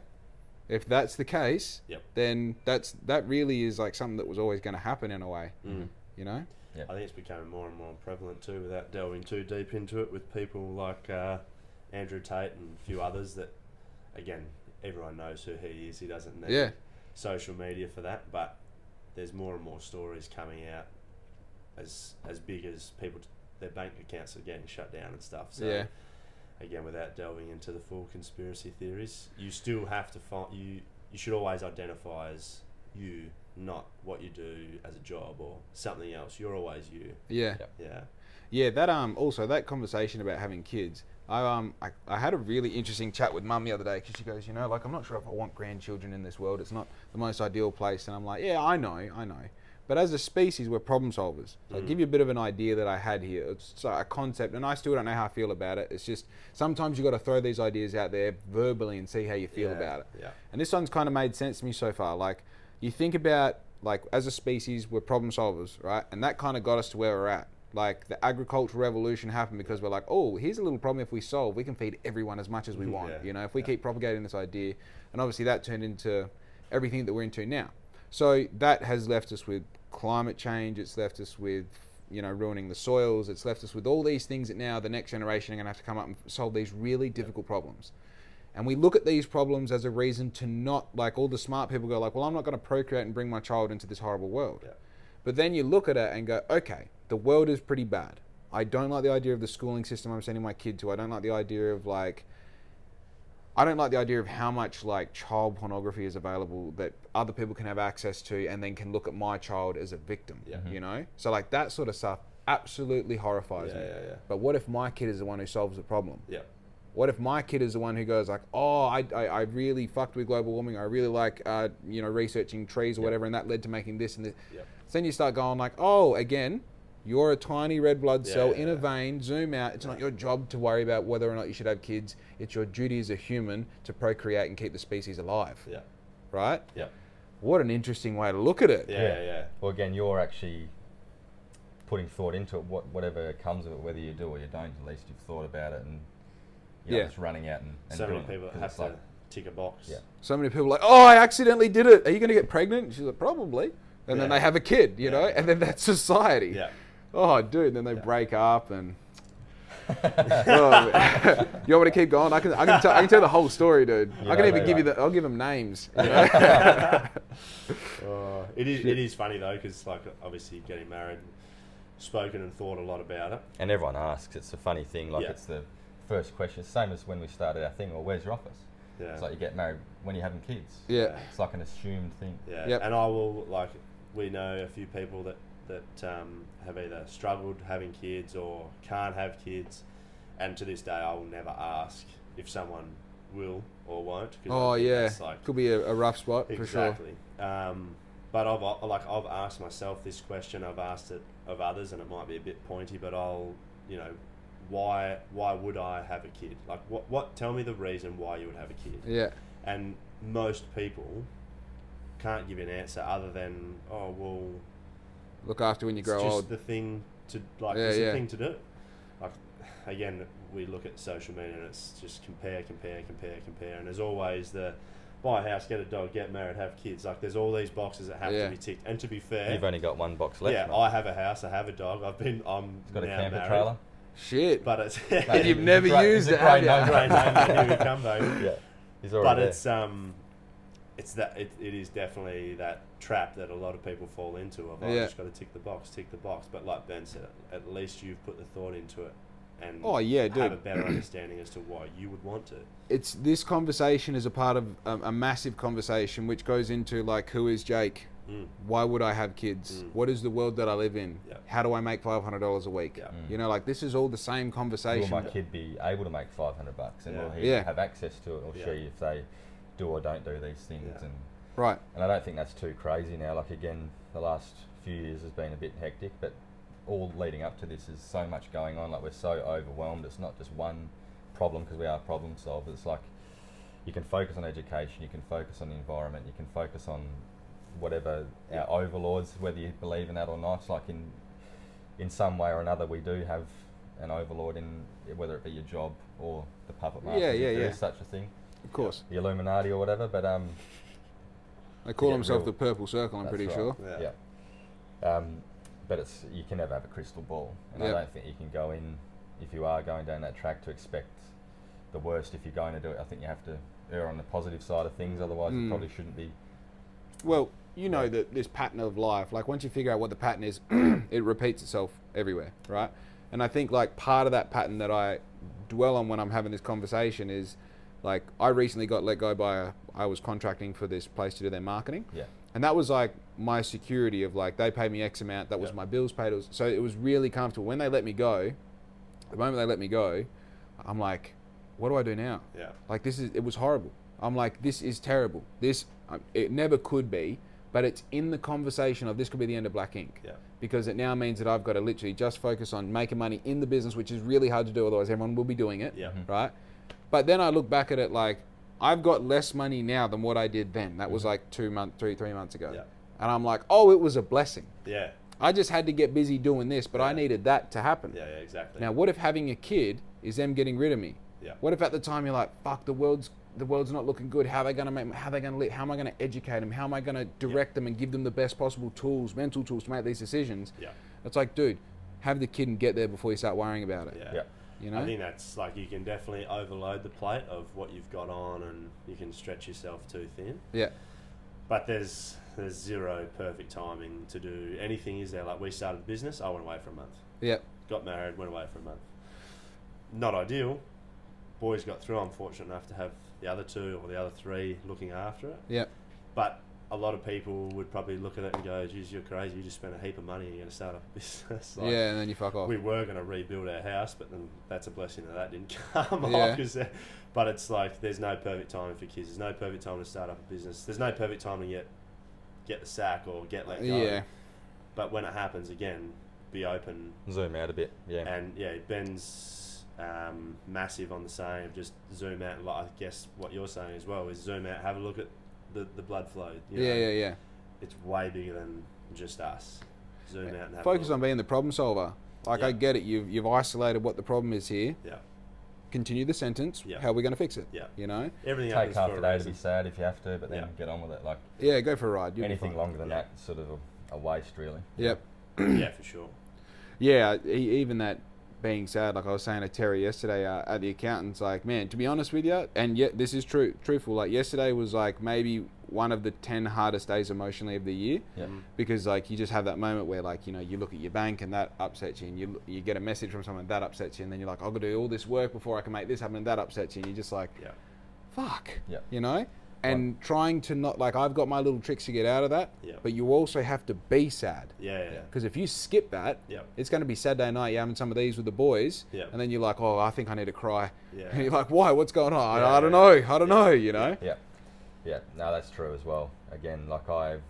S1: if that's the case,
S3: Yep.
S1: then that's that really is like something that was always going to happen in a way,
S3: Mm.
S1: you know?
S3: I think it's becoming more and more prevalent too, without delving too deep into it, with people like uh, Andrew Tate and a few others that, again, everyone knows who he is. He doesn't need
S1: Yeah.
S3: social media for that, but there's more and more stories coming out as as big as people their bank accounts are getting shut down and stuff. So
S1: Yeah.
S3: again, without delving into the full conspiracy theories, you still have to find you. You should always identify as you, not what you do as a job or something else. You're always you.
S1: Yeah.
S2: Yep.
S3: Yeah.
S1: Yeah, that um also that conversation about having kids. I um I, I had a really interesting chat with mum the other day because she goes, you know, like I'm not sure if I want grandchildren in this world. It's not the most ideal place, and I'm like, yeah, I know, I know. But as a species, we're problem solvers. So I'll give you a bit of an idea that I had here. It's so- a concept, and I still don't know how I feel about it. It's just sometimes you got to throw these ideas out there verbally and see how you feel
S3: Yeah,
S1: about it.
S3: Yeah.
S1: And this one's kind of made sense to me so far. Like, you think about, like, as a species, we're problem solvers, right? And that kind of got us to where we're at. Like, the agricultural revolution happened because we're like, oh, here's a little problem if we solve, we can feed everyone as much as we want,
S3: Yeah.
S1: you know, if we keep propagating this idea. And obviously, that turned into everything that we're into now. So, that has left us with climate change, it's left us with you know, ruining the soils. It's left us with all these things that now the next generation are going to have to come up and solve these really difficult problems. And we look at these problems as a reason to not, like all the smart people go, like, well, I'm not going to procreate and bring my child into this horrible world.
S3: Yeah.
S1: But then you look at it and go, okay, the world is pretty bad. I don't like the idea of the schooling system I'm sending my kid to. I don't like the idea of like, I don't like the idea of how much like child pornography is available that other people can have access to and then can look at my child as a victim.
S3: Yeah.
S1: You know, so like that sort of stuff absolutely horrifies
S3: Yeah,
S1: me.
S3: yeah, yeah.
S1: But what if my kid is the one who solves the problem?
S3: Yeah.
S1: What if my kid is the one who goes like, "Oh, I, I, I really fucked with global warming. I really like, uh, you know, researching trees or whatever, and that led to making this and this."
S3: Yep.
S1: So then you start going like, "Oh, again, you're a tiny red blood
S3: Yeah,
S1: cell
S3: yeah,
S1: in a
S3: yeah.
S1: vein. Zoom out. It's not your job to worry about whether or not you should have kids. It's your duty as a human to procreate and keep the species alive,
S3: Yeah.
S1: right?
S3: Yeah.
S1: What an interesting way to look at it.
S3: Yeah. Yeah. Yeah.
S2: Well, again, you're actually putting thought into it. What, whatever comes of it, whether you do or you don't, at least you've thought about it and you're
S1: Yeah.
S2: just running out and, and
S3: So many
S2: doing it,
S3: people
S2: 'cause
S3: have
S2: it's
S3: to
S2: like,
S3: tick a box.
S2: Yeah.
S1: So many people are like, "Oh, I accidentally did it. Are you going to get pregnant?" And she's like, "Probably." And then
S3: Yeah.
S1: they have a kid, you
S3: Yeah.
S1: know, and then that's society.
S3: Yeah.
S1: Oh, dude, then they break up and. Oh, man. you want me to keep going? I can, I can, tell, I can tell the whole story, dude. I can
S2: no,
S1: even
S2: no,
S1: give
S2: no.
S1: you the. I'll give them names. You know?
S3: Uh, it is. It is funny though, because like obviously getting married, spoken and thought a lot about it.
S2: and everyone asks. It's a funny thing. Like
S3: Yeah.
S2: it's the first question, same as when we started our thing. Or where's your office?
S3: Yeah.
S2: It's like you get married when you're having kids.
S1: yeah,
S2: It's like an assumed thing.
S3: Yeah,
S1: Yep.
S3: and I will like we know a few people that that um, have either struggled having kids or can't have kids, and to this day I will never ask if someone will or won't. 'cause I
S1: oh
S3: think
S1: yeah,
S3: that's, like,
S1: could be a, a rough spot for sure.
S3: exactly. Um, but I've I- like I've asked myself this question. I've asked it of others, and it might be a bit pointy, but I'll you know why why would I have a kid? Like what what? Tell me the reason why you would have a kid
S1: Yeah,
S3: and most people can't give you an answer other than oh well
S1: look after when you grow
S3: it's just
S1: old.
S3: the thing to like
S1: Yeah,
S3: it's
S1: yeah.
S3: the thing to do like again we look at social media and it's just compare compare compare compare and there's always the buy a house get a dog get married have kids like there's all these boxes that have
S1: Yeah.
S3: to be ticked and to be fair
S2: You've only got one box left.
S3: yeah
S2: mate.
S3: I have a house I have a dog I've been I'm
S2: it's got a
S3: now
S2: camper
S3: married,
S2: trailer.
S1: Shit,
S3: but it's
S1: and you've
S2: it's a
S1: never
S2: great-
S1: used it,
S2: it's a great
S1: have
S2: no-brainer.
S1: ya?
S3: Great name, but here we come though
S2: Yeah, he's
S3: but
S2: already there.
S3: it's um it's that it, it is definitely that trap that a lot of people fall into of oh,
S1: Yeah.
S3: i just got to tick the box tick the box but like ben said at least you've put the thought into it and
S1: Oh, yeah,
S3: have
S1: dude.
S3: a better understanding as to why you would want to.
S1: it's this conversation is a part of um, a massive conversation which goes into like who is Jake?
S3: Mm.
S1: Why would I have kids?
S3: Mm.
S1: What is the world that I live in?
S3: Yeah.
S1: How do I make five hundred dollars a week?
S3: Yeah.
S2: Mm.
S1: You know, like this is all the same
S2: Will
S1: conversation.
S2: my kid be able to make 500 bucks and will
S3: Yeah.
S2: he
S1: Yeah.
S2: have access to it or
S3: Yeah.
S2: she if they do or don't do these things?
S3: Yeah.
S2: And,
S1: Right.
S2: and I don't think that's too crazy now. Like, again, the last few years has been a bit hectic, but all leading up to this is so much going on. Like, we're so overwhelmed. It's not just one problem because we are problem solvers. It's like you can focus on education, you can focus on the environment, you can focus on whatever our overlords, whether you believe in that or not. It's like in in some way or another, we do have an overlord in whether it be your job or the puppet master.
S1: Yeah,
S2: if
S1: yeah,
S2: there
S1: yeah.
S2: is such a thing,
S1: Of course.
S2: the Illuminati or whatever. But um,
S1: They call
S2: Yeah,
S1: themselves
S2: real-
S1: the Purple Circle. I'm
S2: That's
S1: pretty
S2: right.
S1: sure.
S2: yeah. Um, but it's you can never have a crystal ball, and
S1: Yep.
S2: I don't think you can go in if you are going down that track to expect the worst. If you're going to do it, I think you have to err on the positive side of things. Otherwise,
S1: Mm.
S2: you probably shouldn't be.
S1: Well, you know
S2: Yeah.
S1: that this pattern of life, like once you figure out what the pattern is, it repeats itself everywhere, right? And I think like part of that pattern that I dwell on when I'm having this conversation is like I recently got let go by a, I was contracting for this place to do their marketing.
S2: Yeah.
S1: And that was like my security of like they paid me X amount, that was
S3: Yeah.
S1: my bills paid. It was, so it was really comfortable. When they let me go, the moment they let me go, I'm like, what do I do now?
S3: Yeah.
S1: Like this is it was horrible. I'm like this is terrible. This um, it never could be, but it's in the conversation of this could be the end of Black Ink
S3: Yeah.
S1: because it now means that I've got to literally just focus on making money in the business, which is really hard to do. Otherwise, everyone will be doing it.
S3: Yeah. Mhm.
S1: Right. But then I look back at it like I've got less money now than what I did then. That was like two month, three, three months ago.
S3: Mm-hmm. Yeah.
S1: And I'm like, oh, it was a blessing.
S3: Yeah.
S1: I just had to get busy doing this, but I
S3: Yeah.
S1: needed that to happen.
S3: Yeah. Yeah. Exactly.
S1: Now, what if having a kid is them getting rid of me?
S3: Yeah.
S1: What if at the time you're like, fuck, the world's the world's not looking good. How are they gonna make? How are they gonna live? How am I gonna educate them? How am I gonna direct them and give them the best possible tools, mental tools to make these decisions?
S3: Yeah.
S1: It's like, dude, have the kid and get there before you start worrying about it.
S3: Yeah.
S2: Yeah,
S1: You know.
S3: I think that's like you can definitely overload the plate of what you've got on, and you can stretch yourself too thin.
S1: yeah.
S3: But there's there's zero perfect timing to do anything, is there? Like we started the business, I went away for a month,
S1: Yeah.
S3: got married, went away for a month. Not ideal. Boys got through. I'm fortunate enough to have the other two or the other three looking after it.
S1: Yeah.
S3: But a lot of people would probably look at it and go, "Geez, you're crazy. You just spent a heap of money. and You're going to start a business." Like,
S1: yeah. And then you fuck off.
S3: we were going to rebuild our house, but then that's a blessing that that didn't come
S1: Yeah.
S3: off. 'cause, uh, but it's like there's no perfect timing for kids. There's no perfect time to start up a business. There's no perfect time to get get the sack or get let go.
S1: yeah.
S3: But when it happens again, be open.
S2: zoom out a bit. Yeah,
S3: And yeah, Ben's um, massive on the saying of just zoom out. And like, I guess what you're saying as well is zoom out, have a look at the, the blood flow. you
S1: Yeah.
S3: know.
S1: Yeah. Yeah.
S3: It's way bigger than just us. Zoom out and have
S1: Focus
S3: a
S1: on
S3: look.
S1: being the problem solver. Like
S3: Yeah.
S1: I get it. You've you've isolated what the problem is here.
S3: Yeah,
S1: Continue the sentence.
S3: Yeah.
S1: How are we gonna fix it?
S3: Yeah.
S1: You know.
S3: everything
S2: take
S3: happens
S2: half
S3: for
S2: a
S3: a
S2: day to
S3: reason.
S2: be sad if you have to, but then
S3: Yeah.
S2: get on with it. Like
S1: Yeah. Go for a ride. You'll be
S2: anything
S1: fine.
S2: longer than
S3: Yeah.
S2: that, sort of a, a waste, really.
S1: Yep.
S3: yeah, for sure.
S1: Yeah, e- even that being said, like I was saying to Terry yesterday uh, at the accountant's, like, man, to be honest with you, and yet this is true, truthful. Like yesterday was like maybe one of the ten hardest days emotionally of the year
S2: Yeah.
S3: Mm-hmm.
S1: because like you just have that moment where like you know you look at your bank and that upsets you, and you you get a message from someone that upsets you, and then you're like, I've got to do all this work before I can make this happen, and that upsets you, and you're just like,
S3: Yeah.
S1: fuck,
S2: Yeah.
S1: you know. And trying to not like I've got my little tricks to get out of that,
S3: Yeah.
S1: but you also have to be sad.
S3: Yeah, yeah, yeah.
S1: Because if you skip that,
S3: Yeah.
S1: it's going to be Saturday night. You're having some of these with the boys,
S3: Yeah.
S1: and then you're like, "Oh, I think I need to cry."
S3: Yeah.
S1: And you're like, "Why? What's going on?
S3: Yeah,
S1: I, I don't
S3: yeah,
S1: know.
S3: yeah.
S1: I don't
S3: Yeah.
S1: know." You know?
S2: Yeah, yeah. No, that's true as well. Again, like I've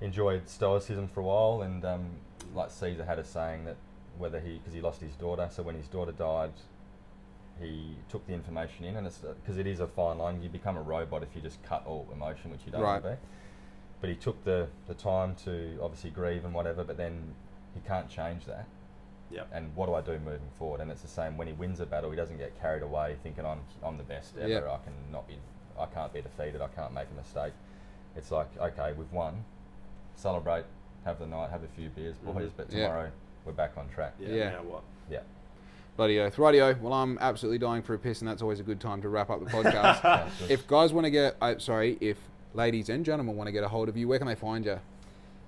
S2: enjoyed stoicism for a while, and um, like Caesar had a saying that whether he because he lost his daughter, so when his daughter died, he took the information in, and it's because it is a fine line. You become a robot if you just cut all emotion, which you don't want to be.
S1: Right.
S2: But he took the the time to obviously grieve and whatever, but then he can't change that
S3: yeah.
S2: and what do I do moving forward? And it's the same when he wins a battle, he doesn't get carried away thinking I'm I'm the best ever.
S1: Yeah.
S2: I can not be, I can't be defeated. I can't make a mistake. It's like okay, we've won, celebrate, have the night, have a few beers, boys. But
S1: Yeah.
S2: tomorrow we're back on track.
S3: Yeah.
S1: Yeah.
S3: Now what?
S2: Yeah.
S1: Bloody oath. Rightio. Well, I'm absolutely dying for a piss, and that's always a good time to wrap up the podcast.
S2: Sounds good.
S1: if guys want to get, I sorry, if ladies and gentlemen want to get a hold of you, where can they find you?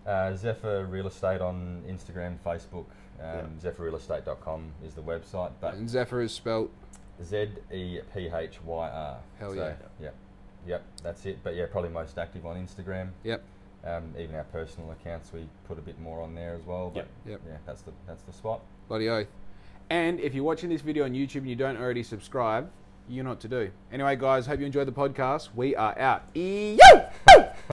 S2: uh, Zephyr Real Estate on Instagram, Facebook, Um, zephyrrealestate.com is the website, but
S1: And Zephyr is spelt
S2: Z E P H Y R.
S1: Hell
S2: so,
S1: yeah.
S2: Yep. Yep, that's it. But yeah, probably most active on Instagram.
S1: Yep.
S2: Um, even our personal accounts, we put a bit more on there as well. But
S1: Yep. Yep.
S2: yeah, that's the that's the spot.
S1: Bloody oath. And if you're watching this video on YouTube and you don't already subscribe, you know what to do. Anyway, guys, hope you enjoyed the podcast. We are out. Yo!